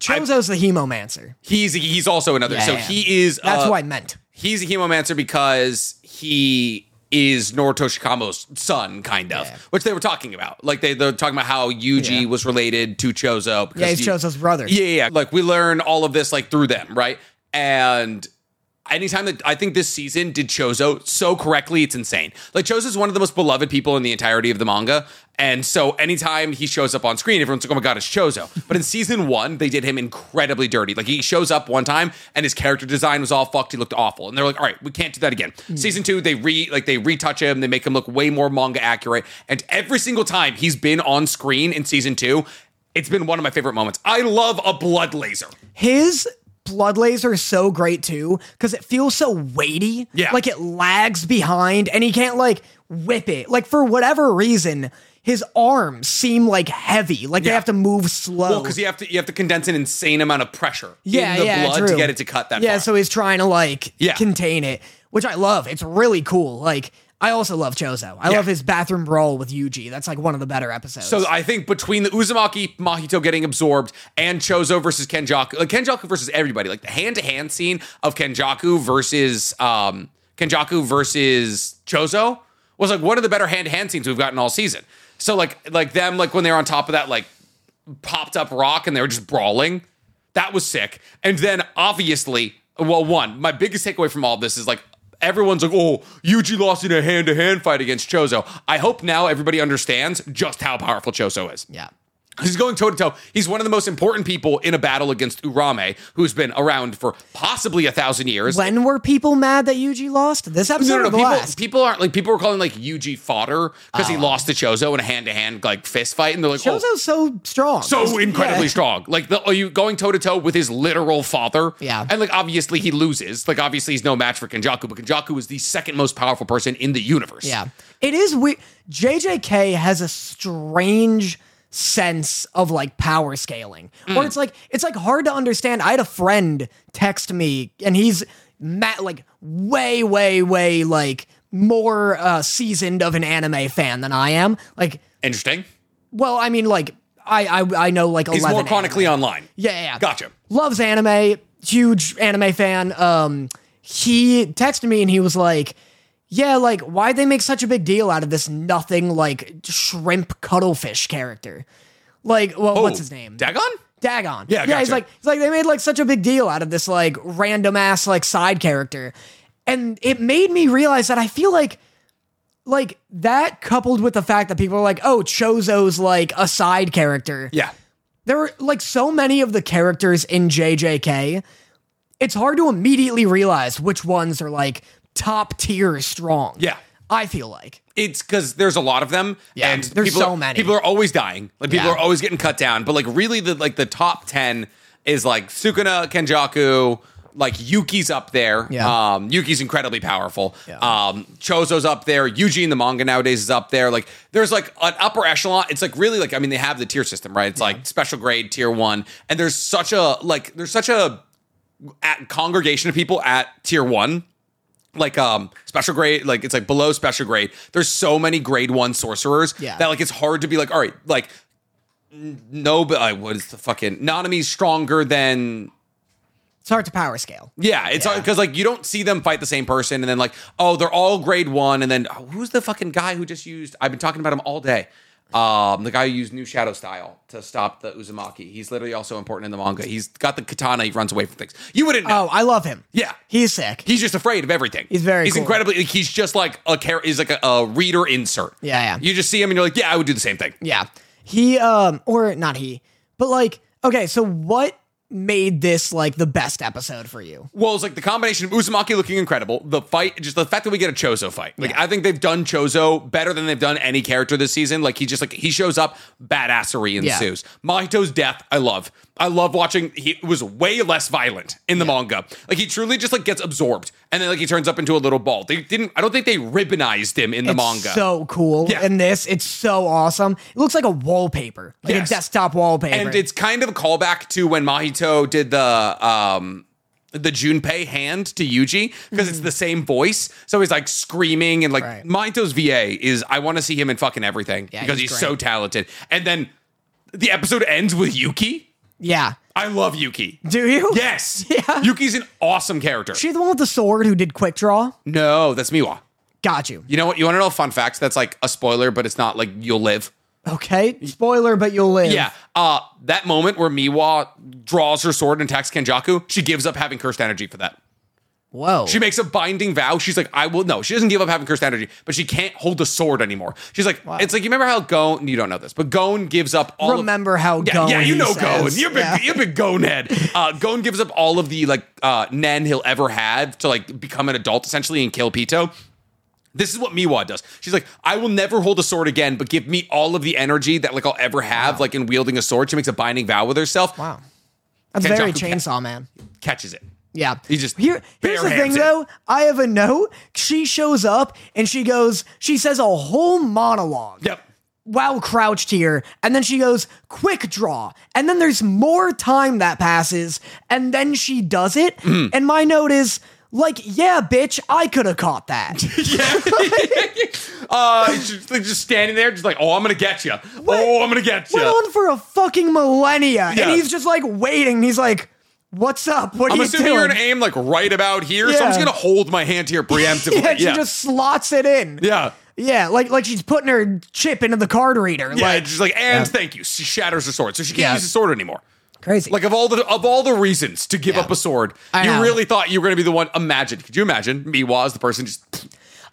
[SPEAKER 2] Chozo's the hemomancer.
[SPEAKER 1] he's he's also another.
[SPEAKER 2] Yeah,
[SPEAKER 1] so
[SPEAKER 2] yeah.
[SPEAKER 1] he is.
[SPEAKER 2] That's
[SPEAKER 1] uh,
[SPEAKER 2] what I meant.
[SPEAKER 1] he's a hemomancer because he is Noritoshi Kamo's son, kind of,
[SPEAKER 2] Yeah.
[SPEAKER 1] which they were talking about. Like they, they're talking about how Yuji
[SPEAKER 2] Yeah.
[SPEAKER 1] was related to Chozo. Because
[SPEAKER 2] Yeah, he's
[SPEAKER 1] he-
[SPEAKER 2] Chozo's brother.
[SPEAKER 1] Yeah, yeah, yeah. Like we learn all of this like through them, right? And anytime that I think this season did Chozo so correctly, it's insane. Like Chozo is one of the most beloved people in the entirety of the manga. And so anytime he shows up on screen, everyone's like, oh my God, it's Chozo. But in season one, they did him incredibly dirty. Like he shows up one time and his character design was all fucked. He looked awful. And they're like, all right, we can't do that again. Season two, they re like they retouch him, they make him look way more manga accurate. And every single time he's been on screen in season two, it's been one of my favorite moments. I love a blood laser.
[SPEAKER 2] His blood laser is so great too because it feels so weighty.
[SPEAKER 1] Yeah.
[SPEAKER 2] Like it lags behind and he can't like whip it. Like for whatever reason, his arms seem like heavy, like they
[SPEAKER 1] Yeah.
[SPEAKER 2] have to move slow.
[SPEAKER 1] Well, because you have to you have to condense an insane amount of pressure in the blood to
[SPEAKER 2] true.
[SPEAKER 1] get it to cut that.
[SPEAKER 2] Yeah,
[SPEAKER 1] far.
[SPEAKER 2] so he's trying to like
[SPEAKER 1] Yeah.
[SPEAKER 2] contain it, which I love. It's really cool. Like I also love Chozo. I
[SPEAKER 1] Yeah.
[SPEAKER 2] love his bathroom brawl with Yuji. That's like one of the better episodes.
[SPEAKER 1] So I think between the Uzumaki Mahito getting absorbed and Chozo versus Kenjaku, like Kenjaku versus everybody, like the hand to hand scene of Kenjaku versus um Kenjaku versus Chozo was like one of the better hand to hand scenes we've gotten all season. So like like them like when they were on top of that like popped up rock and they were just brawling. That was sick. And then obviously, well, one, my biggest takeaway from all this is like everyone's like, oh, Yuji lost in a hand to hand fight against Chozo. I hope now everybody understands just how powerful Chozo is.
[SPEAKER 2] yeah.
[SPEAKER 1] He's going toe to toe. He's one of the most important people in a battle against Urame, who's been around for possibly a thousand years.
[SPEAKER 2] When were people mad that Yuji lost? This episode
[SPEAKER 1] No, no,
[SPEAKER 2] or
[SPEAKER 1] no.
[SPEAKER 2] the
[SPEAKER 1] People,
[SPEAKER 2] last?
[SPEAKER 1] people aren't like people were calling like Yuji fodder because he lost to Chozo in a hand to hand like fist fight, and they're like, oh,
[SPEAKER 2] Chozo's so strong.
[SPEAKER 1] so incredibly
[SPEAKER 2] Yeah.
[SPEAKER 1] strong. Like, the, are you going toe to toe with his literal father?
[SPEAKER 2] Yeah.
[SPEAKER 1] And like, obviously, he loses. Like, obviously, he's no match for Kenjaku, but Kenjaku is the second most powerful person in the universe.
[SPEAKER 2] Yeah. It is weird. JJK has a strange sense of like power scaling. Where
[SPEAKER 1] Mm.
[SPEAKER 2] it's like it's like hard to understand. I had a friend text me and he's ma- like way way way like more uh seasoned of an anime fan than I am. Like
[SPEAKER 1] Interesting.
[SPEAKER 2] well, I mean like I I I know like 11
[SPEAKER 1] He's more
[SPEAKER 2] anime.
[SPEAKER 1] chronically online.
[SPEAKER 2] Yeah, yeah, yeah.
[SPEAKER 1] Gotcha.
[SPEAKER 2] Loves anime, huge anime fan. Um, he texted me and he was like, "Yeah, like why'd they make such a big deal out of this nothing like shrimp cuttlefish character? Like, well, what's
[SPEAKER 1] Oh,
[SPEAKER 2] his name?
[SPEAKER 1] Dagon?
[SPEAKER 2] Dagon.
[SPEAKER 1] Yeah,
[SPEAKER 2] yeah. He's
[SPEAKER 1] gotcha.
[SPEAKER 2] like, he's like they made like such a big deal out of this like random ass like side character, and it made me realize that I feel like." Like that, coupled with the fact that people are like, "Oh, Chozo's like a side character."
[SPEAKER 1] Yeah.
[SPEAKER 2] there were like so many of the characters in JJK. It's hard to immediately realize which ones are like top tier strong.
[SPEAKER 1] Yeah.
[SPEAKER 2] I feel like.
[SPEAKER 1] It's because there's a lot of them.
[SPEAKER 2] Yeah,
[SPEAKER 1] and
[SPEAKER 2] there's
[SPEAKER 1] people
[SPEAKER 2] so
[SPEAKER 1] are,
[SPEAKER 2] many.
[SPEAKER 1] People are always dying. Like people
[SPEAKER 2] Yeah.
[SPEAKER 1] are always getting cut down. But like really, the like the top ten is like Sukuna, Kenjaku. Like Yuki's up there.
[SPEAKER 2] Yeah.
[SPEAKER 1] Um, Yuki's incredibly powerful.
[SPEAKER 2] Yeah.
[SPEAKER 1] Um, Chozo's up there. Yuji in the manga nowadays is up there. Like there's like an upper echelon. It's like really like I mean they have the tier system right. It's like special grade tier one, and there's such a like there's such a at congregation of people at tier one like um special grade like it's like below special grade there's so many grade one sorcerers
[SPEAKER 2] Yeah.
[SPEAKER 1] that like it's hard to be like all right like n- no but uh, what is the fucking Nanami's stronger than
[SPEAKER 2] It's hard to power scale.
[SPEAKER 1] yeah it's because like you don't see them fight the same person and then like oh they're all grade one and then oh, who's the fucking guy who just used I've been talking about him all day um the guy who used new shadow style to stop the Uzumaki he's literally also important in the manga he's got the katana he runs away from things you wouldn't know
[SPEAKER 2] Oh, I love him.
[SPEAKER 1] yeah
[SPEAKER 2] He's sick.
[SPEAKER 1] He's just afraid of everything.
[SPEAKER 2] He's very
[SPEAKER 1] He's
[SPEAKER 2] cool.
[SPEAKER 1] incredibly. Like, he's just like a char- He's like a, a reader insert.
[SPEAKER 2] Yeah, yeah.
[SPEAKER 1] You just see him and you're like, yeah, I would do the same thing.
[SPEAKER 2] yeah. He um or not he, but like okay, so what made this like the best episode for you?
[SPEAKER 1] Well, it's like the combination of Uzumaki looking incredible, the fight, just the fact that we get a Chozo fight. Like I think they've done Chozo better than they've done any character this season. Like he just like he shows up, badassery
[SPEAKER 2] Yeah.
[SPEAKER 1] ensues. Mahito's death, I love. I love watching. He was way less violent in the manga. Like he truly just like gets absorbed, and then like he turns up into a little ball. They didn't. I don't think they ribbonized him in the
[SPEAKER 2] It's
[SPEAKER 1] manga.
[SPEAKER 2] so cool.
[SPEAKER 1] Yeah.
[SPEAKER 2] And this, it's so awesome. It looks like a wallpaper, like
[SPEAKER 1] Yes.
[SPEAKER 2] a desktop wallpaper.
[SPEAKER 1] And it's kind of a callback to when Mahito did the um the Junpei hand to Yuji because it's the same voice. So he's like screaming and like
[SPEAKER 2] Mm-hmm. Right.
[SPEAKER 1] Mahito's VA is I want to see him in fucking everything
[SPEAKER 2] Yeah,
[SPEAKER 1] because he's,
[SPEAKER 2] he's
[SPEAKER 1] so
[SPEAKER 2] great.
[SPEAKER 1] talented. And then the episode ends with Yuki.
[SPEAKER 2] yeah.
[SPEAKER 1] I love Yuki.
[SPEAKER 2] Do you?
[SPEAKER 1] Yes.
[SPEAKER 2] Yeah.
[SPEAKER 1] Yuki's an awesome character.
[SPEAKER 2] She the one with the sword who did quick draw?
[SPEAKER 1] no, that's Miwa.
[SPEAKER 2] Got you.
[SPEAKER 1] You know what? You want to know a fun fact that's like a spoiler, but it's not like you'll live.
[SPEAKER 2] Okay. Spoiler, but you'll live.
[SPEAKER 1] Yeah. Uh, that moment where Miwa draws her sword and attacks Kenjaku, she gives up having cursed energy for that.
[SPEAKER 2] Whoa.
[SPEAKER 1] She makes a binding vow. She's like, I will. No, she doesn't give up having cursed energy, but she can't hold the sword anymore. She's like, it's like you remember how Gon? You don't know this, but Gon gives up all. of-
[SPEAKER 2] Remember how
[SPEAKER 1] yeah,
[SPEAKER 2] Gon
[SPEAKER 1] Yeah, you
[SPEAKER 2] he
[SPEAKER 1] know
[SPEAKER 2] says.
[SPEAKER 1] Gon. You're big.
[SPEAKER 2] Yeah.
[SPEAKER 1] You're big Gon head. Uh, Gon gives up all of the like uh, Nen he'll ever have to like become an adult essentially and kill Pito. This is what Miwa does. She's like, I will never hold a sword again, but give me all of the energy that like I'll ever have, like in wielding a sword. She makes a binding vow with herself,
[SPEAKER 2] wow. That's
[SPEAKER 1] Kenjaku
[SPEAKER 2] very
[SPEAKER 1] Ken.
[SPEAKER 2] chainsaw man.
[SPEAKER 1] catches it.
[SPEAKER 2] Yeah.
[SPEAKER 1] He just
[SPEAKER 2] Here, here's the thing
[SPEAKER 1] barehams it.
[SPEAKER 2] though. I have a note. She shows up and she goes, she says a whole monologue.
[SPEAKER 1] Yep.
[SPEAKER 2] wow crouched here and then she goes quick draw and then there's more time that passes and then she does it
[SPEAKER 1] Mm.
[SPEAKER 2] and my note is like yeah bitch i could have caught that
[SPEAKER 1] uh, it's just, like, just standing there, just like, oh, I'm gonna get you. Oh, I'm gonna get you.
[SPEAKER 2] went on for a fucking millennia
[SPEAKER 1] Yeah.
[SPEAKER 2] and he's just like waiting he's like what's up what
[SPEAKER 1] I'm
[SPEAKER 2] are you
[SPEAKER 1] assuming
[SPEAKER 2] doing
[SPEAKER 1] you're gonna aim like right about here, so I'm just
[SPEAKER 2] Yeah.
[SPEAKER 1] gonna hold my hand here preemptively.
[SPEAKER 2] yeah,
[SPEAKER 1] yeah,
[SPEAKER 2] she just slots it in
[SPEAKER 1] yeah.
[SPEAKER 2] Yeah, like like she's putting her chip into the card reader
[SPEAKER 1] Yeah,
[SPEAKER 2] like
[SPEAKER 1] just like and thank you. She shatters her sword, so she can't
[SPEAKER 2] Yeah.
[SPEAKER 1] use the sword anymore.
[SPEAKER 2] crazy
[SPEAKER 1] Like of all the of all the reasons to give
[SPEAKER 2] Yeah.
[SPEAKER 1] up a sword,
[SPEAKER 2] I
[SPEAKER 1] you
[SPEAKER 2] know.
[SPEAKER 1] really thought you were gonna be the one. Imagine, could you imagine? Miwa is the person just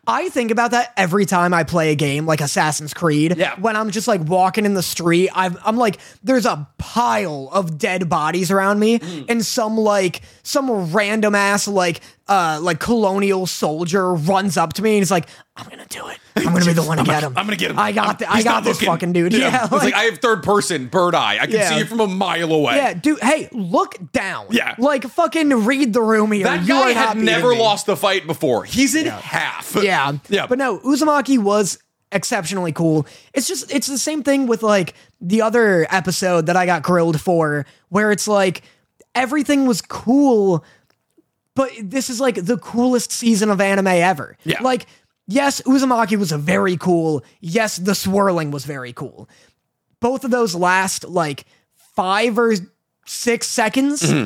[SPEAKER 2] I think about that every time I play a game like Assassin's Creed.
[SPEAKER 1] Yeah.
[SPEAKER 2] When I'm just like walking in the street, I'm, I'm like, there's a pile of dead bodies around me,
[SPEAKER 1] Mm.
[SPEAKER 2] and some like some random ass like uh like colonial soldier runs up to me and he's like, "I'm gonna do it. I'm gonna be the one to get him.
[SPEAKER 1] I'm gonna get him.
[SPEAKER 2] I got
[SPEAKER 1] I'm-
[SPEAKER 2] the, I
[SPEAKER 1] he's
[SPEAKER 2] got
[SPEAKER 1] not
[SPEAKER 2] this
[SPEAKER 1] looking."
[SPEAKER 2] fucking dude. Yeah,
[SPEAKER 1] It's like, I have third person bird eye. I can
[SPEAKER 2] Yeah.
[SPEAKER 1] see you from a mile away.
[SPEAKER 2] yeah, dude. Hey, look down.
[SPEAKER 1] Yeah.
[SPEAKER 2] like fucking read the room here.
[SPEAKER 1] That
[SPEAKER 2] you
[SPEAKER 1] guy
[SPEAKER 2] are not
[SPEAKER 1] had
[SPEAKER 2] beating
[SPEAKER 1] never
[SPEAKER 2] me.
[SPEAKER 1] lost the fight before. He's in half.
[SPEAKER 2] Yeah.
[SPEAKER 1] Yeah.
[SPEAKER 2] But no, Uzumaki was exceptionally cool. It's just it's the same thing with like the other episode that I got grilled for where it's like everything was cool but this is like the coolest season of anime ever.
[SPEAKER 1] Yeah.
[SPEAKER 2] Like yes, Uzumaki was very cool. Yes, the swirling was very cool. Both of those last like 5 or 6 seconds
[SPEAKER 1] Mm-hmm.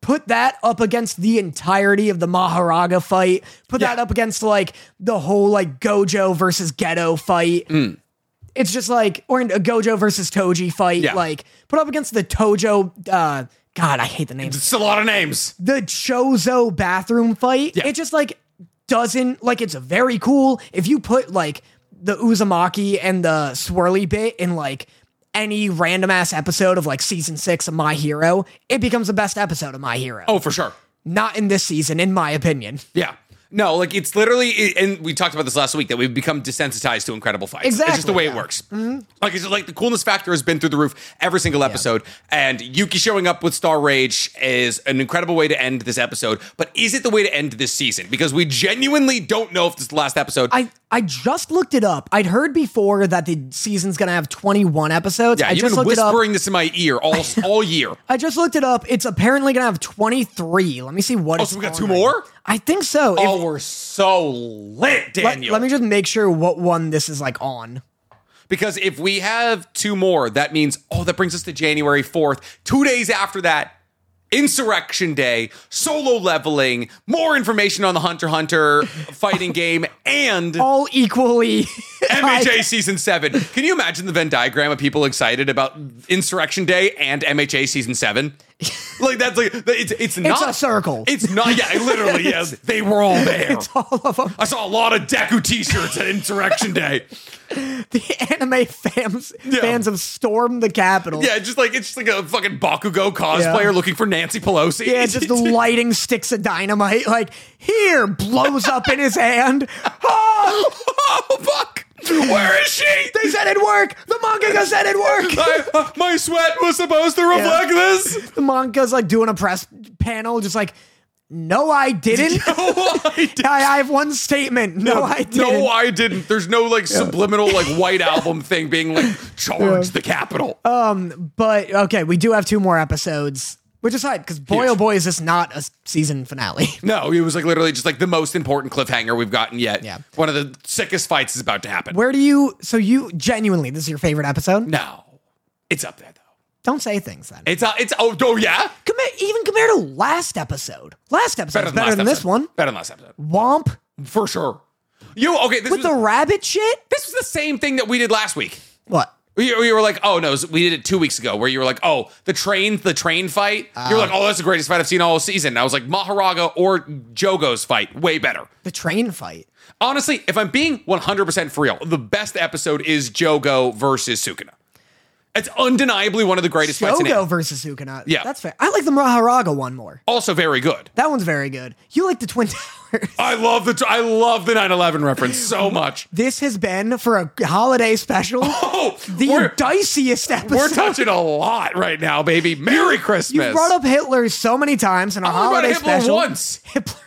[SPEAKER 2] put that up against the entirety of the Maharaga fight. Put that
[SPEAKER 1] Yeah.
[SPEAKER 2] up against like the whole like Gojo versus Ghetto fight.
[SPEAKER 1] Mm.
[SPEAKER 2] It's just like or a Gojo versus Toji fight.
[SPEAKER 1] Yeah.
[SPEAKER 2] Like put up against the Tojo. Uh, God, I hate the name.
[SPEAKER 1] It's a lot of names.
[SPEAKER 2] The Chozo bathroom fight.
[SPEAKER 1] Yeah.
[SPEAKER 2] It just like doesn't like it's very cool if you put like the Uzumaki and the swirly bit in like any random ass episode of like season six of My Hero, it becomes the best episode of My Hero
[SPEAKER 1] Oh, for sure.
[SPEAKER 2] not in this season, in my opinion.
[SPEAKER 1] Yeah. No, like it's literally, it- and we talked about this last week that we've become desensitized to incredible fights. It's just the
[SPEAKER 2] Exactly,
[SPEAKER 1] way it
[SPEAKER 2] yeah. Mm-hmm.
[SPEAKER 1] works. Like it's like the coolness factor has been through the roof every single episode. And Yuki showing up with Star Rage is an incredible way to end this episode. But is it the way to end this season? Because we genuinely don't know if this is the last episode.
[SPEAKER 2] I, I just looked it up. I'd heard before that the season's gonna have 21 episodes.
[SPEAKER 1] yeah,
[SPEAKER 2] I
[SPEAKER 1] you've
[SPEAKER 2] just
[SPEAKER 1] been
[SPEAKER 2] looked it up.
[SPEAKER 1] whispering this in my ear all all year.
[SPEAKER 2] I just looked it up. It's apparently gonna have 23. Let me see what.
[SPEAKER 1] Oh,
[SPEAKER 2] it's
[SPEAKER 1] so we got
[SPEAKER 2] on
[SPEAKER 1] two
[SPEAKER 2] right
[SPEAKER 1] more?
[SPEAKER 2] now. I think so. If-
[SPEAKER 1] Oh, we're so lit,
[SPEAKER 2] let,
[SPEAKER 1] Daniel.
[SPEAKER 2] let me just make sure what one this is like on.
[SPEAKER 1] Because if we have two more, that means, oh, that brings us to January 4th. Two days after that, Insurrection Day, solo leveling, more information on the Hunter x Hunter fighting game, and
[SPEAKER 2] All equally.
[SPEAKER 1] MHA Season 7. Can you imagine the Venn diagram of people excited about Insurrection Day and MHA Season 7? Like, that's like, it's, it's not.
[SPEAKER 2] a circle.
[SPEAKER 1] It's not, yeah, it literally is. They were all there.
[SPEAKER 2] it's all of them.
[SPEAKER 1] I saw a lot of Deku t shirts at Insurrection Day.
[SPEAKER 2] The anime fans
[SPEAKER 1] Yeah.
[SPEAKER 2] fans have stormed the Capitol.
[SPEAKER 1] Yeah, just like it's just like a fucking Bakugo cosplayer
[SPEAKER 2] Yeah.
[SPEAKER 1] looking for Nancy Pelosi.
[SPEAKER 2] Yeah, just lighting sticks of dynamite. Like here blows up in his hand. Oh!
[SPEAKER 1] oh fuck! Where is she?
[SPEAKER 2] They said it work. The manga said it work.
[SPEAKER 1] I- uh, my sweat was supposed to reflect this.
[SPEAKER 2] the manga's like doing a press panel, just like, no, I didn't.
[SPEAKER 1] No, I didn't.
[SPEAKER 2] I, I have one statement. No, uh I didn't.
[SPEAKER 1] No, I didn't. There's no like subliminal like white album thing being like charge the Capitol.
[SPEAKER 2] Uh, but okay, we do have two more episodes, which is hype because boy,
[SPEAKER 1] Huge.
[SPEAKER 2] oh boy, is this not a season finale.
[SPEAKER 1] no, it was like literally just like the most important cliffhanger we've gotten yet.
[SPEAKER 2] Yeah.
[SPEAKER 1] One of the sickest fights is about to happen.
[SPEAKER 2] Where do you? So you genuinely, this is your favorite episode?
[SPEAKER 1] no, it's up there though.
[SPEAKER 2] Don't say things then.
[SPEAKER 1] It's uh, it's oh, oh yeah.
[SPEAKER 2] Compa- even compared to last episode, last episode better is better
[SPEAKER 1] last
[SPEAKER 2] than this
[SPEAKER 1] episode.
[SPEAKER 2] one.
[SPEAKER 1] Better than last episode
[SPEAKER 2] Womp
[SPEAKER 1] for sure. You okay? This
[SPEAKER 2] with
[SPEAKER 1] was,
[SPEAKER 2] the rabbit shit.
[SPEAKER 1] This was the same thing that we did last week.
[SPEAKER 2] What?
[SPEAKER 1] We, we were like, oh no, we did it two weeks ago, where you were like, oh, the train, the train fight. you
[SPEAKER 2] Ah.
[SPEAKER 1] were like, oh, that's the greatest fight I've seen all season. And I was like, Maharaga or Jogo's fight, way better.
[SPEAKER 2] The train fight.
[SPEAKER 1] Honestly, if I'm being 100% for real, the best episode is Jogo versus Sukuna. It's undeniably one of the greatest fights in
[SPEAKER 2] Shogo
[SPEAKER 1] anime.
[SPEAKER 2] versus Sukuna.
[SPEAKER 1] Yeah.
[SPEAKER 2] That's fair. I like the Maharaga one more.
[SPEAKER 1] Also very good.
[SPEAKER 2] That one's very good. You like the Twin Towers.
[SPEAKER 1] I love the I love the 9/11 reference so much.
[SPEAKER 2] This has been for a holiday special.
[SPEAKER 1] Oh,
[SPEAKER 2] the
[SPEAKER 1] we're,
[SPEAKER 2] diciest episode.
[SPEAKER 1] we're touching a lot right now, baby. Merry Christmas.
[SPEAKER 2] You brought up Hitler so many times in a
[SPEAKER 1] only brought
[SPEAKER 2] holiday
[SPEAKER 1] Hitler
[SPEAKER 2] special.
[SPEAKER 1] once.
[SPEAKER 2] Hitler.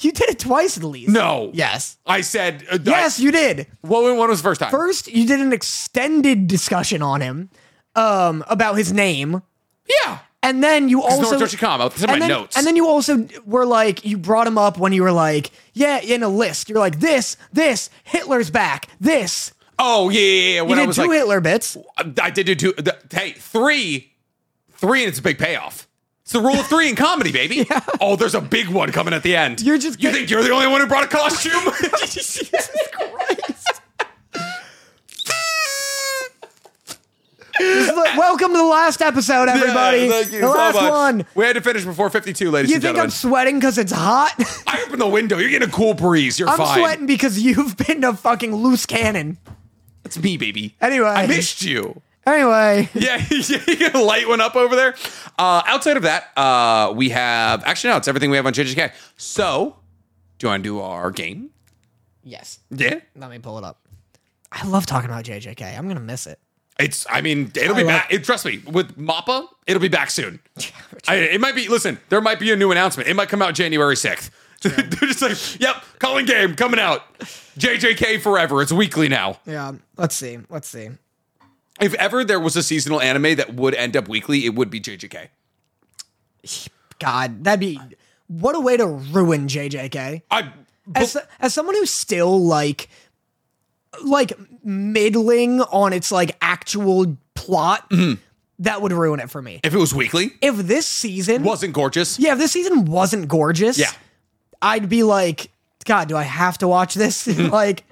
[SPEAKER 2] You did it twice at least.
[SPEAKER 1] No.
[SPEAKER 2] Yes.
[SPEAKER 1] I said. Uh,
[SPEAKER 2] Yes,
[SPEAKER 1] I,
[SPEAKER 2] you did.
[SPEAKER 1] what, what was the first time?
[SPEAKER 2] First, you did an extended discussion on him um, about his name.
[SPEAKER 1] yeah.
[SPEAKER 2] And then you
[SPEAKER 1] Also,
[SPEAKER 2] also
[SPEAKER 1] no, comma. It's in my
[SPEAKER 2] and then,
[SPEAKER 1] notes.
[SPEAKER 2] and then you also were like, you brought him up when you were like, yeah, in a list. You're like, this, this, Hitler's back, this.
[SPEAKER 1] oh yeah, yeah, yeah. When
[SPEAKER 2] You
[SPEAKER 1] I
[SPEAKER 2] did
[SPEAKER 1] was
[SPEAKER 2] two
[SPEAKER 1] like, uh,
[SPEAKER 2] Hitler bits.
[SPEAKER 1] I did do two. The, hey, three, three, and it's a big payoff. It's the rule of three in comedy, baby. Oh, there's a big one coming at the end.
[SPEAKER 2] You're just
[SPEAKER 1] You
[SPEAKER 2] getting-
[SPEAKER 1] think you're the only one who brought a costume? Jesus Christ!
[SPEAKER 2] This is like, welcome to the last episode, everybody.
[SPEAKER 1] thank you
[SPEAKER 2] the
[SPEAKER 1] so
[SPEAKER 2] last
[SPEAKER 1] much.
[SPEAKER 2] one.
[SPEAKER 1] We had to finish before 52, ladies
[SPEAKER 2] You
[SPEAKER 1] and
[SPEAKER 2] think
[SPEAKER 1] gentlemen.
[SPEAKER 2] I'm sweating because it's hot?
[SPEAKER 1] I opened the window. You're getting a cool breeze. You're
[SPEAKER 2] I'm
[SPEAKER 1] fine.
[SPEAKER 2] sweating because you've been a fucking loose cannon.
[SPEAKER 1] It's me, baby.
[SPEAKER 2] Anyway.
[SPEAKER 1] I missed you.
[SPEAKER 2] Anyway,
[SPEAKER 1] Yeah, you get a light one up over there. Uh, outside of that, uh, we have actually no, it's everything we have on JJK. So, do you want to do our game?
[SPEAKER 2] yes.
[SPEAKER 1] Yeah,
[SPEAKER 2] Let me pull it up. I love talking about JJK. I'm gonna miss it.
[SPEAKER 1] it's. I mean, it'll
[SPEAKER 2] I
[SPEAKER 1] be
[SPEAKER 2] love-
[SPEAKER 1] back. It, trust me, with Mappa, it'll be back soon. I, it might be. Listen, there might be a new announcement. It might come out January sixth. They're just like, yep, calling game coming out. JJK forever. It's weekly now.
[SPEAKER 2] Yeah. Let's see. Let's see.
[SPEAKER 1] If ever there was a seasonal anime that would end up weekly, it would be JJK.
[SPEAKER 2] God, that'd be what a way to ruin JJK.
[SPEAKER 1] I.
[SPEAKER 2] As as someone who's still like like middling on its like actual plot, that would ruin it for me.
[SPEAKER 1] if it was weekly,
[SPEAKER 2] If this season
[SPEAKER 1] wasn't gorgeous.
[SPEAKER 2] Yeah, if this season wasn't gorgeous,
[SPEAKER 1] Yeah.
[SPEAKER 2] I'd be like, God, do I have to watch this? like,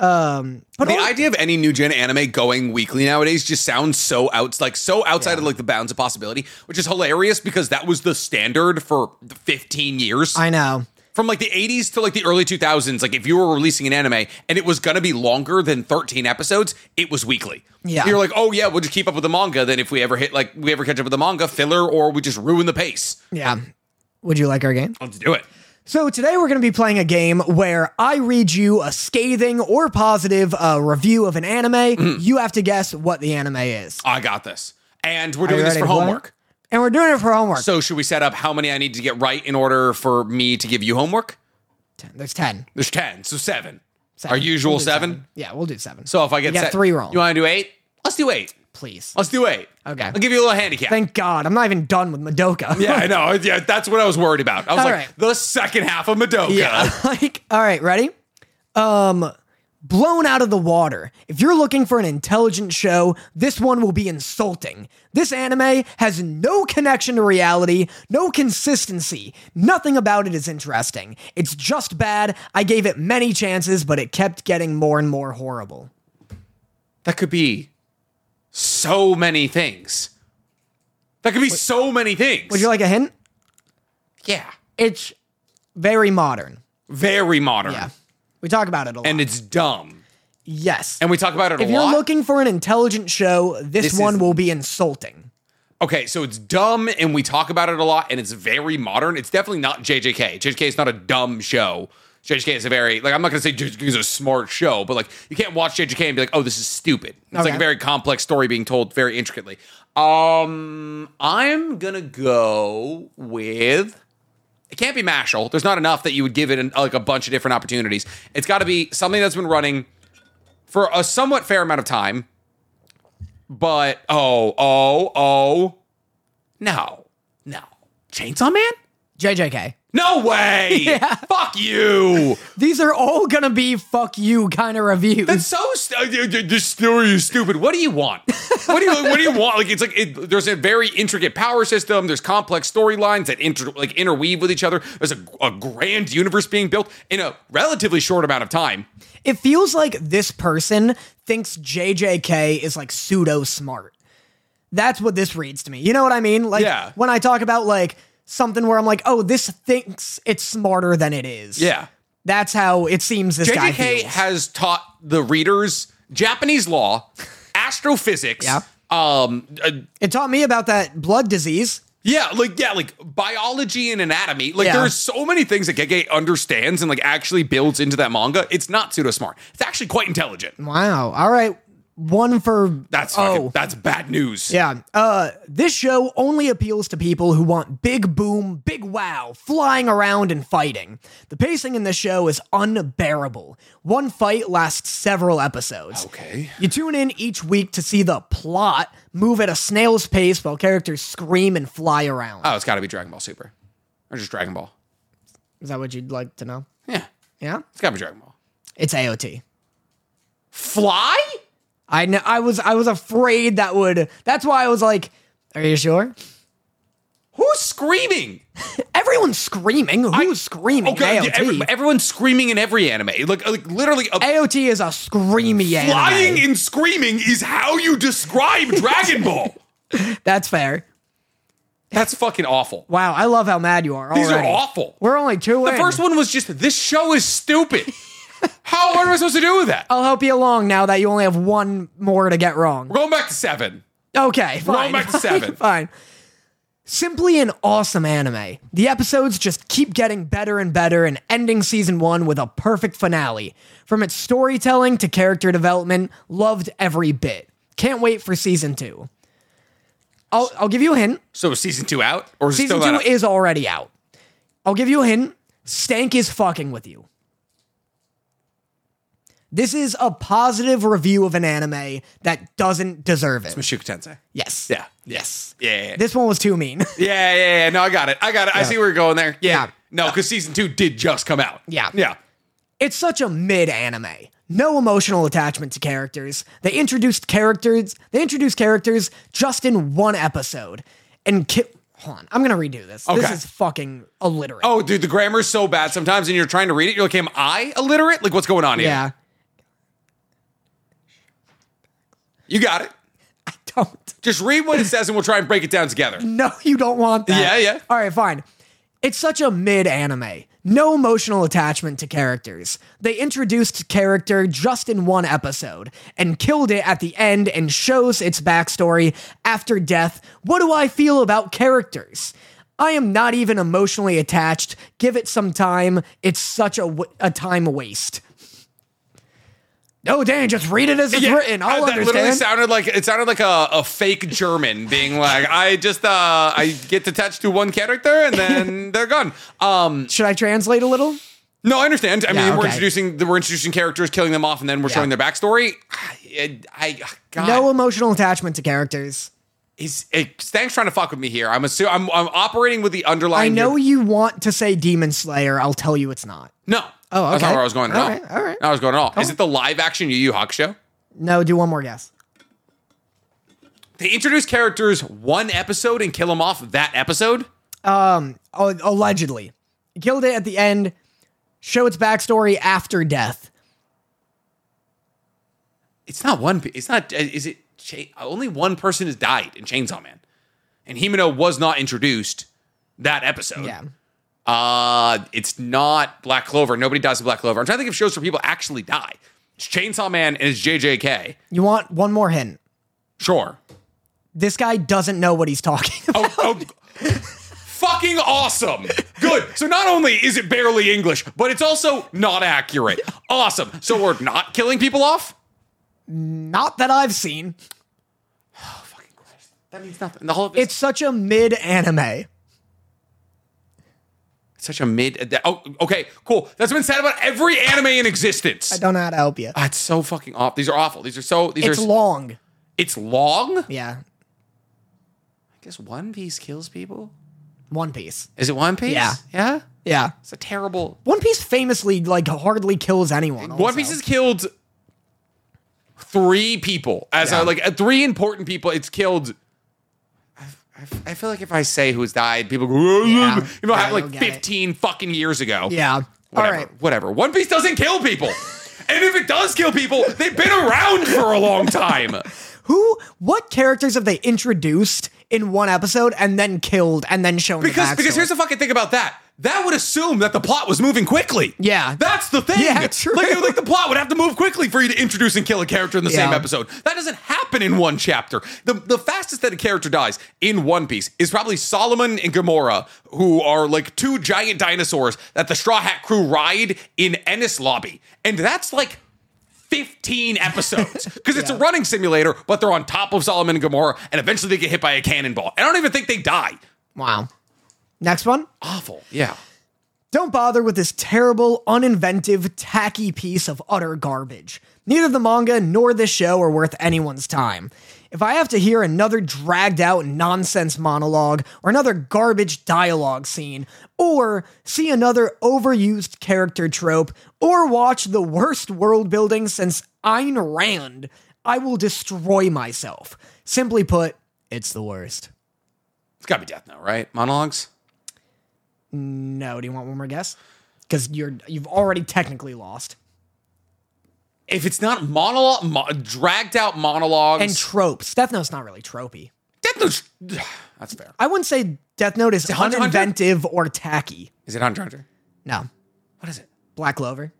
[SPEAKER 2] um, but
[SPEAKER 1] Mm-hmm. The
[SPEAKER 2] all-
[SPEAKER 1] idea of any new gen anime going weekly nowadays just sounds so out like so outside of like the bounds of possibility, which is hilarious because that was the standard for 15 years.
[SPEAKER 2] I know.
[SPEAKER 1] From like the 80s to like the early 2000s, like if you were releasing an anime and it was going to be longer than 13 episodes, it was weekly.
[SPEAKER 2] Yeah.
[SPEAKER 1] You're like, "Oh yeah, we'll just keep up with the manga then if we ever hit like we ever catch up with the manga filler or we just ruin the pace."
[SPEAKER 2] Yeah. Um, Would you like our game?
[SPEAKER 1] Let's do it.
[SPEAKER 2] So today we're going to be playing a game where I read you a scathing or positive uh, review of an anime.
[SPEAKER 1] Mm-hmm.
[SPEAKER 2] You have to guess what the anime is.
[SPEAKER 1] I got this. And we're doing
[SPEAKER 2] You
[SPEAKER 1] this
[SPEAKER 2] ready
[SPEAKER 1] for
[SPEAKER 2] to play?
[SPEAKER 1] homework.
[SPEAKER 2] and we're doing it for homework.
[SPEAKER 1] So should we set up how many I need to get right in order for me to give you homework?
[SPEAKER 2] Ten- There's ten.
[SPEAKER 1] There's ten, so seven.
[SPEAKER 2] Seven.
[SPEAKER 1] Our usual
[SPEAKER 2] We'll do
[SPEAKER 1] seven.
[SPEAKER 2] Yeah, we'll do seven.
[SPEAKER 1] So if I
[SPEAKER 2] You
[SPEAKER 1] get
[SPEAKER 2] got
[SPEAKER 1] se-
[SPEAKER 2] three wrong.
[SPEAKER 1] you want to do eight? Let's do eight.
[SPEAKER 2] Please.
[SPEAKER 1] Let's do eight.
[SPEAKER 2] Okay.
[SPEAKER 1] I'll give you a little handicap.
[SPEAKER 2] Thank God, I'm not even done with Madoka.
[SPEAKER 1] yeah, I know. Yeah, that's what I was worried about. I was
[SPEAKER 2] All
[SPEAKER 1] like,
[SPEAKER 2] right.
[SPEAKER 1] the second half of Madoka.
[SPEAKER 2] like, all right, ready? Um, blown out of the water. If you're looking for an intelligent show, this one will be insulting. This anime has no connection to reality, no consistency. Nothing about it is interesting. It's just bad. I gave it many chances, but it kept getting more and more horrible.
[SPEAKER 1] That could be so many things. That could be so many things.
[SPEAKER 2] Would you like a hint?
[SPEAKER 1] yeah.
[SPEAKER 2] It's very modern.
[SPEAKER 1] Very modern.
[SPEAKER 2] Yeah. We talk about it a lot.
[SPEAKER 1] And it's dumb.
[SPEAKER 2] yes.
[SPEAKER 1] And we talk about it
[SPEAKER 2] if
[SPEAKER 1] a
[SPEAKER 2] you're
[SPEAKER 1] lot.
[SPEAKER 2] looking for an intelligent show, this,
[SPEAKER 1] This
[SPEAKER 2] one
[SPEAKER 1] is-
[SPEAKER 2] will be insulting.
[SPEAKER 1] okay, so it's dumb and we talk about it a lot and it's very modern. It's definitely not JJK. JJK is not a dumb show. JJK is a very like I'm not gonna say JJK is a smart show, but like you can't watch JJK and be like, oh, this is stupid. It's like
[SPEAKER 2] Okay.
[SPEAKER 1] a very complex story being told very intricately. Um, I'm gonna go with. It can't be Mashal. There's not enough that you would give it an, like a bunch of different opportunities. It's got to be something that's been running for a somewhat fair amount of time. But oh, oh, oh, no, no, Chainsaw Man?
[SPEAKER 2] JJK.
[SPEAKER 1] No way! Fuck you!
[SPEAKER 2] These are all gonna be fuck you kind of reviews.
[SPEAKER 1] That's so st- uh, this story is stupid. What do you want? What do you what do you want? Like it's like it, there's a very intricate power system. There's complex storylines that inter, like interweave with each other. There's a, a grand universe being built in a relatively short amount of time.
[SPEAKER 2] it feels like this person thinks JJK is like pseudo smart. That's what this reads to me. You know what I mean? Like
[SPEAKER 1] Yeah.
[SPEAKER 2] when I talk about like something where I'm like, oh, this thinks it's smarter than it is.
[SPEAKER 1] Yeah.
[SPEAKER 2] That's how it seems this guy
[SPEAKER 1] JJK
[SPEAKER 2] feels.
[SPEAKER 1] has taught the readers Japanese law, astrophysics.
[SPEAKER 2] Yeah.
[SPEAKER 1] Um. uh,
[SPEAKER 2] it taught me about that blood disease.
[SPEAKER 1] yeah. Like yeah. Like biology and anatomy. Like
[SPEAKER 2] Yeah.
[SPEAKER 1] there's so many things that Gege understands and like actually builds into that manga. It's not pseudo smart. It's actually quite intelligent.
[SPEAKER 2] Wow. All right. one for
[SPEAKER 1] That's
[SPEAKER 2] oh
[SPEAKER 1] fucking, that's bad news.
[SPEAKER 2] yeah. Uh, this show only appeals to people who want big boom, big wow, flying around and fighting. The pacing in this show is unbearable. One fight lasts several episodes.
[SPEAKER 1] Okay.
[SPEAKER 2] You tune in each week to see the plot move at a snail's pace while characters scream and fly around.
[SPEAKER 1] Oh, it's got to be Dragon Ball Super, or just Dragon Ball.
[SPEAKER 2] Is that what you'd like to know?
[SPEAKER 1] Yeah,
[SPEAKER 2] Yeah.
[SPEAKER 1] it's got to be Dragon Ball.
[SPEAKER 2] It's AOT.
[SPEAKER 1] Fly?
[SPEAKER 2] I know. I was. I was afraid that would. That's why I was like, "Are you sure?"
[SPEAKER 1] Who's screaming?
[SPEAKER 2] Everyone's screaming. Who's screaming?
[SPEAKER 1] Okay,
[SPEAKER 2] AOT.
[SPEAKER 1] yeah, every- everyone's screaming in every anime. Like, uh, like literally, a
[SPEAKER 2] AOT is a screamy anime.
[SPEAKER 1] flying and screaming is how you describe Dragon Ball.
[SPEAKER 2] That's fair.
[SPEAKER 1] That's fucking awful.
[SPEAKER 2] Wow, I love how mad you are.
[SPEAKER 1] These
[SPEAKER 2] already.
[SPEAKER 1] are awful.
[SPEAKER 2] We're only two.
[SPEAKER 1] The first one was just this show is stupid. How what am I supposed to do with that?
[SPEAKER 2] I'll help you along now that you only have one more to get wrong.
[SPEAKER 1] We're going back to seven.
[SPEAKER 2] Okay,
[SPEAKER 1] going
[SPEAKER 2] fine.
[SPEAKER 1] back to seven.
[SPEAKER 2] fine. Simply an awesome anime. The episodes just keep getting better and better and ending season one with a perfect finale. From its storytelling to character development, loved every bit. Can't wait for season two. I'll, I'll give you a hint.
[SPEAKER 1] So is season two out or is it
[SPEAKER 2] Season
[SPEAKER 1] still
[SPEAKER 2] two
[SPEAKER 1] not out?
[SPEAKER 2] is already out. I'll give you a hint. Stank is fucking with you. This is a positive review of an anime that doesn't deserve it.
[SPEAKER 1] Mashuka Tensei.
[SPEAKER 2] Yes.
[SPEAKER 1] Yeah.
[SPEAKER 2] Yes.
[SPEAKER 1] Yeah.
[SPEAKER 2] This one was too mean.
[SPEAKER 1] Yeah, yeah, yeah. No, I got it. I got it. I see where you're going there. Yeah.
[SPEAKER 2] Yeah.
[SPEAKER 1] No, because season two did just come out.
[SPEAKER 2] Yeah.
[SPEAKER 1] Yeah.
[SPEAKER 2] it's such a mid anime. No emotional attachment to characters. They introduced characters. They introduced characters just in one episode, and ki- hold on, I'm gonna redo this. This
[SPEAKER 1] Okay.
[SPEAKER 2] is fucking illiterate.
[SPEAKER 1] Oh, dude, the grammar's so bad sometimes, and you're trying to read it. You're like, am I illiterate? Like, what's going on here?
[SPEAKER 2] yeah.
[SPEAKER 1] You got it.
[SPEAKER 2] I don't.
[SPEAKER 1] Just read what it says, and we'll try and break it down together.
[SPEAKER 2] No, you don't want that.
[SPEAKER 1] Yeah, yeah.
[SPEAKER 2] All right, fine. It's such a mid anime. No emotional attachment to characters. They introduced character just in one episode and killed it at the end and shows its backstory after death. What do I feel about characters? I am not even emotionally attached. Give it some time. It's such a, w- a time waste. No, Dan, just read it as it's written. I'll
[SPEAKER 1] that literally
[SPEAKER 2] understand.
[SPEAKER 1] sounded like it sounded like a, a fake German being like, I just uh I get attached to one character and then they're gone. Um
[SPEAKER 2] Should I translate a little?
[SPEAKER 1] no, I understand. I mean, we're
[SPEAKER 2] okay.
[SPEAKER 1] introducing we're introducing characters, killing them off, and then we're showing their backstory. I, I ah, God,
[SPEAKER 2] No emotional attachment to characters.
[SPEAKER 1] is it, Stank's trying to fuck with me here. I'm assuming I'm, I'm operating with the
[SPEAKER 2] I
[SPEAKER 1] underlying.
[SPEAKER 2] know you want to say Demon Slayer. I'll tell you it's not.
[SPEAKER 1] No,
[SPEAKER 2] Oh,
[SPEAKER 1] that's not
[SPEAKER 2] okay.
[SPEAKER 1] where I was going at all.
[SPEAKER 2] All right, all right.
[SPEAKER 1] I was going at all. Is it the live action Yu Yu Hakusho?
[SPEAKER 2] No, do one more guess.
[SPEAKER 1] They introduce characters one episode and kill them off that episode.
[SPEAKER 2] Oh, allegedly, killed it at the end. Show its backstory after death.
[SPEAKER 1] It's not one. pe- It's not. uh, Is it? Cha- Only one person has died in Chainsaw Man, and Himeno was not introduced that episode.
[SPEAKER 2] Yeah.
[SPEAKER 1] Uh it's not Black Clover. Nobody dies in Black Clover. I'm trying to think of shows where people actually die. It's Chainsaw Man and it's JJK.
[SPEAKER 2] You want one more hint?
[SPEAKER 1] Sure.
[SPEAKER 2] This guy doesn't know what he's talking about.
[SPEAKER 1] Oh, oh, fucking awesome. Good. So not only is it barely English, but it's also not accurate. Awesome. So we're not killing people off.
[SPEAKER 2] Not that I've seen.
[SPEAKER 1] Fucking Christ. That means nothing. The whole of
[SPEAKER 2] It's such a mid anime.
[SPEAKER 1] Such a mid. Oh, okay, cool. That's been said about every anime in existence.
[SPEAKER 2] I don't know how to help you.
[SPEAKER 1] That's so fucking off. These are awful. These are so. These
[SPEAKER 2] It's
[SPEAKER 1] are.
[SPEAKER 2] long.
[SPEAKER 1] it's long. I
[SPEAKER 2] Yeah,
[SPEAKER 1] guess One Piece kills people.
[SPEAKER 2] One Piece.
[SPEAKER 1] Is it One Piece?
[SPEAKER 2] Yeah.
[SPEAKER 1] Yeah.
[SPEAKER 2] Yeah,
[SPEAKER 1] It's a terrible.
[SPEAKER 2] One Piece famously like hardly kills anyone.
[SPEAKER 1] One
[SPEAKER 2] also.
[SPEAKER 1] Piece has killed three people. As
[SPEAKER 2] Yeah.
[SPEAKER 1] a, like uh, three important people, it's killed. I, I, I feel like if I say who's died, people go.
[SPEAKER 2] Yeah.
[SPEAKER 1] You know,
[SPEAKER 2] Yeah,
[SPEAKER 1] have like
[SPEAKER 2] you'll get it.
[SPEAKER 1] fifteen fucking years ago.
[SPEAKER 2] Yeah.
[SPEAKER 1] Whatever.
[SPEAKER 2] All right.
[SPEAKER 1] Whatever. One Piece doesn't kill people. and if it does kill people, they've been around for a long time.
[SPEAKER 2] Who? What characters have they introduced in one episode and then killed and then shown?
[SPEAKER 1] Because
[SPEAKER 2] the
[SPEAKER 1] because
[SPEAKER 2] backstory?
[SPEAKER 1] here's the fucking thing about that. That would assume that the plot was moving quickly.
[SPEAKER 2] Yeah.
[SPEAKER 1] That's the thing.
[SPEAKER 2] Yeah, true.
[SPEAKER 1] Like, like the plot would have to move quickly for you to introduce and kill a character in the same
[SPEAKER 2] Yeah.
[SPEAKER 1] episode. That doesn't happen in one chapter. The the fastest that a character dies in One Piece is probably Solomon and Gamora, who are like two giant dinosaurs that the Straw Hat crew ride in Ennis Lobby. And that's like 15 episodes because it's a running simulator, but they're on top of Solomon and Gomorrah, and eventually they get hit by a cannonball. I don't even think they die.
[SPEAKER 2] Wow. Next one.
[SPEAKER 1] Awful. Yeah.
[SPEAKER 2] Don't bother with this terrible, uninventive, tacky piece of utter garbage. Neither the manga nor this show are worth anyone's time. If I have to hear another dragged out nonsense monologue, or another garbage dialogue scene, or see another overused character trope, or watch the worst world building since Ayn Rand, I will destroy myself. Simply put, it's the worst.
[SPEAKER 1] It's got to be Death Note, right? Monologues?
[SPEAKER 2] No, do you want one more guess? Because you're you've already technically lost.
[SPEAKER 1] If it's not monologue, mo- dragged out monologues.
[SPEAKER 2] and tropes. Death Note's not really tropey.
[SPEAKER 1] Death Note's. That's fair.
[SPEAKER 2] I wouldn't say Death Note is
[SPEAKER 1] Hunter x Hunter?
[SPEAKER 2] uninventive or tacky.
[SPEAKER 1] Is it Hunter x Hunter?
[SPEAKER 2] No,
[SPEAKER 1] What is it?
[SPEAKER 2] Black Clover.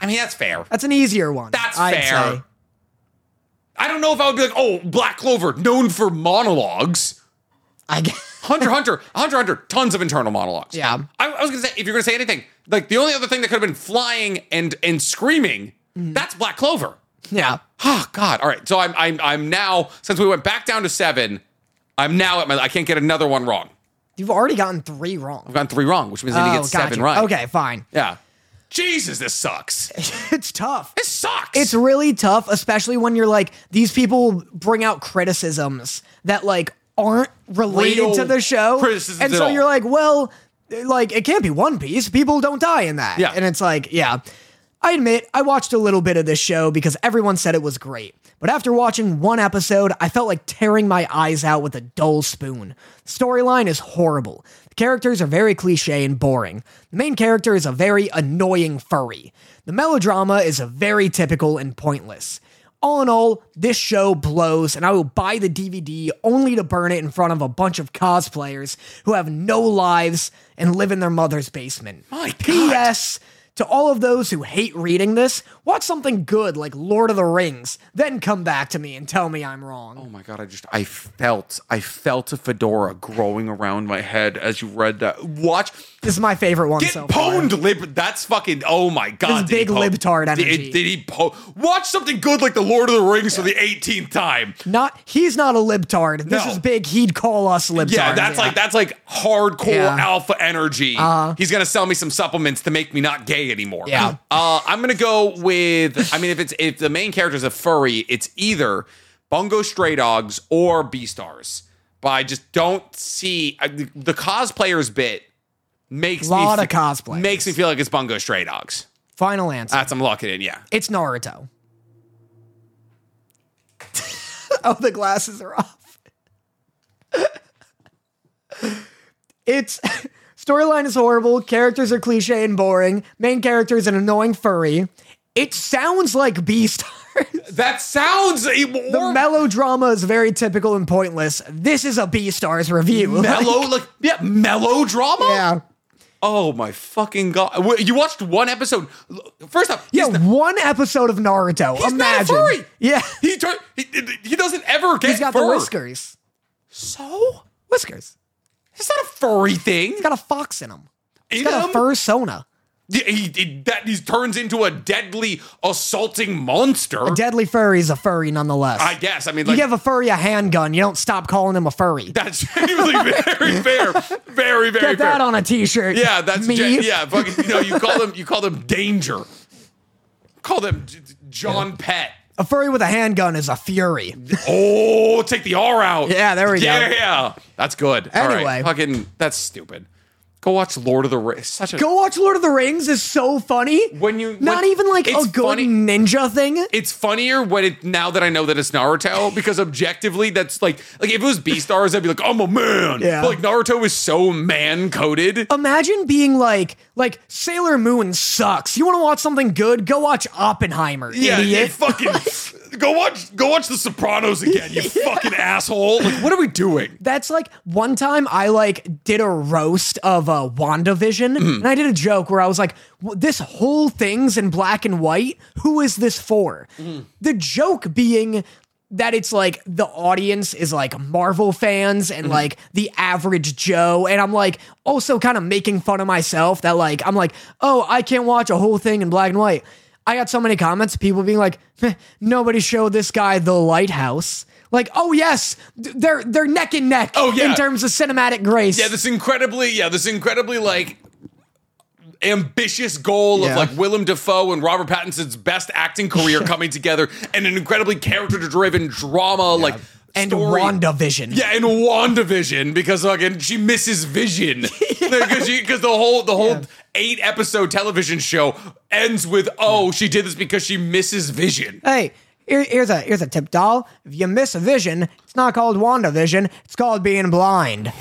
[SPEAKER 1] I mean, that's fair.
[SPEAKER 2] That's an easier one.
[SPEAKER 1] That's
[SPEAKER 2] I'd
[SPEAKER 1] fair.
[SPEAKER 2] say.
[SPEAKER 1] I don't know if I would be like, oh, Black Clover, known for monologues.
[SPEAKER 2] I guess.
[SPEAKER 1] Hunter x Hunter, Hunter x Hunter, tons of internal monologues.
[SPEAKER 2] Yeah.
[SPEAKER 1] I, I was gonna say, if you're gonna say anything, like the only other thing that could have been flying and and screaming, that's Black Clover.
[SPEAKER 2] Yeah.
[SPEAKER 1] Oh God! All right, so I'm I'm I'm now since we went back down to seven, I'm now at my I can't get another one wrong.
[SPEAKER 2] You've already gotten three wrong. Oh,
[SPEAKER 1] I've gotten three wrong, which means I need to get seven
[SPEAKER 2] gotcha.
[SPEAKER 1] right.
[SPEAKER 2] Okay, fine.
[SPEAKER 1] Yeah. Jesus, this sucks.
[SPEAKER 2] It's tough.
[SPEAKER 1] This sucks.
[SPEAKER 2] It's really tough, especially when you're like, these people bring out criticisms that like aren't related
[SPEAKER 1] Real
[SPEAKER 2] to the show.
[SPEAKER 1] criticisms
[SPEAKER 2] And
[SPEAKER 1] at
[SPEAKER 2] so
[SPEAKER 1] all.
[SPEAKER 2] you're like, well, like it can't be One Piece. People don't die in that.
[SPEAKER 1] Yeah.
[SPEAKER 2] And it's like, yeah. I admit, I watched a little bit of this show because everyone said it was great. But after watching one episode, I felt like tearing my eyes out with a dull spoon. The storyline is horrible. The characters are very cliche and boring. The main character is a very annoying furry. The melodrama is a very typical and pointless. All in all, this show blows, and I will buy the DVD only to burn it in front of a bunch of cosplayers who have no lives and live in their mother's basement.
[SPEAKER 1] My God.
[SPEAKER 2] P.S. To all of those who hate reading this, watch something good like Lord of the Rings, then come back to me and tell me I'm wrong.
[SPEAKER 1] Oh my god, I just I felt I felt a fedora growing around my head as you read that. Watch
[SPEAKER 2] This is my favorite one
[SPEAKER 1] Get
[SPEAKER 2] so far.
[SPEAKER 1] pwned, lib. That's fucking. Oh my god!
[SPEAKER 2] This
[SPEAKER 1] did he
[SPEAKER 2] big
[SPEAKER 1] pwn-
[SPEAKER 2] libtard
[SPEAKER 1] Did-
[SPEAKER 2] energy.
[SPEAKER 1] Did, he po- watch something good like the Lord of the Rings for the eighteenth time?
[SPEAKER 2] Not he's not a libtard. This
[SPEAKER 1] No.
[SPEAKER 2] is big. He'd call us libtard.
[SPEAKER 1] Yeah, that's like that's like hardcore
[SPEAKER 2] Yeah.
[SPEAKER 1] alpha energy. Uh, He's gonna sell me some supplements to make me not gay anymore.
[SPEAKER 2] Yeah.
[SPEAKER 1] Uh, I'm gonna go with. I mean, if it's if the main character is a furry, it's either Bungo Stray Dogs or Beastars. But I just don't see I, the, the cosplayers bit makes
[SPEAKER 2] Lot
[SPEAKER 1] me
[SPEAKER 2] of cosplayers.
[SPEAKER 1] makes me feel like it's Bungo Stray Dogs.
[SPEAKER 2] Final answer.
[SPEAKER 1] That's I'm locking in. Yeah.
[SPEAKER 2] It's Naruto. oh, the glasses are off. it's storyline is horrible. Characters are cliche and boring. Main character is an annoying furry. It sounds like Beastars.
[SPEAKER 1] That sounds a
[SPEAKER 2] the
[SPEAKER 1] more
[SPEAKER 2] melodrama is very typical and pointless. This is a Beastars review.
[SPEAKER 1] mellow, like yeah, melodrama.
[SPEAKER 2] yeah.
[SPEAKER 1] Oh my fucking god! Wait, You watched one episode. First off,
[SPEAKER 2] Yeah,
[SPEAKER 1] he's not-
[SPEAKER 2] one episode of Naruto.
[SPEAKER 1] he's not a
[SPEAKER 2] Imagine.
[SPEAKER 1] furry.
[SPEAKER 2] Yeah.
[SPEAKER 1] he, tur- he he doesn't ever get.
[SPEAKER 2] He's got
[SPEAKER 1] fur.
[SPEAKER 2] the whiskers.
[SPEAKER 1] So
[SPEAKER 2] Whiskers.
[SPEAKER 1] it's not a furry thing.
[SPEAKER 2] He's got a fox in him.
[SPEAKER 1] In
[SPEAKER 2] He's got
[SPEAKER 1] him?
[SPEAKER 2] a fursona.
[SPEAKER 1] Yeah, he, he- that he turns into a deadly assaulting monster.
[SPEAKER 2] Deadly furry is a furry nonetheless.
[SPEAKER 1] I guess. I mean,
[SPEAKER 2] you
[SPEAKER 1] like
[SPEAKER 2] give a furry a handgun, you don't stop calling him a furry.
[SPEAKER 1] that's genuinely very fair, very very fair.
[SPEAKER 2] Get that on a t-shirt.
[SPEAKER 1] Yeah, that's
[SPEAKER 2] me.
[SPEAKER 1] gen- yeah. Fucking, you know, you call them you call them danger. Call them J- J- John Pett.
[SPEAKER 2] A furry with a handgun is a fury.
[SPEAKER 1] Oh, take the R out.
[SPEAKER 2] Yeah, there we go.
[SPEAKER 1] yeah, Yeah, that's good. All right.
[SPEAKER 2] Anyway.
[SPEAKER 1] fucking, that's stupid. Go watch Lord of the Rings. Such a
[SPEAKER 2] Go watch Lord of the Rings is so funny.
[SPEAKER 1] When you-
[SPEAKER 2] not
[SPEAKER 1] when-
[SPEAKER 2] even like a
[SPEAKER 1] it's
[SPEAKER 2] good
[SPEAKER 1] funny-
[SPEAKER 2] ninja thing.
[SPEAKER 1] It's funnier when it now that I know that it's Naruto because objectively that's like like if it was Beastars I'd be like I'm a man.
[SPEAKER 2] Yeah.
[SPEAKER 1] But like Naruto is so man coded.
[SPEAKER 2] Imagine being like like Sailor Moon sucks. You want to watch something good? Go watch Oppenheimer.
[SPEAKER 1] yeah, you
[SPEAKER 2] idiot.
[SPEAKER 1] fucking go watch go watch The Sopranos again. You fucking asshole. Like what are we doing?
[SPEAKER 2] That's like one time I like did a roast of uh, WandaVision and I did a joke where I was like, "W- this whole thing's in black and white. Who is this for? The joke being that it's like the audience is like Marvel fans and like the average Joe. And I'm like also kind of making fun of myself that like, I'm like, oh, I can't watch a whole thing in black and white. I got so many comments, people being like, "Heh, nobody showed this guy the lighthouse. Like, oh yes, th- they're they're neck and neck
[SPEAKER 1] Oh, yeah.
[SPEAKER 2] in terms of cinematic grace.
[SPEAKER 1] Yeah, this incredibly, yeah, this incredibly like ambitious goal of
[SPEAKER 2] Yeah.
[SPEAKER 1] like Willem Dafoe and Robert Pattinson's best acting career coming together and an incredibly character-driven drama like
[SPEAKER 2] and
[SPEAKER 1] story.
[SPEAKER 2] WandaVision.
[SPEAKER 1] Yeah, in WandaVision because fucking she misses Vision because the whole the whole
[SPEAKER 2] Yeah.
[SPEAKER 1] eight episode television show ends with oh she did this because she misses Vision.
[SPEAKER 2] Hey, here, here's a here's a tip, doll. If you miss a vision, it's not called WandaVision. It's called being blind.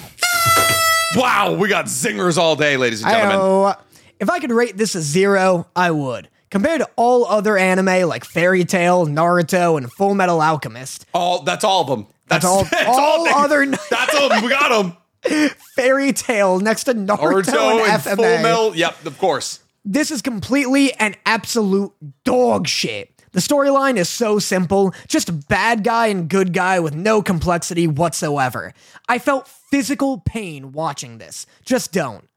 [SPEAKER 1] Wow, we got zingers all day, ladies and gentlemen.
[SPEAKER 2] Oh, if I could rate this a zero, I would. Compared to all other anime like Fairy Tail, Naruto, and Full Metal Alchemist,
[SPEAKER 1] All that's all of them. That's,
[SPEAKER 2] all- all
[SPEAKER 1] they-
[SPEAKER 2] other-
[SPEAKER 1] That's all. We got them.
[SPEAKER 2] Fairy Tail next to Naruto,
[SPEAKER 1] Naruto
[SPEAKER 2] and,
[SPEAKER 1] and
[SPEAKER 2] FMA.
[SPEAKER 1] Full Metal. Yep, of course.
[SPEAKER 2] This is completely and absolute dog shit. The storyline is so simple, just bad guy and good guy with no complexity whatsoever. I felt physical pain watching this. Just don't.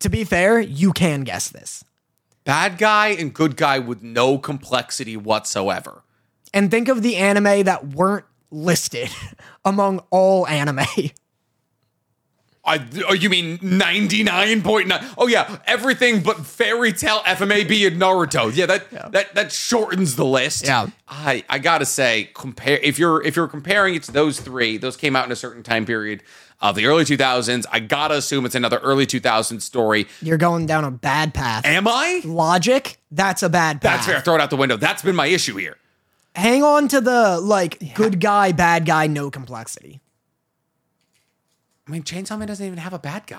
[SPEAKER 2] To be fair, you can guess this.
[SPEAKER 1] Bad guy and good guy with no complexity whatsoever.
[SPEAKER 2] And think of the anime that weren't listed among all anime.
[SPEAKER 1] I, oh, you mean 99.9? Oh, yeah, everything but fairy tale, FMAB, and Naruto. Yeah, that that that shortens the list.
[SPEAKER 2] Yeah.
[SPEAKER 1] I, I gotta say, compare if you're if you're comparing it to those three, those came out in a certain time period of the early 2000s. I gotta assume it's another early 2000s story.
[SPEAKER 2] You're going down a bad path.
[SPEAKER 1] Am I?
[SPEAKER 2] Logic, that's a bad path.
[SPEAKER 1] That's fair. Throw it out the window. That's been my issue here.
[SPEAKER 2] Hang on to the like good guy, bad guy, no complexity.
[SPEAKER 1] I mean, Chainsaw Man doesn't even have a bad guy.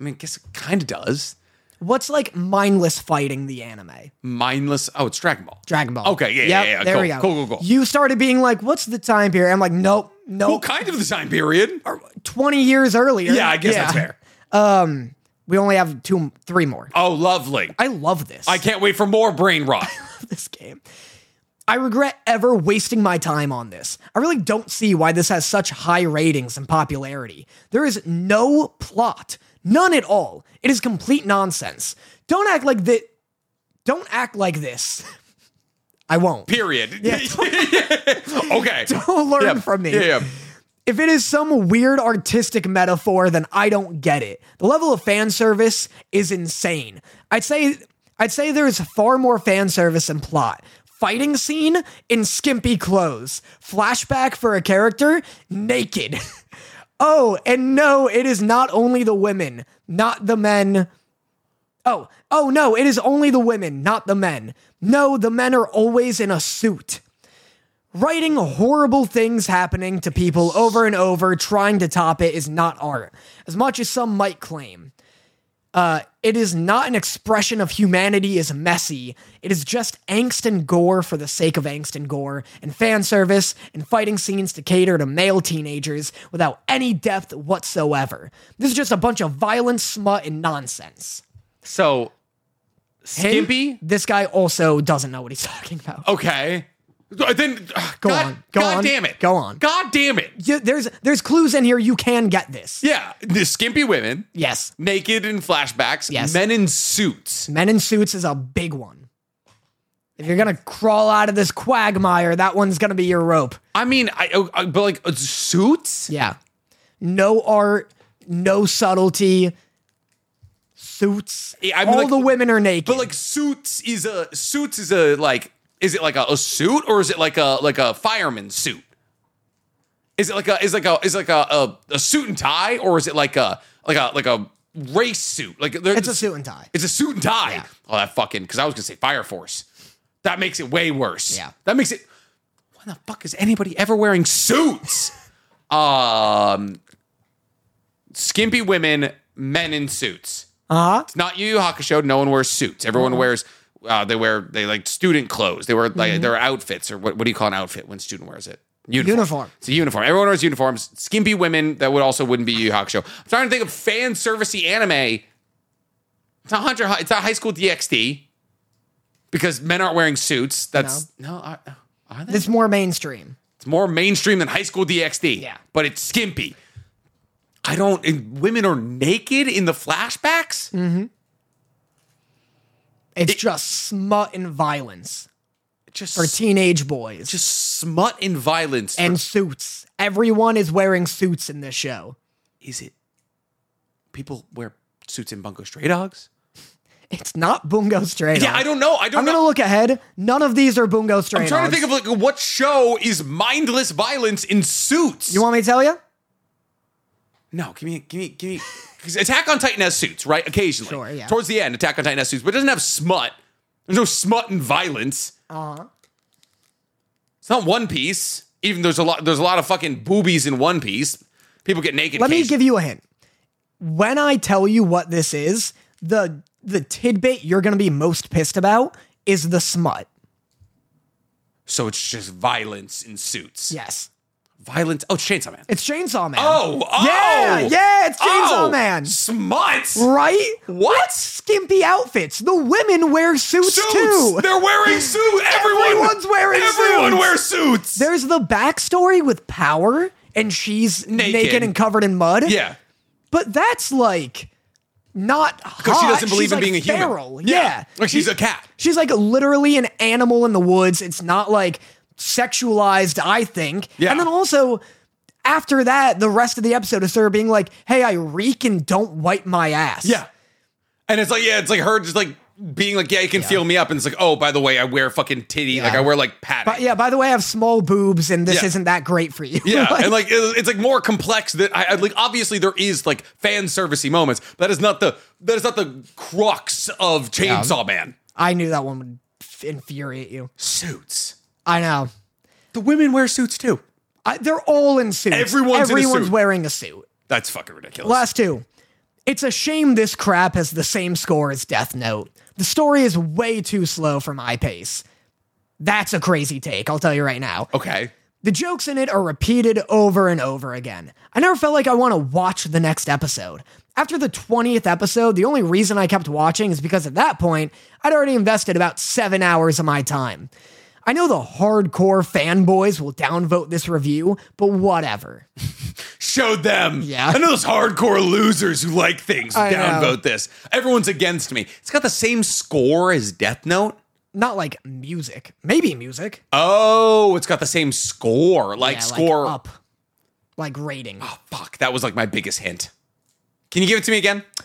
[SPEAKER 1] I mean, I guess it kind of does.
[SPEAKER 2] What's like mindless fighting the anime?
[SPEAKER 1] Mindless. Oh, it's Dragon Ball.
[SPEAKER 2] Dragon Ball.
[SPEAKER 1] Okay, yeah, yeah, yeah,
[SPEAKER 2] There
[SPEAKER 1] cool,
[SPEAKER 2] we go.
[SPEAKER 1] cool, cool, cool.
[SPEAKER 2] You started being like, "What's the time period?" I'm like, "Nope,
[SPEAKER 1] Well,
[SPEAKER 2] nope."
[SPEAKER 1] Oh, kind of the time period.
[SPEAKER 2] Twenty years earlier.
[SPEAKER 1] Yeah, I guess that's fair.
[SPEAKER 2] Um, we only have two, three more.
[SPEAKER 1] Oh, lovely.
[SPEAKER 2] I love this.
[SPEAKER 1] I can't wait for more brain rot.
[SPEAKER 2] this game. I regret ever wasting my time on this. I really don't see why this has such high ratings and popularity. There is no plot, none at all. It is complete nonsense. Don't act like that. Don't act like this. I won't.
[SPEAKER 1] Period. okay.
[SPEAKER 2] Don't learn
[SPEAKER 1] Yeah,
[SPEAKER 2] from me.
[SPEAKER 1] Yeah. yeah.
[SPEAKER 2] If it is some weird artistic metaphor, then I don't get it. The level of fan service is insane. I'd say I'd say there's far more fan service than plot. Fighting scene in skimpy clothes. Flashback for a character naked. oh, and no, it is not only the women, not the men. Oh, oh no, it is only the women, not the men. No, the men are always in a suit writing horrible things happening to people over and over trying to top it is not art as much as some might claim uh, it is not an expression of humanity is messy it is just angst and gore for the sake of angst and gore and fan service and fighting scenes to cater to male teenagers without any depth whatsoever this is just a bunch of violent smut and nonsense
[SPEAKER 1] So,
[SPEAKER 2] Him-
[SPEAKER 1] skimpy.
[SPEAKER 2] this guy also doesn't know what he's talking about
[SPEAKER 1] Okay. Uh, Then
[SPEAKER 2] Go
[SPEAKER 1] God,
[SPEAKER 2] on, go
[SPEAKER 1] God
[SPEAKER 2] on,
[SPEAKER 1] damn it.
[SPEAKER 2] go on.
[SPEAKER 1] God damn it.
[SPEAKER 2] You- there's there's clues in here you can get this
[SPEAKER 1] Yeah. The skimpy women,
[SPEAKER 2] yes
[SPEAKER 1] naked in flashbacks,
[SPEAKER 2] Yes.
[SPEAKER 1] men in suits.
[SPEAKER 2] Men in suits is a big one. If you're gonna crawl out of this quagmire, that one's gonna be your rope.
[SPEAKER 1] I mean, I, I but like uh, suits.
[SPEAKER 2] Yeah. No art, no subtlety. Suits.
[SPEAKER 1] Yeah, I mean,
[SPEAKER 2] All
[SPEAKER 1] like-
[SPEAKER 2] the women are naked.
[SPEAKER 1] But like suits is a suits is a like is it like a, a suit or is it like a like a fireman suit? Is it like a is like a is like a, a a suit and tie or is it like a like a like a race suit? Like there-
[SPEAKER 2] it's a suit and tie.
[SPEAKER 1] It's a suit and tie.
[SPEAKER 2] Yeah.
[SPEAKER 1] Oh that fucking because I was gonna say fire force. That makes it way worse.
[SPEAKER 2] Yeah.
[SPEAKER 1] That makes it. Why the fuck is anybody ever wearing suits? um, skimpy women, men in suits.
[SPEAKER 2] Uh huh.
[SPEAKER 1] It's not Yu Yu Hakusho. No one wears suits. Everyone
[SPEAKER 2] Uh-uh.
[SPEAKER 1] wears. Uh, they wear they like student clothes. They wear
[SPEAKER 2] Mm-hmm.
[SPEAKER 1] like their outfits or what, what do you call an outfit when a student wears it?
[SPEAKER 2] Uniform.
[SPEAKER 1] It's a uniform. Everyone wears uniforms. Skimpy women that would also wouldn't be Yu Yu Hakusho. I'm trying to think of fan servicey anime. It's not Hunter. Hi- It's not High School DxD because men aren't wearing suits. That's no. are, are they?
[SPEAKER 2] It's more mainstream.
[SPEAKER 1] It's more mainstream than High School DxD.
[SPEAKER 2] Yeah.
[SPEAKER 1] but it's skimpy. I don't.
[SPEAKER 2] Mm.
[SPEAKER 1] And women are naked in the flashbacks.
[SPEAKER 2] It's just smut and violence
[SPEAKER 1] Just
[SPEAKER 2] for teenage boys
[SPEAKER 1] just smut and violence. for-
[SPEAKER 2] and suits. Everyone is wearing suits in this show.
[SPEAKER 1] is it people wear suits in Bunko Stray Dogs?
[SPEAKER 2] It's not Bungo Stray Dogs.
[SPEAKER 1] Yeah, I don't know. I don't
[SPEAKER 2] I'm
[SPEAKER 1] know.
[SPEAKER 2] gonna look ahead. None of these are Bungo Stray
[SPEAKER 1] I'm trying to
[SPEAKER 2] Dogs.
[SPEAKER 1] think of like what show is mindless violence in suits.
[SPEAKER 2] You want me to tell you?
[SPEAKER 1] no, give me, give me, give me. 'cause Attack on Titan has suits, right? Occasionally,
[SPEAKER 2] Sure, yeah.
[SPEAKER 1] Towards the end, Attack on Titan has suits, but it doesn't have smut. There's no smut and violence.
[SPEAKER 2] Uh
[SPEAKER 1] Uh-huh.
[SPEAKER 2] huh.
[SPEAKER 1] It's not One Piece. Even there's a lot, there's a lot of fucking boobies in One Piece. People get naked.
[SPEAKER 2] Let me
[SPEAKER 1] occasionally.
[SPEAKER 2] give you a hint. When I tell you what this is, the the tidbit you're gonna be most pissed about is the smut.
[SPEAKER 1] So it's just violence in suits.
[SPEAKER 2] Yes.
[SPEAKER 1] Violence. Oh, it's Chainsaw Man.
[SPEAKER 2] It's Chainsaw Man.
[SPEAKER 1] Oh, oh,
[SPEAKER 2] Yeah, yeah, it's Chainsaw
[SPEAKER 1] oh,
[SPEAKER 2] Man.
[SPEAKER 1] Smut.
[SPEAKER 2] Right?
[SPEAKER 1] What?
[SPEAKER 2] Skimpy outfits. The women wear suits,
[SPEAKER 1] Suits.
[SPEAKER 2] too.
[SPEAKER 1] They're wearing suits. Everyone,
[SPEAKER 2] Everyone's wearing
[SPEAKER 1] Everyone
[SPEAKER 2] suits.
[SPEAKER 1] wears suits.
[SPEAKER 2] There's the backstory with power, and she's naked,
[SPEAKER 1] Naked.
[SPEAKER 2] and covered in mud.
[SPEAKER 1] yeah.
[SPEAKER 2] But that's like not
[SPEAKER 1] Because
[SPEAKER 2] Because
[SPEAKER 1] she doesn't believe
[SPEAKER 2] she's
[SPEAKER 1] in
[SPEAKER 2] like
[SPEAKER 1] being a human.
[SPEAKER 2] feral. Yeah.
[SPEAKER 1] Like she's a cat.
[SPEAKER 2] She's like literally an animal in the woods. It's not like sexualized, I think.
[SPEAKER 1] Yeah.
[SPEAKER 2] And then also, after that, the rest of the episode is her being like, hey, I reek and don't wipe my ass.
[SPEAKER 1] And it's like, yeah, it's like her just like being like, yeah, you can feel me up. And it's like, oh, by the way, I wear fucking titty. Like I wear like padding.
[SPEAKER 2] But Uh, yeah, by the way, I have small boobs and this
[SPEAKER 1] Yeah.
[SPEAKER 2] isn't that great for you.
[SPEAKER 1] Yeah, and like it- it's like more complex that I, I like. Obviously, there is like fan servicey moments. but That is not the that is not the crux of Chainsaw Man
[SPEAKER 2] I knew that one would f- infuriate you.
[SPEAKER 1] suits.
[SPEAKER 2] I know.
[SPEAKER 1] The women wear suits too.
[SPEAKER 2] I, they're all in suits.
[SPEAKER 1] Everyone's in a
[SPEAKER 2] Everyone's
[SPEAKER 1] suit.
[SPEAKER 2] wearing a suit.
[SPEAKER 1] That's fucking ridiculous.
[SPEAKER 2] Last two. It's a shame this crap has the same score as Death Note. The story is way too slow for my pace. That's a crazy take, I'll tell you right now.
[SPEAKER 1] okay,
[SPEAKER 2] The jokes in it are repeated over and over again. I never felt like I want to watch the next episode. After the 20th episode, the only reason I kept watching is because at that point, I'd already invested about seven hours of my time. I know the hardcore fanboys will downvote this review, but whatever.
[SPEAKER 1] showed them.
[SPEAKER 2] Yeah.
[SPEAKER 1] I know those hardcore losers who like things
[SPEAKER 2] I know.
[SPEAKER 1] downvote this. Everyone's against me. It's got the same score as Death Note.
[SPEAKER 2] Not like music. Maybe music.
[SPEAKER 1] Oh, it's got the same score. Like
[SPEAKER 2] Yeah,
[SPEAKER 1] score.
[SPEAKER 2] like up, like rating.
[SPEAKER 1] Oh, fuck, that was like my biggest hint. Can you give it to me again?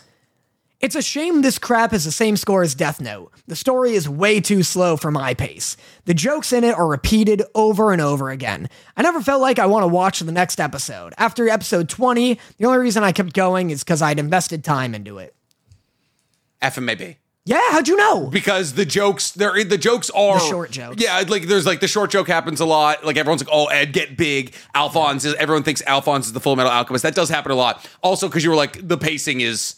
[SPEAKER 2] It's a shame this crap is the same score as Death Note. The story is way too slow for my pace. The jokes in it are repeated over and over again. I never felt like I want to watch the next episode. After episode 20, the only reason I kept going is because I'd invested time into it.
[SPEAKER 1] FMAB.
[SPEAKER 2] Yeah, how'd you know?
[SPEAKER 1] because the jokes there the jokes are
[SPEAKER 2] The short jokes.
[SPEAKER 1] Yeah, like there's like the short joke happens a lot. Like everyone's like, oh, Ed, get big. Alphonse is everyone thinks Alphonse is the Full Metal Alchemist. That does happen a lot. Also, because you were like the pacing is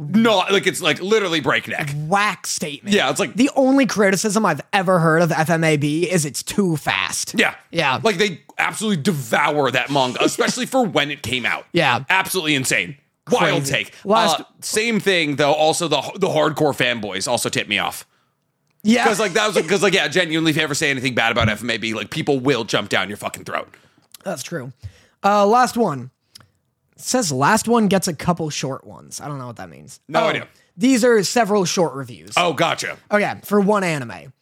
[SPEAKER 1] not like it's like literally breakneck.
[SPEAKER 2] Whack statement.
[SPEAKER 1] Yeah, it's like-
[SPEAKER 2] the only criticism I've ever heard of FMAB is it's too fast.
[SPEAKER 1] Yeah,
[SPEAKER 2] Yeah.
[SPEAKER 1] Like they absolutely devour that manga, especially for when it came out.
[SPEAKER 2] Yeah.
[SPEAKER 1] absolutely insane. Wild
[SPEAKER 2] Crazy.
[SPEAKER 1] take.
[SPEAKER 2] Last-
[SPEAKER 1] Uh, same thing though. Also, the the hardcore fanboys also tipped me off.
[SPEAKER 2] yeah.
[SPEAKER 1] Because like that was because like yeah, genuinely, if you ever say anything bad about FMAB, like people will jump down your fucking throat.
[SPEAKER 2] That's true. Uh, last one. It says last one gets a couple short ones. I don't know what that means. Oh,
[SPEAKER 1] No idea.
[SPEAKER 2] These are several short reviews.
[SPEAKER 1] Oh, gotcha.
[SPEAKER 2] Okay, for one anime.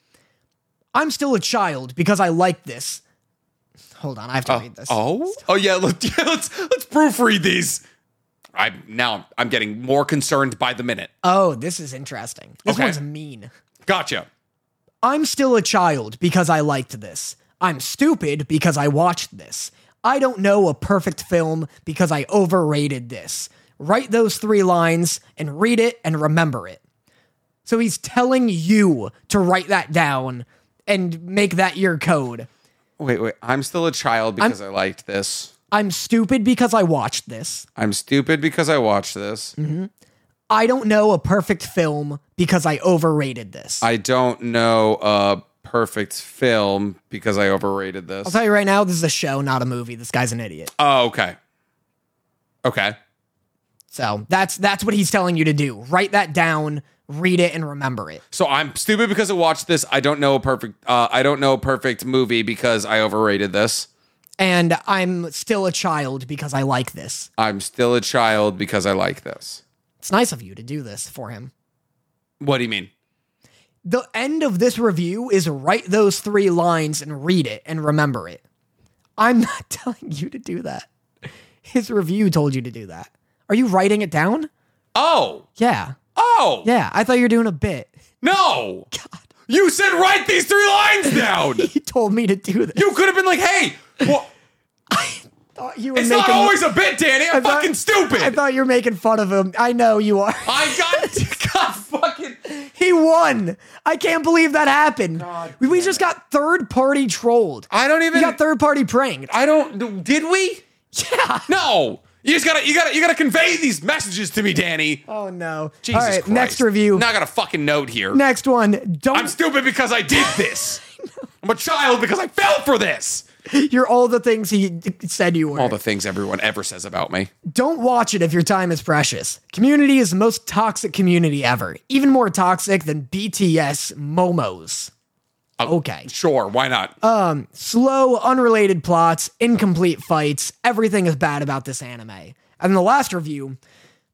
[SPEAKER 2] I'm still a child because I like this. Hold on, I have to read this.
[SPEAKER 1] Oh, oh yeah. Let, yeah let's let's proofread these. I'm now I'm getting more concerned by the minute.
[SPEAKER 2] Oh, this is interesting. This
[SPEAKER 1] Okay.
[SPEAKER 2] one's mean.
[SPEAKER 1] Gotcha.
[SPEAKER 2] I'm still a child because I liked this. I'm stupid because I watched this. I don't know a perfect film because I overrated this. Write those three lines and read it and remember it. So he's telling you to write that down and make that your code.
[SPEAKER 1] Wait, wait. I'm still a child because i liked this.
[SPEAKER 2] I'm stupid because I watched this.
[SPEAKER 1] I'm stupid because I watched this.
[SPEAKER 2] I don't know a perfect film because I overrated this.
[SPEAKER 1] I don't know a perfect film because I overrated
[SPEAKER 2] I'll
[SPEAKER 1] this.
[SPEAKER 2] tell you right now, this is a show, not a movie. This guy's an idiot.
[SPEAKER 1] Oh, okay. Okay.
[SPEAKER 2] So that's that's what he's telling you to do. Write that down, read it, and remember it.
[SPEAKER 1] So I'm stupid because I watched this. I don't know a perfect. Uh, I don't know a perfect movie because I overrated this.
[SPEAKER 2] And I'm still a child because I like this.
[SPEAKER 1] I'm still a child because I like this.
[SPEAKER 2] It's nice of you to do this for him.
[SPEAKER 1] What do you mean?
[SPEAKER 2] the end of this review is write those three lines and read it and remember it. I'm not telling you to do that. His review told you to do that. Are you writing it down?
[SPEAKER 1] Oh,
[SPEAKER 2] Yeah.
[SPEAKER 1] oh,
[SPEAKER 2] Yeah. I thought you were doing a bit.
[SPEAKER 1] no!
[SPEAKER 2] God.
[SPEAKER 1] You said write these three lines down.
[SPEAKER 2] He told me to do this.
[SPEAKER 1] you could have been like, hey, well,
[SPEAKER 2] Thought you were
[SPEAKER 1] it's not
[SPEAKER 2] making-
[SPEAKER 1] always a bit, Danny. I'm
[SPEAKER 2] I thought-
[SPEAKER 1] fucking stupid.
[SPEAKER 2] I thought you were making fun of him. I know you are.
[SPEAKER 1] I got, got fucking.
[SPEAKER 2] He won. I can't believe that happened.
[SPEAKER 1] God
[SPEAKER 2] we we
[SPEAKER 1] damn
[SPEAKER 2] just got third party trolled.
[SPEAKER 1] I don't
[SPEAKER 2] We
[SPEAKER 1] even.
[SPEAKER 2] got third party pranked.
[SPEAKER 1] I don't. Did we?
[SPEAKER 2] yeah.
[SPEAKER 1] No. You just gotta, you gotta, you gotta convey these messages to me, Danny.
[SPEAKER 2] Oh no.
[SPEAKER 1] Jesus
[SPEAKER 2] All right,
[SPEAKER 1] Christ.
[SPEAKER 2] next review.
[SPEAKER 1] Now I got a fucking note here.
[SPEAKER 2] Next one.
[SPEAKER 1] I'm
[SPEAKER 2] Don't
[SPEAKER 1] stupid because I did this. I'm a child because I fell for this.
[SPEAKER 2] you're all the things he d- said you were.
[SPEAKER 1] All the things everyone ever says about me.
[SPEAKER 2] Don't watch it if your time is precious. Community is the most toxic community ever. Even more toxic than BTS Momos.
[SPEAKER 1] Oh.
[SPEAKER 2] Okay.
[SPEAKER 1] Sure, why not?
[SPEAKER 2] Uh, slow, unrelated plots, incomplete fights. Everything is bad about this anime. And then the last review,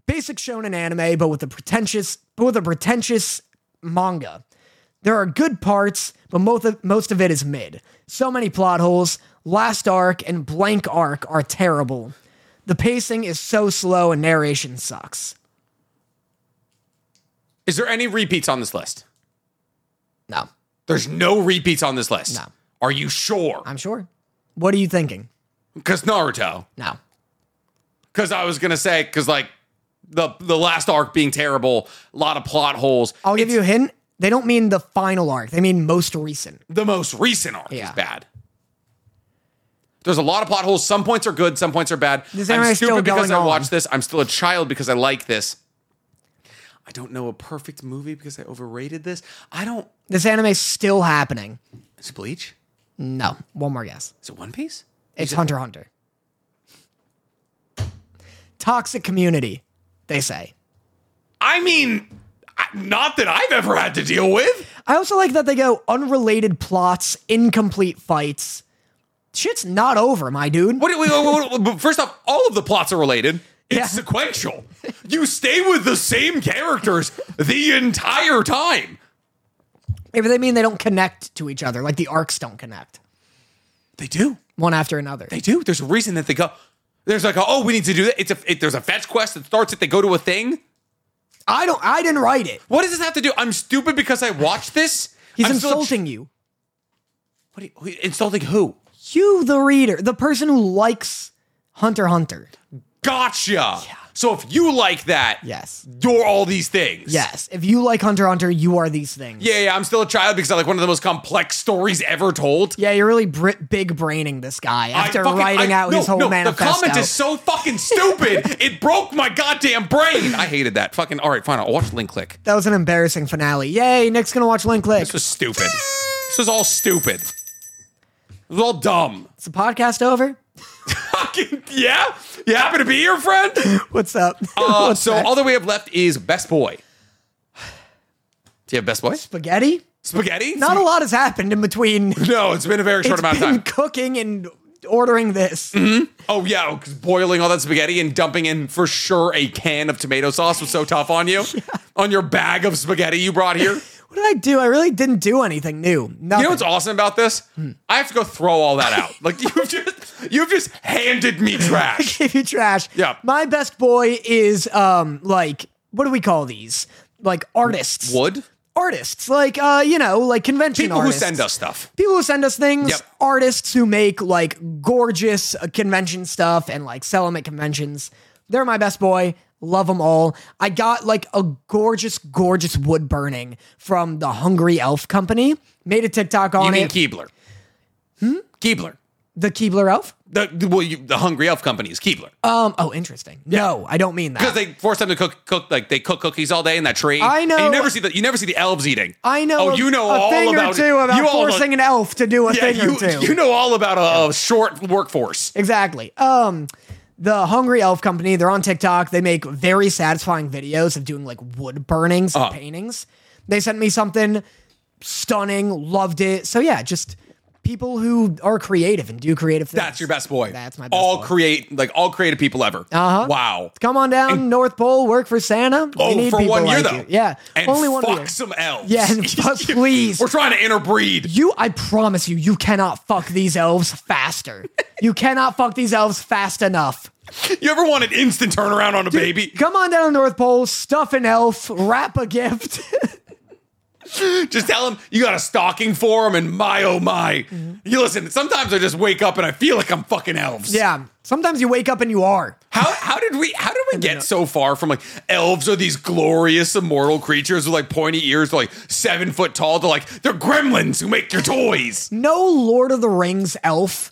[SPEAKER 2] basic shonen anime, but with a pretentious, but with a pretentious manga. There are good parts, but most of, most of it is mid. So many plot holes. Last arc and blank arc are terrible. The pacing is so slow and narration sucks.
[SPEAKER 1] Is there any repeats on this list?
[SPEAKER 2] No,
[SPEAKER 1] There's no repeats on this list.
[SPEAKER 2] No.
[SPEAKER 1] Are you sure?
[SPEAKER 2] I'm sure. What are you thinking?
[SPEAKER 1] Because Naruto.
[SPEAKER 2] No.
[SPEAKER 1] Because I was gonna say, because like the the last arc being terrible, a lot of plot holes.
[SPEAKER 2] I'll give you a hint. They don't mean the final arc. They mean most recent.
[SPEAKER 1] the most recent arc
[SPEAKER 2] Yeah.
[SPEAKER 1] is bad. There's a lot of plot holes. Some points are good, some points are bad.
[SPEAKER 2] This
[SPEAKER 1] I'm
[SPEAKER 2] anime's still
[SPEAKER 1] stupid because
[SPEAKER 2] going
[SPEAKER 1] I
[SPEAKER 2] on.
[SPEAKER 1] watched this. I'm still a child because I like this. I don't know a perfect movie because I overrated this. I don't.
[SPEAKER 2] This anime's still happening.
[SPEAKER 1] Is it Bleach?
[SPEAKER 2] No. One more guess.
[SPEAKER 1] Is it One Piece?
[SPEAKER 2] It's Hunter x Hunter. Toxic community, they say.
[SPEAKER 1] I mean, I- not that I've ever had to deal with.
[SPEAKER 2] I also like that they go unrelated plots, incomplete fights. Shit's not over, my dude.
[SPEAKER 1] What, what, what, what- but first off, all of the plots are related. It's
[SPEAKER 2] Yeah.
[SPEAKER 1] sequential. You stay with the same characters the entire time.
[SPEAKER 2] Maybe they mean they don't connect to each other, like the arcs don't connect
[SPEAKER 1] They do.
[SPEAKER 2] one after another.
[SPEAKER 1] They do. There's a reason that they go. There's like, a, oh, we need to do that. It's a it, there's a fetch quest that starts it. They go to a thing.
[SPEAKER 2] I don't I didn't write it.
[SPEAKER 1] What does this have to do? I'm stupid because I watched this.
[SPEAKER 2] He's
[SPEAKER 1] I'm still a ch-
[SPEAKER 2] insulting you.
[SPEAKER 1] what are you- who- insulting who?
[SPEAKER 2] You the reader, the person who likes Hunter x Hunter.
[SPEAKER 1] Gotcha. So if you like that,
[SPEAKER 2] Yes.
[SPEAKER 1] you're all these things.
[SPEAKER 2] Yes. If you like Hunter x Hunter, you are these things.
[SPEAKER 1] Yeah, yeah. I'm still a child because I like one of the most complex stories ever told.
[SPEAKER 2] Yeah, you're really br- big braining this guy
[SPEAKER 1] I
[SPEAKER 2] after
[SPEAKER 1] fucking-
[SPEAKER 2] writing
[SPEAKER 1] I-
[SPEAKER 2] out
[SPEAKER 1] no,
[SPEAKER 2] his whole
[SPEAKER 1] no,
[SPEAKER 2] manifesto.
[SPEAKER 1] The comment is so fucking stupid. it broke my goddamn brain. I hated that. Fucking all right, fine. I'll watch Link Click.
[SPEAKER 2] that was an embarrassing finale. Yay, Nick's gonna watch Link Click.
[SPEAKER 1] This was stupid. This was all stupid. It was all dumb.
[SPEAKER 2] Is the podcast over?
[SPEAKER 1] Fucking yeah. You happy to be here, friend?
[SPEAKER 2] What's up?
[SPEAKER 1] Uh,
[SPEAKER 2] What's
[SPEAKER 1] so
[SPEAKER 2] next?
[SPEAKER 1] all that we have left is Best Boy. Do you have Best Boy?
[SPEAKER 2] spaghetti?
[SPEAKER 1] Spaghetti?
[SPEAKER 2] Not a lot has happened in between.
[SPEAKER 1] No, it's been a very short
[SPEAKER 2] It's
[SPEAKER 1] amount of
[SPEAKER 2] been
[SPEAKER 1] time.
[SPEAKER 2] cooking and ordering this.
[SPEAKER 1] Oh yeah, 'cause boiling all that spaghetti and dumping in for sure a can of tomato sauce was so tough on you, on your bag of spaghetti you brought here.
[SPEAKER 2] What did I do? I really didn't do anything new. Nothing.
[SPEAKER 1] You know what's awesome about this?
[SPEAKER 2] Hmm.
[SPEAKER 1] I have to go throw all that out. Like you've just you've just handed me trash.
[SPEAKER 2] if you trash.
[SPEAKER 1] Yeah.
[SPEAKER 2] My best boy is um like what do we call these? Like artists.
[SPEAKER 1] Wood?
[SPEAKER 2] Artists. Like uh, you know, like convention
[SPEAKER 1] People
[SPEAKER 2] artists.
[SPEAKER 1] who send us stuff.
[SPEAKER 2] people who send us things,
[SPEAKER 1] Yep.
[SPEAKER 2] artists who make like gorgeous uh, convention stuff and like sell them at conventions. They're my best boy. Love them all. I got like a gorgeous, gorgeous wood burning from the Hungry Elf Company. Made a TikTok on
[SPEAKER 1] You mean
[SPEAKER 2] it.
[SPEAKER 1] Keebler? Hmm? Keebler.
[SPEAKER 2] the Keebler Elf?
[SPEAKER 1] The, the- well, you, the Hungry Elf Company is Keebler
[SPEAKER 2] Um. Oh, interesting. No, I don't mean
[SPEAKER 1] because
[SPEAKER 2] that.
[SPEAKER 1] they force them to cook, cook like they cook cookies all day in that tree.
[SPEAKER 2] I know-
[SPEAKER 1] And you never see the you never see the elves eating.
[SPEAKER 2] I know.
[SPEAKER 1] Oh,
[SPEAKER 2] a-
[SPEAKER 1] you know
[SPEAKER 2] a
[SPEAKER 1] all
[SPEAKER 2] thing
[SPEAKER 1] about
[SPEAKER 2] or two about
[SPEAKER 1] you all know-
[SPEAKER 2] forcing an elf to do a
[SPEAKER 1] yeah,
[SPEAKER 2] thing or two.
[SPEAKER 1] you, you know all about a, a short workforce.
[SPEAKER 2] Exactly. Um, the Hungry Elf Company, they're on TikTok. They make very satisfying videos of doing like wood burnings
[SPEAKER 1] Uh.
[SPEAKER 2] and paintings. They sent me something stunning, loved it. So yeah, just people who are creative and do creative things.
[SPEAKER 1] That's your best boy.
[SPEAKER 2] That's my best
[SPEAKER 1] all
[SPEAKER 2] boy.
[SPEAKER 1] create like all creative people ever.
[SPEAKER 2] Uh-huh.
[SPEAKER 1] Wow.
[SPEAKER 2] Come on down, North Pole, work for Santa. We
[SPEAKER 1] Oh,
[SPEAKER 2] need
[SPEAKER 1] for
[SPEAKER 2] people
[SPEAKER 1] one year
[SPEAKER 2] like
[SPEAKER 1] though.
[SPEAKER 2] you. Yeah.
[SPEAKER 1] And
[SPEAKER 2] Only one
[SPEAKER 1] fuck
[SPEAKER 2] year.
[SPEAKER 1] some elves.
[SPEAKER 2] Yeah, and fuck, please.
[SPEAKER 1] We're trying to interbreed.
[SPEAKER 2] You, I promise you, you cannot fuck these elves faster. you cannot fuck these elves fast enough.
[SPEAKER 1] You ever want an instant turnaround on a baby?
[SPEAKER 2] Come on down to North Pole, stuff an elf, wrap a gift.
[SPEAKER 1] Just tell him you got a stocking for him, and my oh my.
[SPEAKER 2] Mm-hmm.
[SPEAKER 1] You listen. Sometimes I just wake up and I feel like I'm fucking elves.
[SPEAKER 2] yeah. Sometimes you wake up and you are.
[SPEAKER 1] How how did we how did we get so far from like elves are these glorious immortal creatures with like pointy ears, they're like seven foot tall, to like they're gremlins who make your toys.
[SPEAKER 2] No Lord of the Rings elf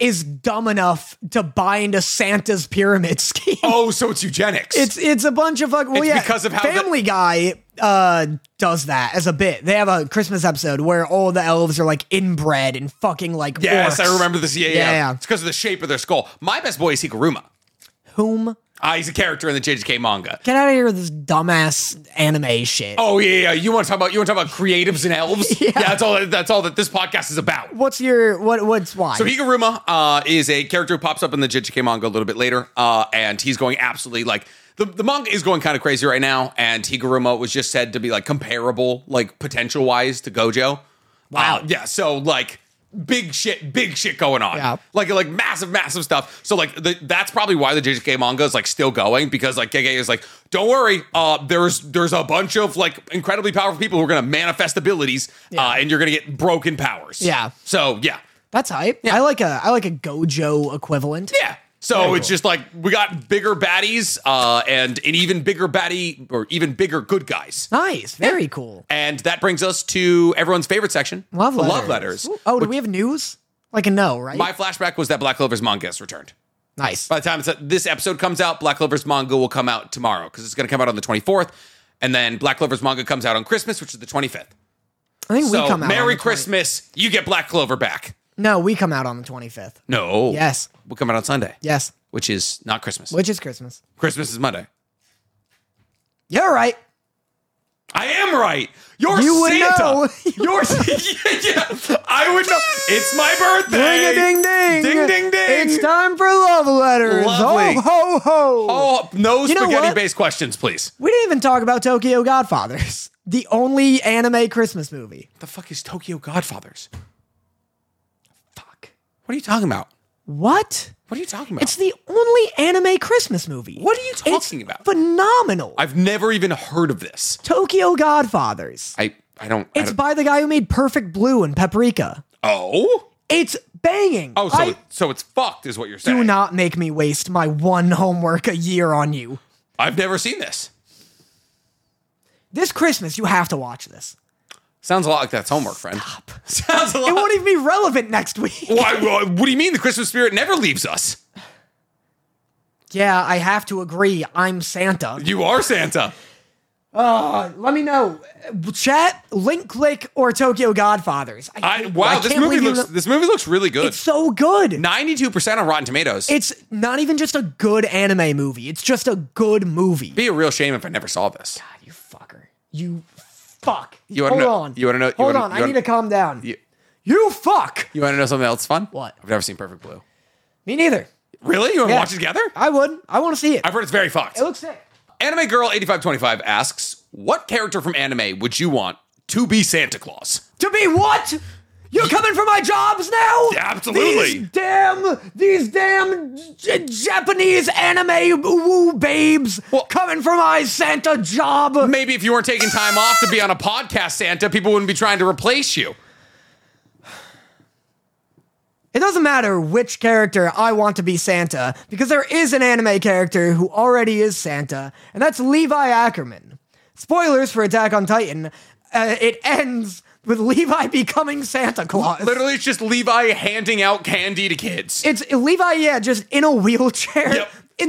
[SPEAKER 2] is dumb enough to buy into Santa's pyramid scheme.
[SPEAKER 1] Oh, so it's eugenics.
[SPEAKER 2] It's it's a bunch of fuck. Well,
[SPEAKER 1] It's
[SPEAKER 2] yeah,
[SPEAKER 1] because of how the-
[SPEAKER 2] Family Guy uh, does that as a bit. They have a Christmas episode where all the elves are like inbred and fucking like.
[SPEAKER 1] yes,
[SPEAKER 2] orcs.
[SPEAKER 1] I remember this. Yeah, yeah.
[SPEAKER 2] Yeah, yeah.
[SPEAKER 1] It's because of the shape of their skull. My best boy is Hikaruma.
[SPEAKER 2] Whom?
[SPEAKER 1] Ah, he's a character in the JJK manga.
[SPEAKER 2] Get out of here with this dumbass anime shit.
[SPEAKER 1] Oh yeah, yeah. You want to talk about you want to talk about creatives and elves? yeah. that's all. That's all that this podcast is about.
[SPEAKER 2] What's your what? What's why?
[SPEAKER 1] So Higuruma uh, is a character who pops up in the JJK manga a little bit later, uh, and he's going absolutely like the, the manga is going kind of crazy right now, and Higuruma was just said to be like comparable, like potential wise, to Gojo.
[SPEAKER 2] Wow.
[SPEAKER 1] Uh, yeah. So like big shit, big shit going on.
[SPEAKER 2] Yeah.
[SPEAKER 1] Like like massive, massive stuff. So like the, that's probably why the JJK manga is like still going because like Gege is like, don't worry, uh, there's there's a bunch of like incredibly powerful people who are gonna manifest abilities, uh, and you're gonna get broken powers.
[SPEAKER 2] Yeah.
[SPEAKER 1] So yeah.
[SPEAKER 2] that's hype. I like a I like a Gojo equivalent.
[SPEAKER 1] Yeah. So it's just like we got bigger baddies uh, and an even bigger baddie or even bigger good guys.
[SPEAKER 2] Nice, very cool.
[SPEAKER 1] And that brings us to everyone's favorite section
[SPEAKER 2] Love
[SPEAKER 1] the
[SPEAKER 2] letters.
[SPEAKER 1] love letters.
[SPEAKER 2] Ooh. Oh, do we have news? Like a no, right?
[SPEAKER 1] My flashback was that Black Clover's manga has returned.
[SPEAKER 2] nice.
[SPEAKER 1] By the time it's- this episode comes out, Black Clover's manga will come out tomorrow because it's going to come out on the 24th. And then Black Clover's manga comes out on Christmas, which is the 25th.
[SPEAKER 2] I think
[SPEAKER 1] So
[SPEAKER 2] we come out. on
[SPEAKER 1] Merry
[SPEAKER 2] the 20
[SPEAKER 1] Christmas. You get Black Clover back.
[SPEAKER 2] No, we come out on the twenty fifth.
[SPEAKER 1] No.
[SPEAKER 2] Yes.
[SPEAKER 1] We'll come out on Sunday,
[SPEAKER 2] Yes,
[SPEAKER 1] which is not Christmas.
[SPEAKER 2] which is Christmas.
[SPEAKER 1] Christmas is Monday.
[SPEAKER 2] You're right.
[SPEAKER 1] I am right. You're
[SPEAKER 2] You would
[SPEAKER 1] Santa.
[SPEAKER 2] know.
[SPEAKER 1] You're yeah, yeah. I would know. It's my birthday.
[SPEAKER 2] Ring a ding ding.
[SPEAKER 1] Ding ding ding.
[SPEAKER 2] It's time for love letters.
[SPEAKER 1] Lovely.
[SPEAKER 2] Ho ho ho.
[SPEAKER 1] Oh, no
[SPEAKER 2] know what?
[SPEAKER 1] spaghetti based questions, please.
[SPEAKER 2] We didn't even talk about Tokyo Godfathers, the only anime Christmas movie.
[SPEAKER 1] What the fuck is Tokyo Godfathers?
[SPEAKER 2] Fuck.
[SPEAKER 1] What are you talking about?
[SPEAKER 2] What?
[SPEAKER 1] What are you talking about?
[SPEAKER 2] It's the only anime Christmas movie.
[SPEAKER 1] What are you
[SPEAKER 2] It's
[SPEAKER 1] talking about?
[SPEAKER 2] Phenomenal.
[SPEAKER 1] I've never even heard of this. oh?
[SPEAKER 2] Uh, Ah, Uh, in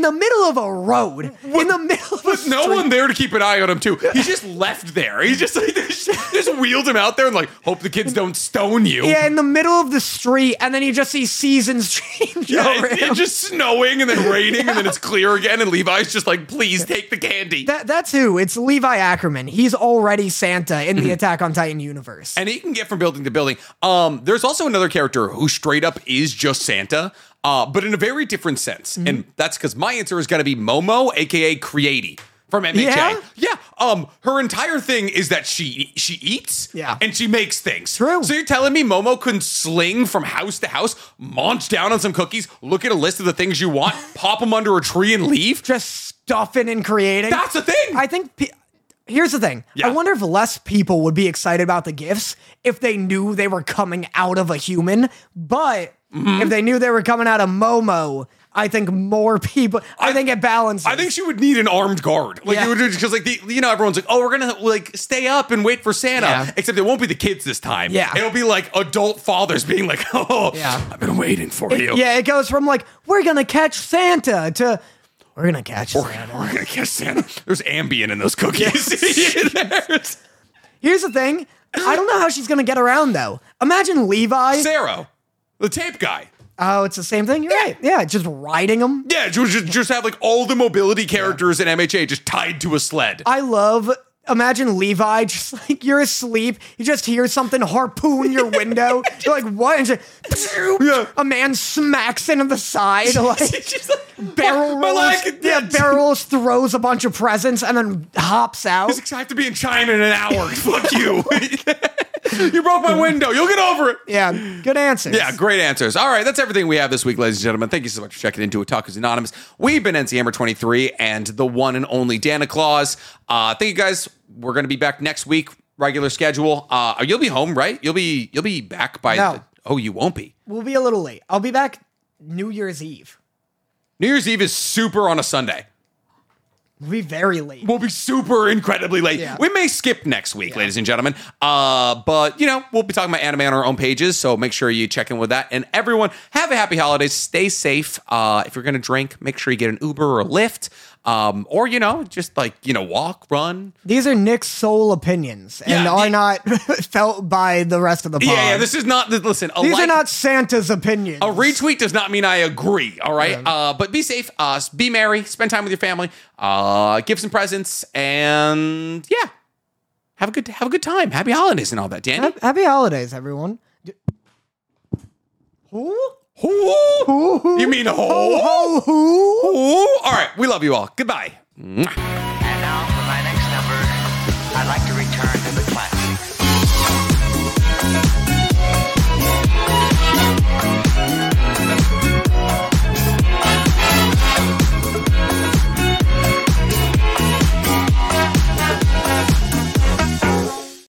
[SPEAKER 2] the middle of a road, in the middle of a
[SPEAKER 1] With no
[SPEAKER 2] street.
[SPEAKER 1] one there to keep an eye on him, too. He's just left there. He's just like, just, just wheeled him out there and like, hope the kids don't stone you.
[SPEAKER 2] Yeah, in the middle of the street, and then you just see seasons change
[SPEAKER 1] Yeah,
[SPEAKER 2] over
[SPEAKER 1] it-
[SPEAKER 2] him.
[SPEAKER 1] it's just snowing and then raining and then it's clear again and Levi's just like, please take the candy.
[SPEAKER 2] That, that's who. It's Levi Ackerman. He's already Santa in the Attack on Titan universe.
[SPEAKER 1] and he can get from building to building. Um, there's also another character who straight up is just Santa, uh, but in a very different sense.
[SPEAKER 2] Mm-hmm.
[SPEAKER 1] And that's because my answer is going to be Momo, aka Creati from MHA.
[SPEAKER 2] Yeah?
[SPEAKER 1] Yeah. Um, her entire thing is that she e, she eats
[SPEAKER 2] Yeah.
[SPEAKER 1] and she makes things.
[SPEAKER 2] True.
[SPEAKER 1] So you're telling me Momo couldn't sling from house to house, munch down on some cookies, look at a list of the things you want, pop them under a tree and leave?
[SPEAKER 2] just stuffing and creating.
[SPEAKER 1] That's the thing.
[SPEAKER 2] I think. Pe- Here's the thing.
[SPEAKER 1] Yeah.
[SPEAKER 2] I wonder if less people would be excited about the gifts if they knew they were coming out of a human. But
[SPEAKER 1] Mm-hmm.
[SPEAKER 2] if they knew they were coming out of Momo, I think more people. I, think it balances.
[SPEAKER 1] I think she would need an armed guard. Like
[SPEAKER 2] Yeah.
[SPEAKER 1] it would because like the you know everyone's like, oh, we're gonna like stay up and wait for Santa.
[SPEAKER 2] Yeah.
[SPEAKER 1] Except it won't be the kids this time.
[SPEAKER 2] Yeah.
[SPEAKER 1] it'll be like adult fathers being like, oh,
[SPEAKER 2] Yeah.
[SPEAKER 1] I've been waiting for you.
[SPEAKER 2] Yeah, it goes from like we're gonna catch Santa to we're gonna catch
[SPEAKER 1] We're
[SPEAKER 2] Santa.
[SPEAKER 1] gonna kiss Santa. There's Ambien in those cookies. There's-
[SPEAKER 2] Here's the thing. I don't know how she's gonna get around though. Imagine Levi.
[SPEAKER 1] Sarah, the tape guy.
[SPEAKER 2] oh, it's the same thing. You're right. Yeah, just riding him.
[SPEAKER 1] Yeah, ju- ju- just, have like all the mobility characters in MHA just tied to a sled.
[SPEAKER 2] I love. Imagine Levi, just like you're asleep, you just hear something harpoon your window. you're like, what? And just,
[SPEAKER 1] Yeah.
[SPEAKER 2] a man smacks into the side, like
[SPEAKER 1] She's like,
[SPEAKER 2] barrel
[SPEAKER 1] my
[SPEAKER 2] rolls.
[SPEAKER 1] leg-
[SPEAKER 2] yeah, barrel rolls, throws a bunch of presents, and then hops out.
[SPEAKER 1] I have to be in China in an hour. Fuck you. you broke my window. You'll get over it.
[SPEAKER 2] Yeah, good answers.
[SPEAKER 1] Yeah, great answers. All right, that's everything we have this week, ladies and gentlemen. Thank you so much for checking into Otaku's Anonymous. We've been NC Hammer 23 and the one and only Dana Claus. Uh, thank you guys. We're going to be back next week, regular schedule. Uh, you'll be home, right? You'll be you'll be back by.
[SPEAKER 2] No.
[SPEAKER 1] The, oh, you won't be.
[SPEAKER 2] We'll be a little late. I'll be back New Year's Eve.
[SPEAKER 1] New Year's Eve is super on a Sunday.
[SPEAKER 2] We'll be very late.
[SPEAKER 1] We'll be super incredibly late.
[SPEAKER 2] Yeah.
[SPEAKER 1] We may skip next week, ladies and gentlemen. Uh, but you know, we'll be talking about anime on our own pages, so make sure you check in with that. And everyone, have a happy holidays. Stay safe. Uh, if you're gonna drink, make sure you get an Uber or a Lyft. Um, or you know, just like you know, walk, run.
[SPEAKER 2] These are Nick's sole opinions and
[SPEAKER 1] Yeah,
[SPEAKER 2] are
[SPEAKER 1] the-
[SPEAKER 2] not felt by the rest of the pod.
[SPEAKER 1] Yeah, yeah. This is not. Listen, a
[SPEAKER 2] These
[SPEAKER 1] like-
[SPEAKER 2] are not Santa's opinions.
[SPEAKER 1] A retweet does not mean I agree. All right, uh, but be safe. Uh, be merry. Spend time with your family. Uh, give some presents, and yeah, have a good have a good time. Happy holidays and all that, Danny.
[SPEAKER 2] Hap- Happy holidays, everyone. D- Who?
[SPEAKER 1] Hoo-hoo.
[SPEAKER 2] Who? Who?
[SPEAKER 1] You mean ho?
[SPEAKER 2] Ho, ho, who?
[SPEAKER 1] Ooh. All right. We love you all. Goodbye.
[SPEAKER 3] And now